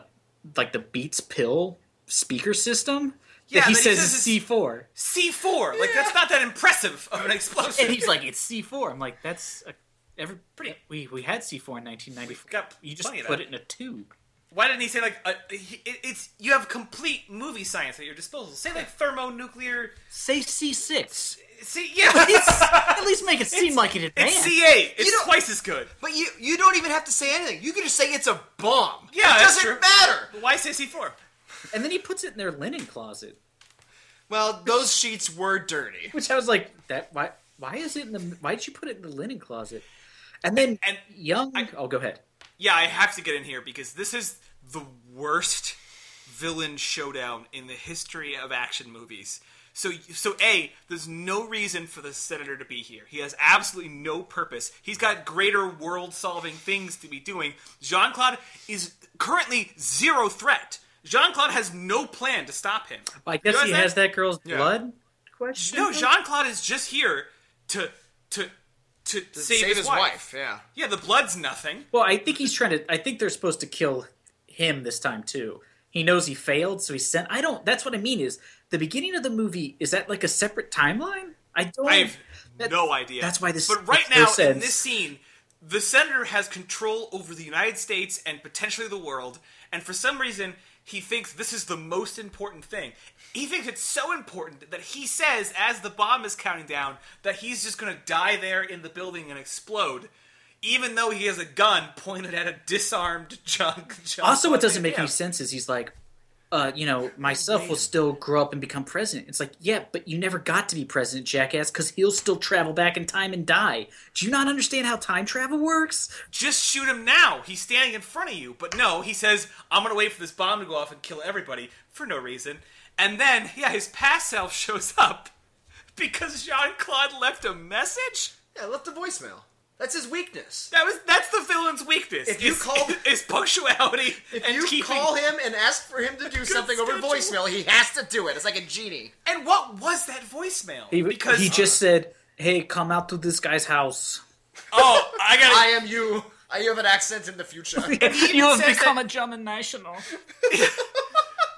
[SPEAKER 1] like the Beats pill speaker system
[SPEAKER 2] Yeah,
[SPEAKER 1] that he
[SPEAKER 2] that he
[SPEAKER 1] says,
[SPEAKER 2] says
[SPEAKER 1] is
[SPEAKER 2] is-
[SPEAKER 1] C four,
[SPEAKER 2] C4. Like, that's not that impressive of an explosion.
[SPEAKER 1] and he's like, it's C four. I'm like, that's a, every pretty. We we had C four in 1994.
[SPEAKER 2] got
[SPEAKER 1] You just
[SPEAKER 2] plenty of
[SPEAKER 1] put
[SPEAKER 2] that.
[SPEAKER 1] it in a tube.
[SPEAKER 2] Why didn't he say like uh, he, it- it's you have complete movie science at your disposal? Say like thermonuclear.
[SPEAKER 1] Say C six.
[SPEAKER 2] See, yeah,
[SPEAKER 1] It's- at least make it seem like it
[SPEAKER 2] it's
[SPEAKER 1] advanced.
[SPEAKER 2] C eight. It's
[SPEAKER 3] You don't-
[SPEAKER 2] twice as good.
[SPEAKER 3] But you you don't even have to say anything. You can just say it's a bomb.
[SPEAKER 2] Yeah,
[SPEAKER 3] it
[SPEAKER 2] that's
[SPEAKER 3] doesn't
[SPEAKER 2] true.
[SPEAKER 3] matter.
[SPEAKER 2] But why say C four?
[SPEAKER 1] and then he puts it in their linen closet,
[SPEAKER 3] Well, those sheets were dirty.
[SPEAKER 1] which I was like, that why why is it in the why did you put it in the linen closet? And then
[SPEAKER 2] And-
[SPEAKER 1] young, oh go ahead.
[SPEAKER 2] Yeah, I have to get in here because this is the worst villain showdown in the history of action movies. So, so a there's no reason for the senator to be here. He has absolutely no purpose. He's got greater world-solving things to be doing. Jean Claude is currently zero threat. Jean Claude has no plan to stop him.
[SPEAKER 1] I guess
[SPEAKER 2] Realize
[SPEAKER 1] he
[SPEAKER 2] that?
[SPEAKER 1] has that girl's blood question.
[SPEAKER 2] No, Jean Claude is just here to to to, save, his, wife.
[SPEAKER 3] Yeah.
[SPEAKER 2] Yeah, the blood's nothing.
[SPEAKER 1] Well, I think he's trying to. I think they're supposed to kill him this time too. He knows he failed, so he sent. I don't. That's what I mean. Is the beginning of the movie is that like a separate timeline? I don't.
[SPEAKER 2] I have
[SPEAKER 1] that-
[SPEAKER 2] no idea.
[SPEAKER 1] That's why this.
[SPEAKER 2] But right
[SPEAKER 1] makes no
[SPEAKER 2] now in
[SPEAKER 1] sense.
[SPEAKER 2] this scene, the senator has control over the United States and potentially the world, and for some reason he thinks this is the most important thing. He thinks it's so important that he says, as the bomb is counting down, that he's just going to die there in the building and explode, even though he has a gun pointed at a disarmed John. John
[SPEAKER 1] also what doesn't
[SPEAKER 2] Claude
[SPEAKER 1] make
[SPEAKER 2] Van
[SPEAKER 1] any
[SPEAKER 2] Damme.
[SPEAKER 1] sense is he's like uh, you know myself will still grow up and become president it's like yeah but you never got to be president jackass because he'll still travel back in time and die do you not understand how time travel works
[SPEAKER 2] just shoot him now. He's standing in front of you. But no, he says, I'm going to wait for this bomb to go off and kill everybody for no reason. And then, yeah, his past self shows up because Jean Claude left a message.
[SPEAKER 3] Yeah, left a voicemail. That's his weakness.
[SPEAKER 2] That was that's the villain's weakness.
[SPEAKER 3] If you
[SPEAKER 2] is-
[SPEAKER 3] call-
[SPEAKER 2] is punctuality
[SPEAKER 3] If
[SPEAKER 2] and
[SPEAKER 3] you
[SPEAKER 2] keeping-
[SPEAKER 3] call him and ask for him to do something over
[SPEAKER 2] schedule.
[SPEAKER 3] voicemail, he has to do it. It's like a genie.
[SPEAKER 2] And what was that voicemail?
[SPEAKER 1] he,
[SPEAKER 2] because
[SPEAKER 1] he just said hey come out to this guy's house
[SPEAKER 2] oh, I got to
[SPEAKER 3] I am you. I have an accent in the future.
[SPEAKER 1] you have
[SPEAKER 2] says
[SPEAKER 1] become a german national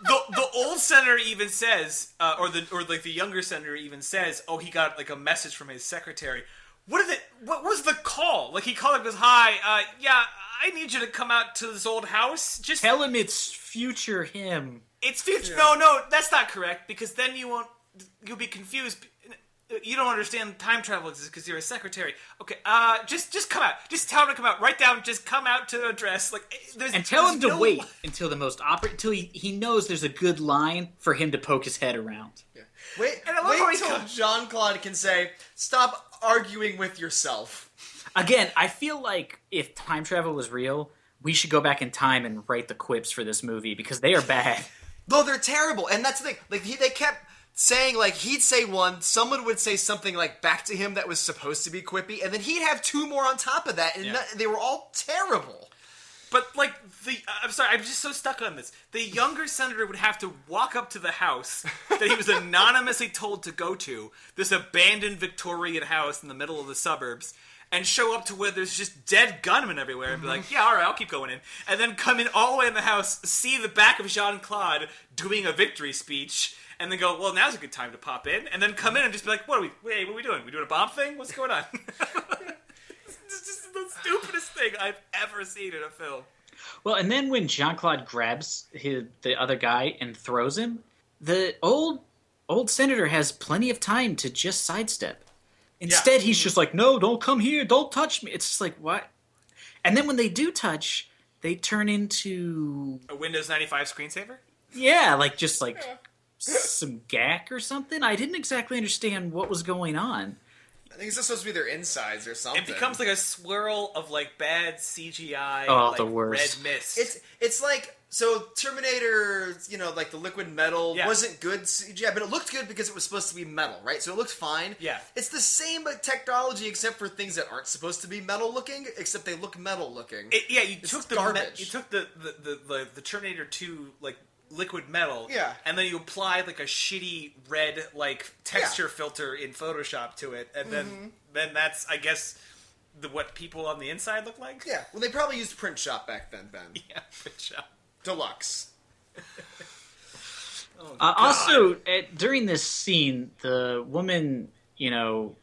[SPEAKER 2] the the old senator even says, uh, or the or like the younger senator even says, oh, he got like a message from his secretary. What is it? What was the call? Like he called and goes, "Hi, uh, yeah, I need you to come out to this old house. Just
[SPEAKER 1] tell him it's future him
[SPEAKER 2] it's future. No, no, that's not correct because then you won't. You'll be confused. You don't understand time travel exists because you're a secretary. Okay, uh, just just come out. Just tell him to come out. Write down. Just come out to address. Like eh, there's
[SPEAKER 1] and tell
[SPEAKER 2] there's
[SPEAKER 1] him to
[SPEAKER 2] no-
[SPEAKER 1] wait until the most oper- until he, he knows there's a good line for him to poke his head around
[SPEAKER 3] Wait,
[SPEAKER 2] And I love how he
[SPEAKER 3] wait till
[SPEAKER 2] comes-
[SPEAKER 3] Jean Claude can say, "Stop arguing with yourself."
[SPEAKER 1] Again, I feel like if time travel was real, we should go back in time and write the quips for this movie because they are bad.
[SPEAKER 3] No, they're terrible, and that's the thing. Like he, they kept saying, like he'd say one, someone would say something like back to him that was supposed to be quippy, and then he'd have two more on top of that, and no- they were all terrible.
[SPEAKER 2] But like the, uh, I'm sorry, I'm just so stuck on this. The younger senator would have to walk up to the house that he was anonymously told to go to, this abandoned Victorian house in the middle of the suburbs, and show up to where there's just dead gunmen everywhere and be like, yeah, all right, I'll keep going in. And then come in all the way in the house, see the back of Jean Claude doing a victory speech, and then go, well, now's a good time to pop in. And then come in and just be like, what are we, hey, what are we doing? We doing a bomb thing? What's going on? it's just the stupidest thing I've ever seen in a film.
[SPEAKER 1] Well, and then when Jean Claude grabs his, the other guy and throws him, the old old senator has plenty of time to just sidestep. Instead, he's just like, "No, don't come here. Don't touch me." It's just like what. And then when they do touch, they turn into
[SPEAKER 2] A Windows 95 screensaver?
[SPEAKER 1] yeah, like just like some gack or something. I didn't exactly understand what was going on.
[SPEAKER 3] I think it's just supposed to be their insides or something.
[SPEAKER 2] It becomes like a swirl of like bad CGI,
[SPEAKER 1] Oh,
[SPEAKER 2] like
[SPEAKER 1] the worst.
[SPEAKER 2] red mist.
[SPEAKER 3] It's it's like so Terminator, you know, like the liquid metal
[SPEAKER 2] Yeah.
[SPEAKER 3] wasn't good CGI, but it looked good because it was supposed to be metal, right? So it looked fine.
[SPEAKER 2] Yeah.
[SPEAKER 3] it's the same technology except for things that aren't supposed to be metal looking, except they look metal looking.
[SPEAKER 2] It- yeah, you
[SPEAKER 3] It's
[SPEAKER 2] took the me-
[SPEAKER 3] garbage.
[SPEAKER 2] you took the the, the, the the Terminator two like liquid metal,
[SPEAKER 3] Yeah.
[SPEAKER 2] and then you applied like a shitty red like texture filter in Photoshop to it, and then
[SPEAKER 3] Mm-hmm.
[SPEAKER 2] then that's I guess the what people on the inside look like.
[SPEAKER 3] yeah, well, they probably used print shop back then, Ben.
[SPEAKER 2] yeah, good job.
[SPEAKER 3] Deluxe.
[SPEAKER 1] Uh, also, at, during this scene, the woman, you know,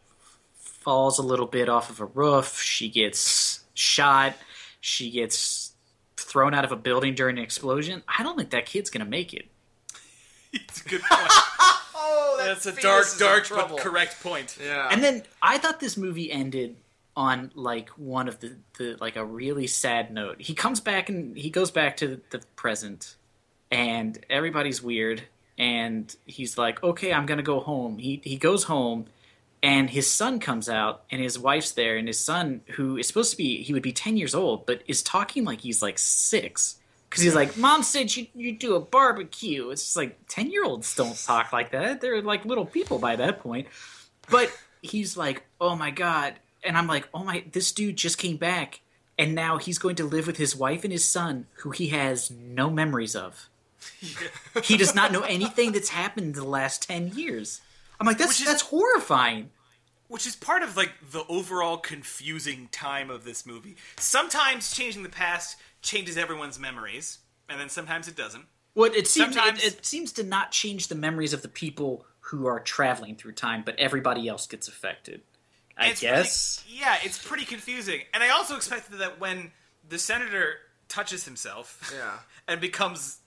[SPEAKER 1] falls a little bit off of a roof. She gets shot. She gets thrown out of a building during an explosion. I don't think that kid's gonna make it.
[SPEAKER 2] It's a good point.
[SPEAKER 3] Oh, that
[SPEAKER 2] that's a
[SPEAKER 3] fetus
[SPEAKER 2] dark,
[SPEAKER 3] is in
[SPEAKER 2] dark but
[SPEAKER 3] trouble.
[SPEAKER 2] correct point.
[SPEAKER 3] Yeah,
[SPEAKER 1] And then I thought this movie ended on like one of the, the like a really sad note. He comes back and he goes back to the present and everybody's weird and he's like, "Okay, I'm going to go home." He he goes home and his son comes out and his wife's there and his son who is supposed to be he would be 10 years old but is talking like he's like 6 cuz he's like, "Mom said you you do a barbecue." It's just like 10-year-olds don't talk like that. They're like little people by that point but he's like, oh my god, and I'm like, oh my, this dude just came back, and now he's going to live with his wife and his son, who he has no memories of. he does not know anything that's happened in the last ten years. I'm like, that's
[SPEAKER 2] Which is-
[SPEAKER 1] that's horrifying.
[SPEAKER 2] which is part of like the overall confusing time of this movie. Sometimes changing the past changes everyone's memories, and then sometimes it doesn't.
[SPEAKER 1] What it seems it,
[SPEAKER 2] Sometimes-
[SPEAKER 1] it seems to not change the memories of the people who are traveling through time, but everybody else gets affected. I
[SPEAKER 2] It's pretty-
[SPEAKER 1] guess.
[SPEAKER 2] yeah, it's pretty confusing. And I also expected that when the senator touches himself
[SPEAKER 3] Yeah.
[SPEAKER 2] and becomes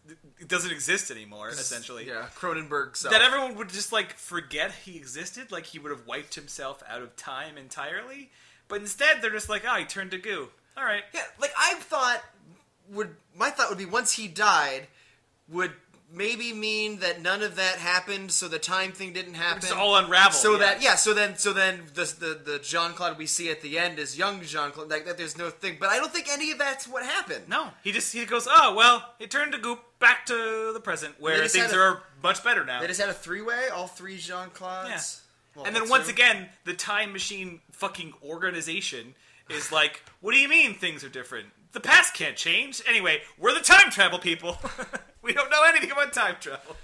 [SPEAKER 2] doesn't exist anymore essentially.
[SPEAKER 3] yeah, Cronenberg. Self.
[SPEAKER 2] That everyone would just like forget he existed, like he would have wiped himself out of time entirely. But instead, they're just like, "Oh, he turned to goo." All right.
[SPEAKER 3] Yeah, like I thought would my thought would be once he died would maybe mean that none of that happened, so the time thing didn't happen.
[SPEAKER 2] Just all unraveled.
[SPEAKER 3] so that yeah, so then so then the the, the Jean Claude we see at the end is young Jean Claude. Like that, there's no thing. But I don't think any of that's what happened.
[SPEAKER 2] No, he just he goes, oh well, he turned to goop back to the present
[SPEAKER 3] They
[SPEAKER 2] where
[SPEAKER 3] just
[SPEAKER 2] things
[SPEAKER 3] had a-
[SPEAKER 2] are much better now.
[SPEAKER 3] They just had a three way, all three Jean Claudes. Well,
[SPEAKER 2] and then
[SPEAKER 3] that's
[SPEAKER 2] once
[SPEAKER 3] true.
[SPEAKER 2] again, the time machine fucking organization is like, what do you mean things are different? The past can't change. Anyway, we're the time travel people. we don't know anything about time travel.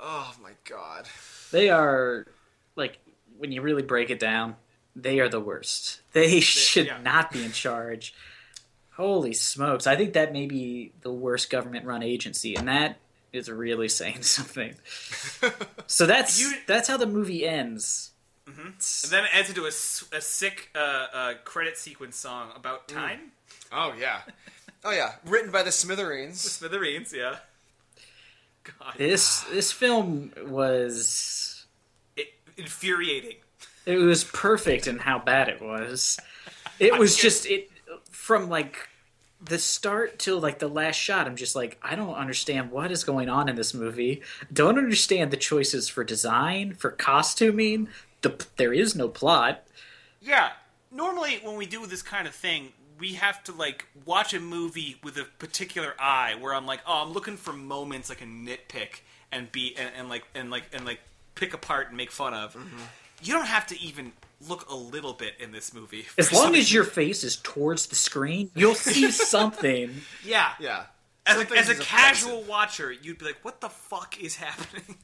[SPEAKER 3] oh my god,
[SPEAKER 1] they are like when you really break it down they are the worst they should
[SPEAKER 2] yeah.
[SPEAKER 1] not be in charge holy smokes i think that may be the worst government run agency and that is really saying something so that's
[SPEAKER 2] You-
[SPEAKER 1] that's how the movie ends
[SPEAKER 2] And then it ends into a, s- a sick uh, uh, credit sequence song about
[SPEAKER 3] Mm.
[SPEAKER 2] time.
[SPEAKER 3] oh yeah, oh yeah, written by the Smithereens.
[SPEAKER 2] Smithereens, yeah. God,
[SPEAKER 1] this this film was
[SPEAKER 2] it, infuriating.
[SPEAKER 1] it was perfect in how bad it was it was just it from like the start till like the last shot i'm just like i don't understand what is going on in this movie don't understand the choices for design for costuming the, there is no plot
[SPEAKER 2] Yeah. Normally, when we do this kind of thing, we have to like watch a movie with a particular eye, where I'm like, oh, I'm looking for moments like a nitpick and be and, and like and like and like pick apart and make fun of. You don't have to even look a little bit in this movie.
[SPEAKER 1] as long as your face is towards the screen you'll see something
[SPEAKER 2] yeah,
[SPEAKER 3] Yeah,
[SPEAKER 2] As a,
[SPEAKER 3] Something
[SPEAKER 2] as a
[SPEAKER 3] is offensive.
[SPEAKER 2] casual watcher, you'd be like, what the fuck is happening?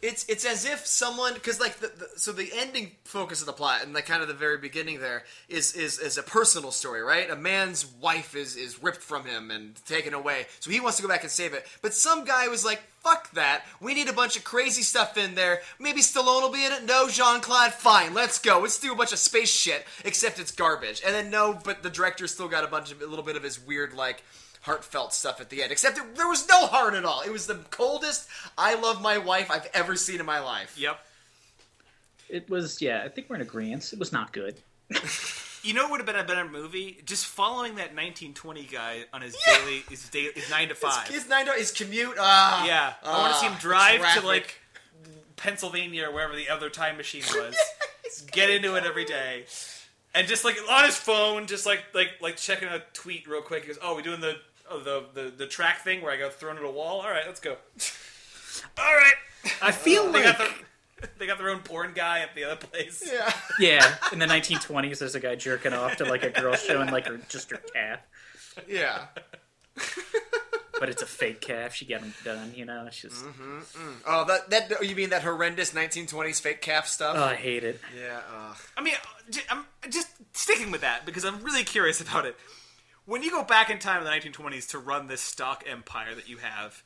[SPEAKER 3] it's it's as if someone because like the, the so the ending focus of the plot and like kind of the very beginning there is is is a personal story right a man's wife is is ripped from him and taken away so he wants to go back and save it but some guy was like fuck that we need a bunch of crazy stuff in there maybe Stallone will be in it no Jean Claude fine let's go let's do a bunch of space shit except it's garbage and then no but the director still got a bunch of a little bit of his weird like heartfelt stuff at the end. Except it, there was no heart at all. It was the coldest "I love my wife" I've ever seen in my life.
[SPEAKER 2] Yep.
[SPEAKER 1] It was, yeah, I think we're in agreement. It was not good.
[SPEAKER 2] You know what would have been a better movie? Just following that 1920 guy on his
[SPEAKER 3] Yeah.
[SPEAKER 2] daily, his daily, his nine to
[SPEAKER 3] His,
[SPEAKER 2] five.
[SPEAKER 3] his nine his commute. Ah,
[SPEAKER 2] yeah, I
[SPEAKER 3] ah,
[SPEAKER 2] want to see him drive
[SPEAKER 3] traffic.
[SPEAKER 2] to like Pennsylvania or wherever the other time machine was. Get into it every day, and just like on his phone, just like like like checking a tweet real quick. He goes, "Oh, we doing the oh, the, the the track thing where I got thrown at a wall? All right, let's go. All right,
[SPEAKER 1] I feel
[SPEAKER 2] they
[SPEAKER 1] like.
[SPEAKER 2] got their they got their own porn guy at the other place.
[SPEAKER 3] Yeah.
[SPEAKER 1] yeah, in the 1920s, there's a guy jerking off to like a girl showing like her just her calf,
[SPEAKER 3] yeah.
[SPEAKER 1] but it's a fake calf. She got him done, you know. It's just,
[SPEAKER 2] Mm-hmm.
[SPEAKER 3] Oh, that that oh, you mean that horrendous 1920s fake calf stuff?
[SPEAKER 1] oh, I hate it.
[SPEAKER 3] yeah. Uh,
[SPEAKER 2] I mean, j- I'm just sticking with that because I'm really curious about it. When you go back in time in the 1920s to run this stock empire that you have,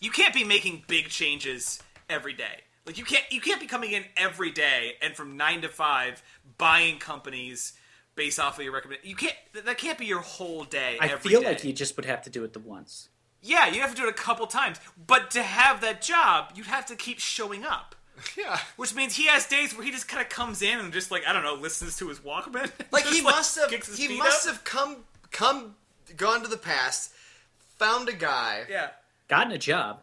[SPEAKER 2] you can't be making big changes every day. Like you can't you can't be coming in every day and from nine to five buying companies based off of your recommend. You can't th- that can't be your whole day.
[SPEAKER 1] I
[SPEAKER 2] every
[SPEAKER 1] feel
[SPEAKER 2] day.
[SPEAKER 1] like you just would have to do it the once.
[SPEAKER 2] yeah you have to do it a couple times, but to have that job you'd have to keep showing up.
[SPEAKER 3] yeah.
[SPEAKER 2] Which means he has days where he just kind of comes in and just like I don't know, listens to his Walkman.
[SPEAKER 3] Like
[SPEAKER 2] Just,
[SPEAKER 3] he must have
[SPEAKER 2] kicks his
[SPEAKER 3] he
[SPEAKER 2] feet
[SPEAKER 3] must
[SPEAKER 2] up.
[SPEAKER 3] have come come gone to the past, found a guy.
[SPEAKER 2] Yeah.
[SPEAKER 1] Gotten a job.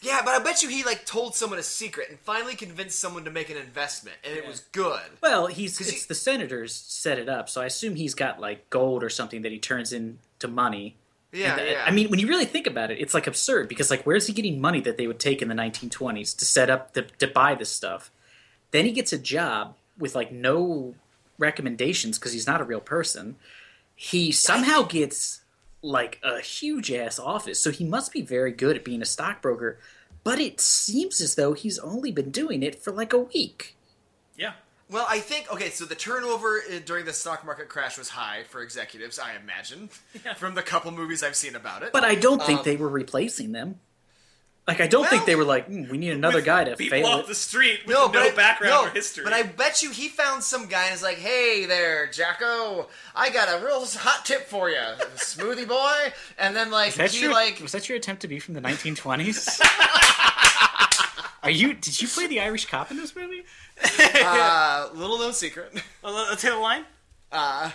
[SPEAKER 3] Yeah, but I bet you he like told someone a secret and finally convinced someone to make an investment, and it was good.
[SPEAKER 1] Well, he's it's
[SPEAKER 3] he-
[SPEAKER 1] the senators set it up, so I assume he's got like gold or something that he turns into money.
[SPEAKER 3] Yeah,
[SPEAKER 1] And, uh,
[SPEAKER 3] yeah.
[SPEAKER 1] I mean, when you really think about it, it's like absurd because like, where's he getting money that they would take in the 1920s to set up the, to buy this stuff? Then he gets a job with like no recommendations because he's not a real person. He somehow gets like a huge ass office, so he must be very good at being a stockbroker. But it seems as though he's only been doing it for like a week.
[SPEAKER 2] Yeah.
[SPEAKER 3] Well, I think okay. So the turnover uh, during the stock market crash was high for executives, I imagine, from the couple movies I've seen about it.
[SPEAKER 1] But I don't think
[SPEAKER 3] Um,
[SPEAKER 1] they were replacing them. Like I don't think
[SPEAKER 3] Well-
[SPEAKER 1] they were like, "Hmm, we need another guy to
[SPEAKER 2] People
[SPEAKER 1] fail
[SPEAKER 2] off
[SPEAKER 1] it.
[SPEAKER 2] the street with
[SPEAKER 3] no,
[SPEAKER 2] no,
[SPEAKER 3] but I-
[SPEAKER 2] background
[SPEAKER 3] no,
[SPEAKER 2] or history.
[SPEAKER 3] But I bet you he found some guy and is like, "Hey there, Jacko, I got a real hot tip for you, smoothie boy." And then like he like
[SPEAKER 1] was that your attempt to be from the 1920s? Are you? Did you play the Irish cop in this movie?
[SPEAKER 3] uh, little known secret.
[SPEAKER 2] Uh, let's hit a line.
[SPEAKER 3] Uh,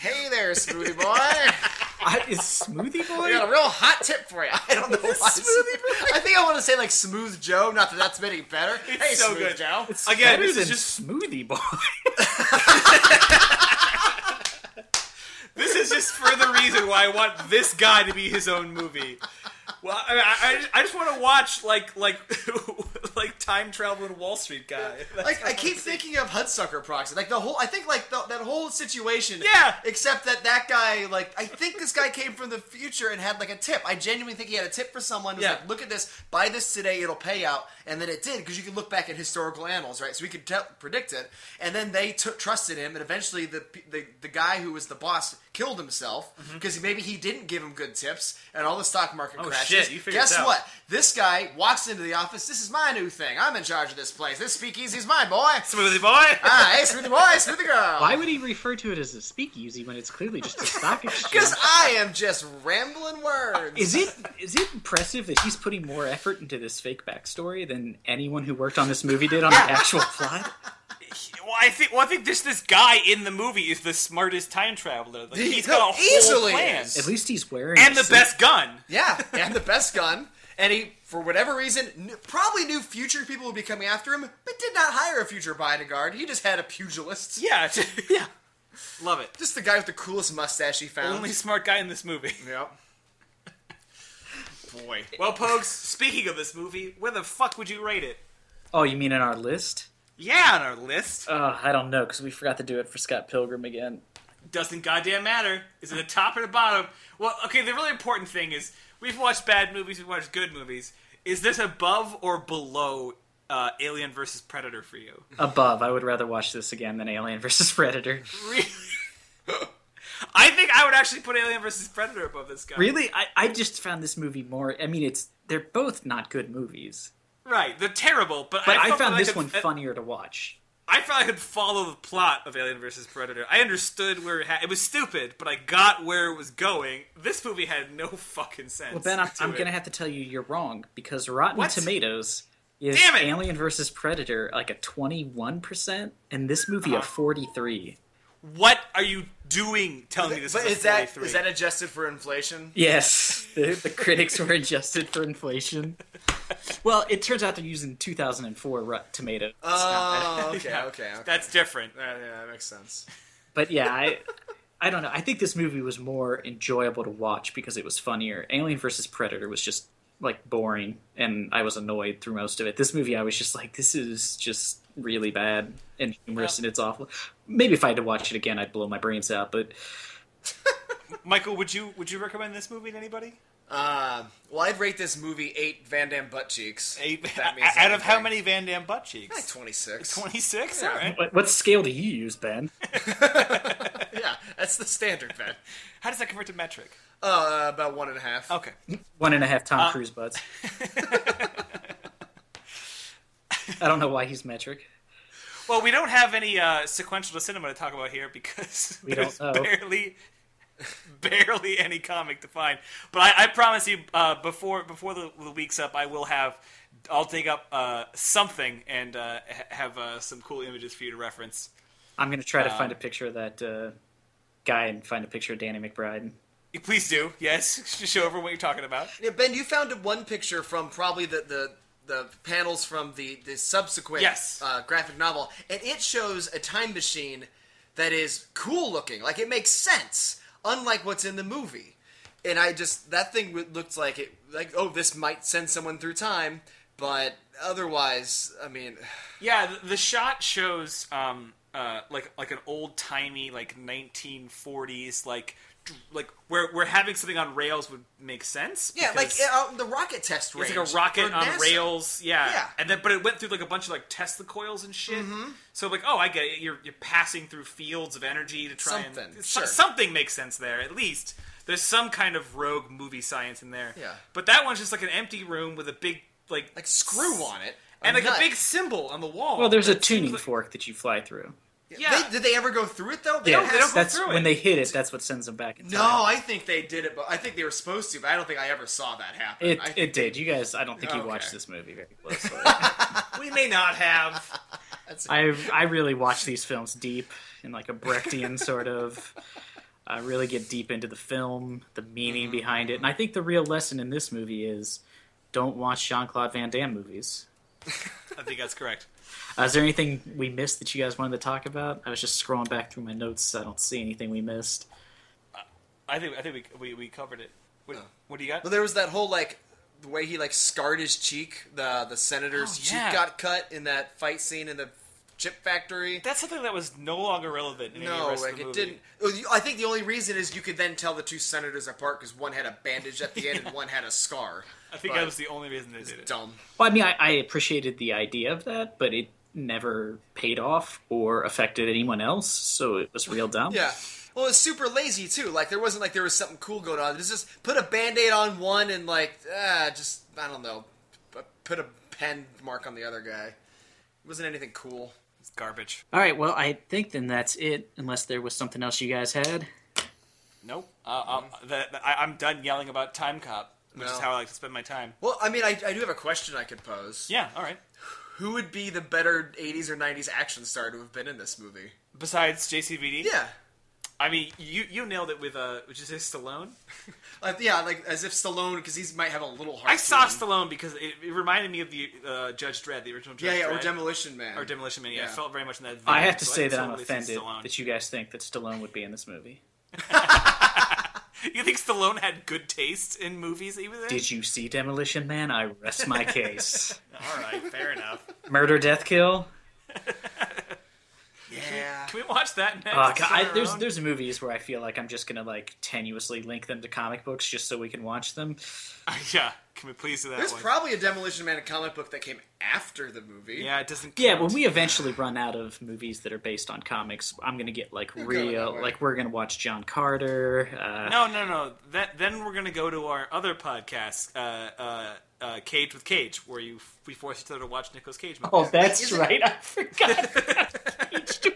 [SPEAKER 3] hey there, smoothie boy, I
[SPEAKER 1] I, is Smoothie Boy?
[SPEAKER 3] got a real hot tip for you. I don't know why.
[SPEAKER 1] Smoothie Boy?
[SPEAKER 3] I think I want to say like smooth Joe. Not that that's any better. hey,
[SPEAKER 2] so
[SPEAKER 3] smooth
[SPEAKER 2] good.
[SPEAKER 3] Joe.
[SPEAKER 2] Again,
[SPEAKER 1] Better
[SPEAKER 2] this is
[SPEAKER 1] than
[SPEAKER 2] just
[SPEAKER 1] Smoothie Boy.
[SPEAKER 2] this is just further reason why I want this guy to be his own movie. Well, I, I, I just, I just want to watch like like like time traveling Wall Street guy.
[SPEAKER 3] like I keep thinking of Hudsucker Proxy. Like the whole, I think like the, that whole situation.
[SPEAKER 2] Yeah.
[SPEAKER 3] Except that that guy, like, I think this guy came from the future and had like a tip. I genuinely think he had a tip for someone. He was
[SPEAKER 2] Yeah.
[SPEAKER 3] Like, look at this, buy this today, it'll pay out, and then it did because you can look back at historical annals, right? So we could tell, predict it, and then they took trusted him, and eventually the pe- the, the guy who was the boss killed himself because maybe he didn't give him good tips, and all the stock market
[SPEAKER 2] Mm-hmm. Oh,
[SPEAKER 3] crashes.
[SPEAKER 2] shit, you figured
[SPEAKER 3] Guess
[SPEAKER 2] it out.
[SPEAKER 3] what? This guy walks into the office. This is my new thing. I'm in charge of this place. This speakeasy's mine, boy.
[SPEAKER 2] Smoothie boy.
[SPEAKER 3] Ah, hey, smoothie boy, smoothie girl.
[SPEAKER 1] Why would he refer to it as a speakeasy when it's clearly just a stock exchange?
[SPEAKER 3] Because I am just rambling words.
[SPEAKER 1] Is it is it impressive that he's putting more effort into this fake backstory than anyone who worked on this movie did on the actual plot?
[SPEAKER 2] Well, I think well, I think this this guy in the movie is the smartest time traveler. Like,
[SPEAKER 3] He-
[SPEAKER 2] he's got a
[SPEAKER 3] no,
[SPEAKER 2] whole
[SPEAKER 3] easily
[SPEAKER 2] plan
[SPEAKER 3] is.
[SPEAKER 1] At least he's wearing
[SPEAKER 2] and
[SPEAKER 1] a
[SPEAKER 2] the
[SPEAKER 1] suit.
[SPEAKER 2] best gun.
[SPEAKER 3] Yeah, and the best gun. And he, for whatever reason, kn- probably knew future people would be coming after him, but did not hire a future bodyguard. He just had a pugilist.
[SPEAKER 2] Yeah, yeah, love it.
[SPEAKER 3] Just the guy with the coolest mustache he found.
[SPEAKER 2] Only smart guy in this movie.
[SPEAKER 3] Yep. Boy.
[SPEAKER 2] Well, Pogues, speaking of this movie, where the fuck would you rate it?
[SPEAKER 1] Oh, you mean in our list?
[SPEAKER 2] Yeah, on our list.
[SPEAKER 1] Uh, I don't know because we forgot to do it for Scott Pilgrim again.
[SPEAKER 2] Doesn't goddamn matter. Is it a top or the bottom? Well, okay, the really important thing is we've watched bad movies, we've watched good movies. Is this above or below uh, Alien versus Predator for you?
[SPEAKER 1] Above, I would rather watch this again than Alien versus Predator.
[SPEAKER 2] Really? I think I would actually put Alien versus Predator above this guy.
[SPEAKER 1] Really, I, I just found this movie more. I mean, it's they're both not good movies,
[SPEAKER 2] Right. They're terrible, but,
[SPEAKER 1] but I,
[SPEAKER 2] felt
[SPEAKER 1] found
[SPEAKER 2] that
[SPEAKER 1] this
[SPEAKER 2] could-
[SPEAKER 1] one funnier to watch.
[SPEAKER 2] I thought I could follow the plot of Alien vs. Predator. I understood where it, ha- it was stupid, but I got where it was going. This movie had no fucking sense.
[SPEAKER 1] Well, Ben, I'm,
[SPEAKER 2] to
[SPEAKER 1] I'm
[SPEAKER 2] it.
[SPEAKER 1] gonna have to tell you you're wrong because Rotten
[SPEAKER 2] What?
[SPEAKER 1] Tomatoes is
[SPEAKER 2] Damn it!
[SPEAKER 1] Alien versus Predator like a 21 percent, and this movie
[SPEAKER 2] Uh-huh.
[SPEAKER 1] a 43.
[SPEAKER 2] What are you doing? Telling me this
[SPEAKER 3] But
[SPEAKER 2] is, a
[SPEAKER 3] is that
[SPEAKER 2] 43?
[SPEAKER 3] is that adjusted for inflation?
[SPEAKER 1] Yes, the, the critics were adjusted for inflation. Well, it turns out they're using 2004 Rotten Tomatoes.
[SPEAKER 3] Oh, okay, okay, okay.
[SPEAKER 2] That's different.
[SPEAKER 3] Yeah, yeah, that makes sense.
[SPEAKER 1] but yeah, I I don't know. I think this movie was more enjoyable to watch because it was funnier. Alien versus Predator was just like boring and I was annoyed through most of it. This movie I was just like this is just really bad and humorous and it's awful. Maybe if I had to watch it again I'd blow my brains out, but
[SPEAKER 2] Michael, would you would you recommend this movie to anybody?
[SPEAKER 3] Uh, well, I'd rate this movie eight Van Damme butt cheeks.
[SPEAKER 2] Eight,
[SPEAKER 3] That means
[SPEAKER 2] out of how
[SPEAKER 3] everything.
[SPEAKER 2] many Van Damme butt
[SPEAKER 3] Like
[SPEAKER 2] cheeks?
[SPEAKER 3] twenty six.
[SPEAKER 2] Twenty six.
[SPEAKER 3] Yeah.
[SPEAKER 2] All right.
[SPEAKER 1] what, what scale do you use, Ben?
[SPEAKER 3] Yeah, that's the standard, Ben.
[SPEAKER 2] How does that convert to metric?
[SPEAKER 3] Uh, about one and a half.
[SPEAKER 2] Okay.
[SPEAKER 1] One and a half Tom Cruise butts. I don't know why he's metric.
[SPEAKER 2] Well, we don't have any uh, sequential to cinema to talk about here because
[SPEAKER 1] don't
[SPEAKER 2] there's
[SPEAKER 1] know.
[SPEAKER 2] barely, barely any comic to find. But I, I promise you, uh, before before the, the week's up, I will have. I'll dig up uh, something and uh, ha- have uh, some cool images for you to reference.
[SPEAKER 1] I'm gonna try to find a picture of that uh, guy and find a picture of Danny McBride.
[SPEAKER 2] Please do. Yes, show everyone what you're talking about.
[SPEAKER 3] Yeah, Ben, you found one picture from probably the the, the panels from the the subsequent
[SPEAKER 2] Yes.
[SPEAKER 3] uh, graphic novel, and it shows a time machine that is cool looking. Like it makes sense, unlike what's in the movie. And I just that thing w- looked like it like oh this might send someone through time, but otherwise, I mean,
[SPEAKER 2] Yeah, the, the shot shows um, uh, like like an old timey like 1940s like dr- like where where having something on rails would make sense.
[SPEAKER 3] yeah, like
[SPEAKER 2] because-
[SPEAKER 3] uh, the rocket test range.
[SPEAKER 2] It's like a rocket
[SPEAKER 3] for
[SPEAKER 2] on
[SPEAKER 3] NASA.
[SPEAKER 2] rails, yeah.
[SPEAKER 3] Yeah. Mm-hmm.
[SPEAKER 2] And then, but it went through like a bunch of like Tesla coils and shit. So like, oh, I get it. You're you're passing through fields of energy to try
[SPEAKER 3] Something,
[SPEAKER 2] and
[SPEAKER 3] sure.
[SPEAKER 2] something makes sense there. At least there's some kind of rogue movie science in there.
[SPEAKER 3] Yeah.
[SPEAKER 2] But that one's just like an empty room with a big like
[SPEAKER 3] like screw on it,
[SPEAKER 2] and like
[SPEAKER 3] nut.
[SPEAKER 2] a big symbol on the wall.
[SPEAKER 1] Well, there's a
[SPEAKER 2] That seems
[SPEAKER 1] tuning
[SPEAKER 2] like-
[SPEAKER 1] fork that you fly through.
[SPEAKER 2] Yeah.
[SPEAKER 3] They, did they ever go through it though? They
[SPEAKER 1] Yeah,
[SPEAKER 3] don't
[SPEAKER 2] they
[SPEAKER 3] have
[SPEAKER 2] don't go
[SPEAKER 1] that's
[SPEAKER 2] through
[SPEAKER 1] when
[SPEAKER 2] it.
[SPEAKER 1] they hit it. That's what sends them back in time.
[SPEAKER 3] No, I think they did it, but I think they were supposed to, but I don't think I ever saw that happen.
[SPEAKER 1] it
[SPEAKER 3] I think
[SPEAKER 1] it did. You guys, I don't think you
[SPEAKER 3] Okay.
[SPEAKER 1] watched this movie very closely.
[SPEAKER 2] we may not have.
[SPEAKER 1] I I really watch these films deep in like a Brechtian sort of. I really get deep into the film, the
[SPEAKER 3] Mm-hmm.
[SPEAKER 1] meaning behind it, and I think the real lesson in this movie is don't watch Jean Claude Van Damme movies.
[SPEAKER 2] I think that's correct.
[SPEAKER 1] Uh, is there anything we missed that you guys wanted to talk about? I was just scrolling back through my notes. I don't see anything we missed.
[SPEAKER 2] I think I think we we, we covered it. What, what do you got?
[SPEAKER 3] Well, there was that whole like the way he like scarred his cheek. The the senator's
[SPEAKER 2] Oh, yeah.
[SPEAKER 3] cheek got cut in that fight scene in the chip factory.
[SPEAKER 2] That's something that was no longer relevant in any
[SPEAKER 3] no,
[SPEAKER 2] rest of
[SPEAKER 3] like
[SPEAKER 2] the
[SPEAKER 3] it
[SPEAKER 2] movie.
[SPEAKER 3] didn't. oh, you- I think the only reason is you could then tell the two senators apart because one had a bandage at the end and one had a scar.
[SPEAKER 2] I think
[SPEAKER 3] but
[SPEAKER 2] that was the only reason they did it.
[SPEAKER 3] dumb.
[SPEAKER 1] Well, I mean, I, I appreciated the idea of that, but it never paid off or affected anyone else, so it was real dumb.
[SPEAKER 3] Yeah. Well, it's super lazy too. Like there wasn't like there was something cool going on. Just just put a band-aid on one and like ah, just I don't know, p- put a pen mark on the other guy. It wasn't anything cool.
[SPEAKER 2] It's garbage.
[SPEAKER 1] All right, well, I think then that's it, unless there was something else you guys had.
[SPEAKER 2] Nope. Uh, uh, the, the, I, I'm done yelling about Time Cop, which is
[SPEAKER 3] Mm-hmm. No.
[SPEAKER 2] how I like to spend my time.
[SPEAKER 3] Well, I mean, I, I do have a question I could pose.
[SPEAKER 2] Yeah, all right.
[SPEAKER 3] Who would be the better '80s or '90s action star to have been in this movie?
[SPEAKER 2] Besides JCVD,
[SPEAKER 3] Yeah,
[SPEAKER 2] I mean, you you nailed it with uh, which is this Stallone.
[SPEAKER 3] uh, yeah, like as if Stallone, because he might have a little heart.
[SPEAKER 2] I
[SPEAKER 3] to
[SPEAKER 2] saw
[SPEAKER 3] him.
[SPEAKER 2] Stallone because it, it reminded me of the uh, Judge Dredd, the original Judge
[SPEAKER 3] Yeah, yeah,
[SPEAKER 2] Dredd,
[SPEAKER 3] or Demolition Man.
[SPEAKER 2] or Demolition Man. Yeah,
[SPEAKER 3] Yeah.
[SPEAKER 2] I felt very much in that.
[SPEAKER 1] I
[SPEAKER 2] vein,
[SPEAKER 1] have to
[SPEAKER 2] so
[SPEAKER 1] say
[SPEAKER 2] can
[SPEAKER 1] that I'm
[SPEAKER 2] totally see
[SPEAKER 1] offended
[SPEAKER 2] Stallone.
[SPEAKER 1] that you guys think that Stallone would be in this movie.
[SPEAKER 2] You think Stallone had good taste in movies that he was in?
[SPEAKER 1] Did you see Demolition Man? I rest my case.
[SPEAKER 2] All right, fair enough.
[SPEAKER 1] Murder, death, kill.
[SPEAKER 3] Yeah, Yeah.
[SPEAKER 2] Can we watch that next?
[SPEAKER 1] Uh, God, I,
[SPEAKER 2] Turn
[SPEAKER 1] there's
[SPEAKER 2] around.
[SPEAKER 1] there's movies where I feel like I'm just gonna like tenuously link them to comic books just so we can watch them.
[SPEAKER 2] yeah. Can we please do that
[SPEAKER 3] There's
[SPEAKER 2] one?
[SPEAKER 3] probably a Demolition Man comic book that came after the movie.
[SPEAKER 2] yeah, it doesn't.
[SPEAKER 1] Yeah,
[SPEAKER 2] count.
[SPEAKER 1] when we eventually run out of movies that are based on comics, I'm gonna get like
[SPEAKER 3] going that
[SPEAKER 1] real
[SPEAKER 3] way.
[SPEAKER 1] like we're gonna watch John Carter. Uh,
[SPEAKER 2] No, no, no. That, then we're gonna go to our other podcast, uh, uh, uh, Cage with Cage, where you we force each other to watch Nicolas Cage movies.
[SPEAKER 1] Oh, that's
[SPEAKER 3] isn't-
[SPEAKER 1] right. I forgot. Cage to Cage.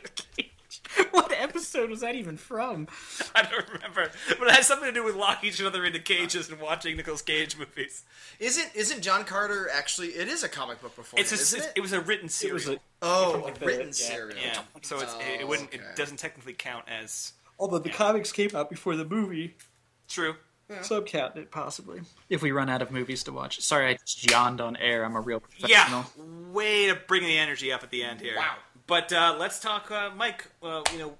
[SPEAKER 1] What episode was that even from?
[SPEAKER 2] I don't remember, but it has something to do with locking each other into cages and watching Nicolas Cage movies.
[SPEAKER 3] Isn't isn't John Carter actually? It is a comic book before,
[SPEAKER 2] It's a,
[SPEAKER 3] isn't
[SPEAKER 2] it's-
[SPEAKER 3] it?
[SPEAKER 2] it was a written
[SPEAKER 1] It was
[SPEAKER 2] series.
[SPEAKER 1] like,
[SPEAKER 3] oh,
[SPEAKER 1] like
[SPEAKER 3] a
[SPEAKER 1] the-
[SPEAKER 3] written
[SPEAKER 1] yeah,
[SPEAKER 3] serial.
[SPEAKER 2] yeah, so it's, it, it
[SPEAKER 3] Oh,
[SPEAKER 2] wouldn't.
[SPEAKER 3] okay.
[SPEAKER 2] It doesn't technically count as
[SPEAKER 1] although the comics came out before the movie,
[SPEAKER 2] true.
[SPEAKER 1] so I'm counting it possibly. If we run out of movies to watch, sorry, I just yawned on air. I'm a real
[SPEAKER 2] Yeah,
[SPEAKER 1] professional.
[SPEAKER 2] way to bring the energy up at the end here.
[SPEAKER 3] Wow.
[SPEAKER 2] But uh, let's talk, uh, Mike. Uh, you know,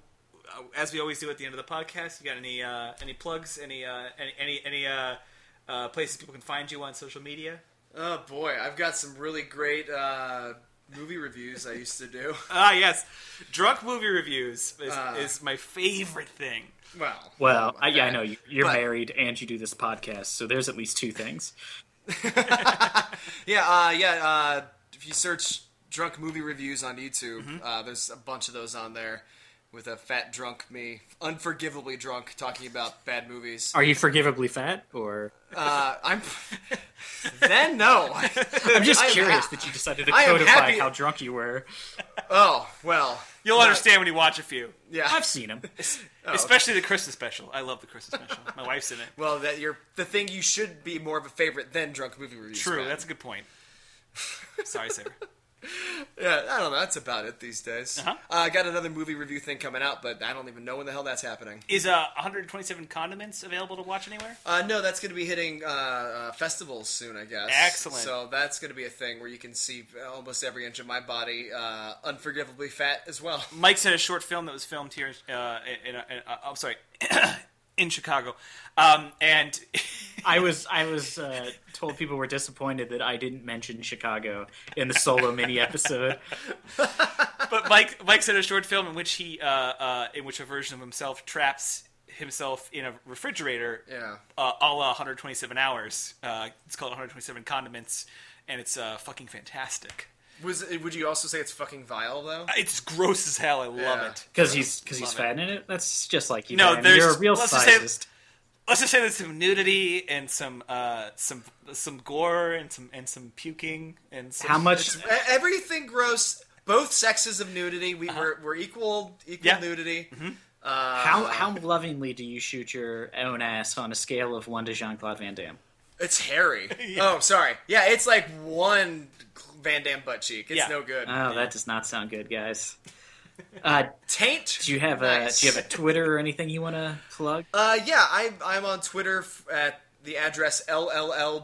[SPEAKER 2] uh, as we always do at the end of the podcast, you got any uh, any plugs? Any uh, any any, any uh, uh, places people can find you on social media?
[SPEAKER 3] Oh boy, I've got some really great uh, movie reviews I used to do.
[SPEAKER 2] Ah, yes, drunk movie reviews is,
[SPEAKER 3] Uh.
[SPEAKER 2] is my favorite thing.
[SPEAKER 3] Well,
[SPEAKER 1] Well, I, yeah, I know you, you're
[SPEAKER 3] But-
[SPEAKER 1] married and you do this podcast, so there's at least two things.
[SPEAKER 3] yeah, uh, yeah. Uh, if you search drunk movie reviews on YouTube,
[SPEAKER 2] Mm-hmm.
[SPEAKER 3] uh, there's a bunch of those on there with a fat drunk me, unforgivably drunk, talking about bad movies.
[SPEAKER 1] Are you forgivably fat, or
[SPEAKER 3] Uh, I'm then no.
[SPEAKER 1] I'm just
[SPEAKER 3] I'm
[SPEAKER 1] curious
[SPEAKER 3] ha-
[SPEAKER 1] that you decided to
[SPEAKER 3] I am
[SPEAKER 1] codify
[SPEAKER 3] happy-
[SPEAKER 1] how drunk you were.
[SPEAKER 3] Oh well,
[SPEAKER 2] You'll
[SPEAKER 3] Right.
[SPEAKER 2] understand when you watch a few,
[SPEAKER 3] yeah.
[SPEAKER 1] I've seen him.
[SPEAKER 2] especially the Christmas special. I love the Christmas special. My wife's in it.
[SPEAKER 3] Well, that you're the thing you should be more of a favorite than drunk movie reviews.
[SPEAKER 2] True,
[SPEAKER 3] man.
[SPEAKER 2] that's a good point. Sorry, Sarah.
[SPEAKER 3] yeah. I don't know. That's about it these days.
[SPEAKER 2] Uh-huh.
[SPEAKER 3] Uh, I got another movie review thing coming out, but I don't even know when the hell that's happening.
[SPEAKER 2] Is uh, 127 condiments available to watch anywhere?
[SPEAKER 3] Uh, no, that's going to be hitting uh, uh, festivals soon, I guess.
[SPEAKER 2] Excellent.
[SPEAKER 3] So that's going to be a thing where you can see uh, almost every inch of my body, uh, unforgivably fat as well.
[SPEAKER 2] Mike's in a short film that was filmed here. Uh, in, in, in, uh, I'm sorry, in Chicago, um, and
[SPEAKER 1] I was I was uh, told people were disappointed that I didn't mention Chicago in the solo mini episode.
[SPEAKER 2] but Mike Mike's in a short film in which he uh, uh, in which a version of himself traps himself in a refrigerator.
[SPEAKER 3] Yeah.
[SPEAKER 2] Uh, a la 127 hours. Uh, it's called 127 condiments, and it's uh, fucking fantastic.
[SPEAKER 3] Was would you also say it's fucking vile though?
[SPEAKER 2] It's gross as hell. I love
[SPEAKER 3] Yeah.
[SPEAKER 2] it.
[SPEAKER 1] Because he's because he's
[SPEAKER 2] Love it.
[SPEAKER 1] fat in it. That's just like you.
[SPEAKER 2] No,
[SPEAKER 1] No,
[SPEAKER 2] there's-
[SPEAKER 1] you're a real
[SPEAKER 2] let's just say-
[SPEAKER 1] sizist.
[SPEAKER 2] Let's just say there's some nudity and some uh, some some gore and some and some puking and some,
[SPEAKER 1] How much?
[SPEAKER 3] E- Everything gross. Both sexes of nudity. We were, were equal equal
[SPEAKER 2] Uh-huh. Yeah.
[SPEAKER 3] nudity.
[SPEAKER 2] uh,
[SPEAKER 1] How how lovingly do you shoot your own ass on a scale of one to Jean Claude Van Damme?
[SPEAKER 3] It's hairy. Oh, sorry. Yeah, it's like one Van Damme butt cheek. It's
[SPEAKER 2] Yeah.
[SPEAKER 3] no good.
[SPEAKER 1] Oh, that does not sound good, guys. Uh,
[SPEAKER 3] Taint.
[SPEAKER 1] do you have a
[SPEAKER 3] Nice.
[SPEAKER 1] do you have a Twitter or anything you want to plug?
[SPEAKER 3] Uh, yeah, I'm I'm on Twitter f- at the address lll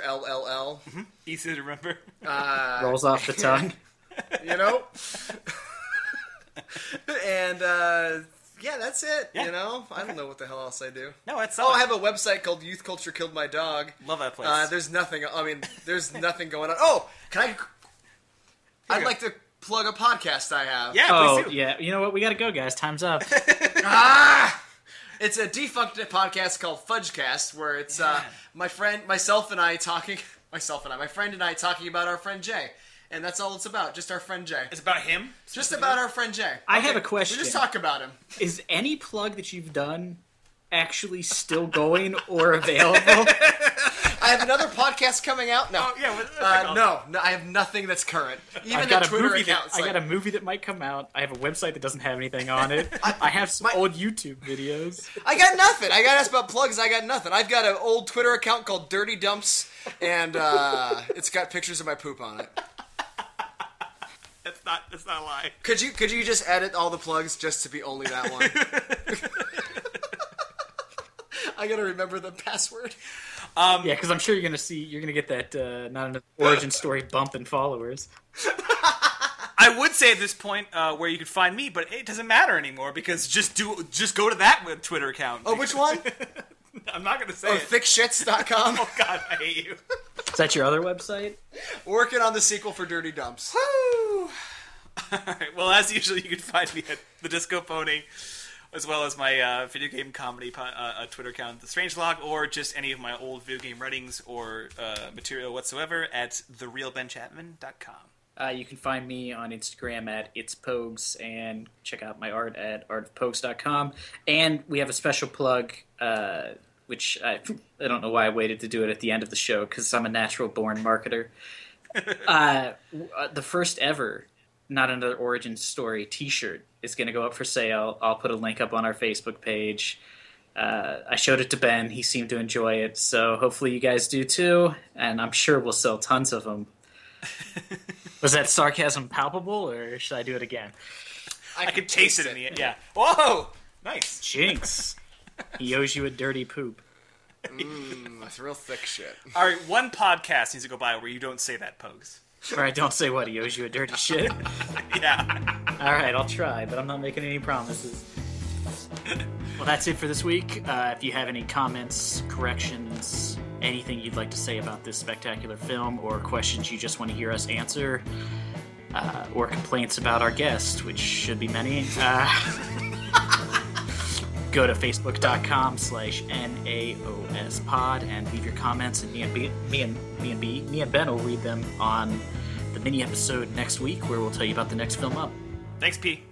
[SPEAKER 3] lll.
[SPEAKER 2] easy to remember. Uh,
[SPEAKER 1] Rolls off the tongue.
[SPEAKER 3] You know. and uh, yeah, that's it.
[SPEAKER 2] Yeah.
[SPEAKER 3] You know, I don't know what the hell else I do.
[SPEAKER 2] No, that's
[SPEAKER 3] Oh, I have a website called Youth Culture Killed My Dog.
[SPEAKER 2] Love that place.
[SPEAKER 3] Uh, there's nothing. I mean, there's nothing going on. Oh, can I? I'd like to plug a podcast I have.
[SPEAKER 2] yeah,
[SPEAKER 1] Oh
[SPEAKER 2] please do.
[SPEAKER 1] yeah, you know what? We gotta go, guys. Time's up.
[SPEAKER 3] It's a defunct podcast called Fudgecast, where it's uh, my friend, myself, and I talking. Myself and I, my friend and I talking about our friend Jay, and that's all it's about. Just our friend Jay.
[SPEAKER 2] It's about him.
[SPEAKER 3] just about our friend Jay.
[SPEAKER 1] I have a
[SPEAKER 3] We
[SPEAKER 1] question.
[SPEAKER 3] just talk about him.
[SPEAKER 1] Is any plug that you've done actually still going or available?
[SPEAKER 3] I have another podcast coming out. No,
[SPEAKER 2] Oh, yeah, what- what's it
[SPEAKER 3] uh,
[SPEAKER 2] called?
[SPEAKER 3] no, no. I have nothing that's current. Even
[SPEAKER 1] I've
[SPEAKER 3] the
[SPEAKER 1] got a
[SPEAKER 3] Twitter
[SPEAKER 1] movie. That,
[SPEAKER 3] account.
[SPEAKER 1] I got a movie that might come out. I have a website that doesn't have anything on it. I, have some
[SPEAKER 3] my-
[SPEAKER 1] old YouTube videos.
[SPEAKER 3] I got nothing. I got asked about plugs. I got nothing. I've got an old Twitter account called Dirty Dumps, and uh, it's got pictures of my poop on it.
[SPEAKER 2] That's not. That's not a lie.
[SPEAKER 3] Could you could you just edit all the plugs just to be only that one? I gotta remember the password. Um,
[SPEAKER 1] yeah, because I'm sure you're gonna see. You're gonna get that uh, not an origin story bump in followers.
[SPEAKER 2] I would say at this point uh, where you could find me, but it doesn't matter anymore because just do just go to that web- Twitter account.
[SPEAKER 3] Oh, which one?
[SPEAKER 2] I'm not gonna say
[SPEAKER 3] Oh,
[SPEAKER 2] it.
[SPEAKER 3] thickshits.com.
[SPEAKER 2] oh God, I hate you.
[SPEAKER 1] Is that your other website?
[SPEAKER 3] Working on the sequel for Dirty Dumps.
[SPEAKER 2] All right. Well, as usual, you can find me at the Disco Pony, as well as my uh, video game comedy po- uh, uh, Twitter account, The Strange Log, or just any of my old video game writings or uh, material whatsoever at therealbenchapman.com.
[SPEAKER 1] Uh, you can find me on Instagram at It's Pogues and check out my art at artofpogues.com. And we have a special plug, uh, which I, I don't know why I waited to do it at the end of the show because I'm a natural born marketer. uh, w- uh, the first ever Not Another Origin Story t shirt is going to go up for sale. I'll put a link up on our Facebook page. Uh, I showed it to Ben. He seemed to enjoy it. So hopefully you guys do too. And I'm sure we'll sell tons of them. Was that sarcasm palpable, or should I do it again?
[SPEAKER 2] I could taste it in the Yeah. Whoa! Nice.
[SPEAKER 1] Jinx. he owes you a dirty poop.
[SPEAKER 3] Mm, that's real thick shit.
[SPEAKER 2] All right. One podcast needs to go by where you don't say that, Pogues.
[SPEAKER 1] Or I don't say what, he owes you a dirty shit.
[SPEAKER 2] Yeah.
[SPEAKER 1] All right, I'll try, but I'm not making any promises. well, that's it for this week. Uh, if you have any comments, corrections, anything you'd like to say about this spectacular film, or questions you just want to hear us answer, uh, or complaints about our guest, which should be many, uh, go to facebook.com slash naos pod and leave your comments, and me and B, me and me and B, me and Ben will read them on the mini episode next week, where we'll tell you about the next film up.
[SPEAKER 2] Thanks, P.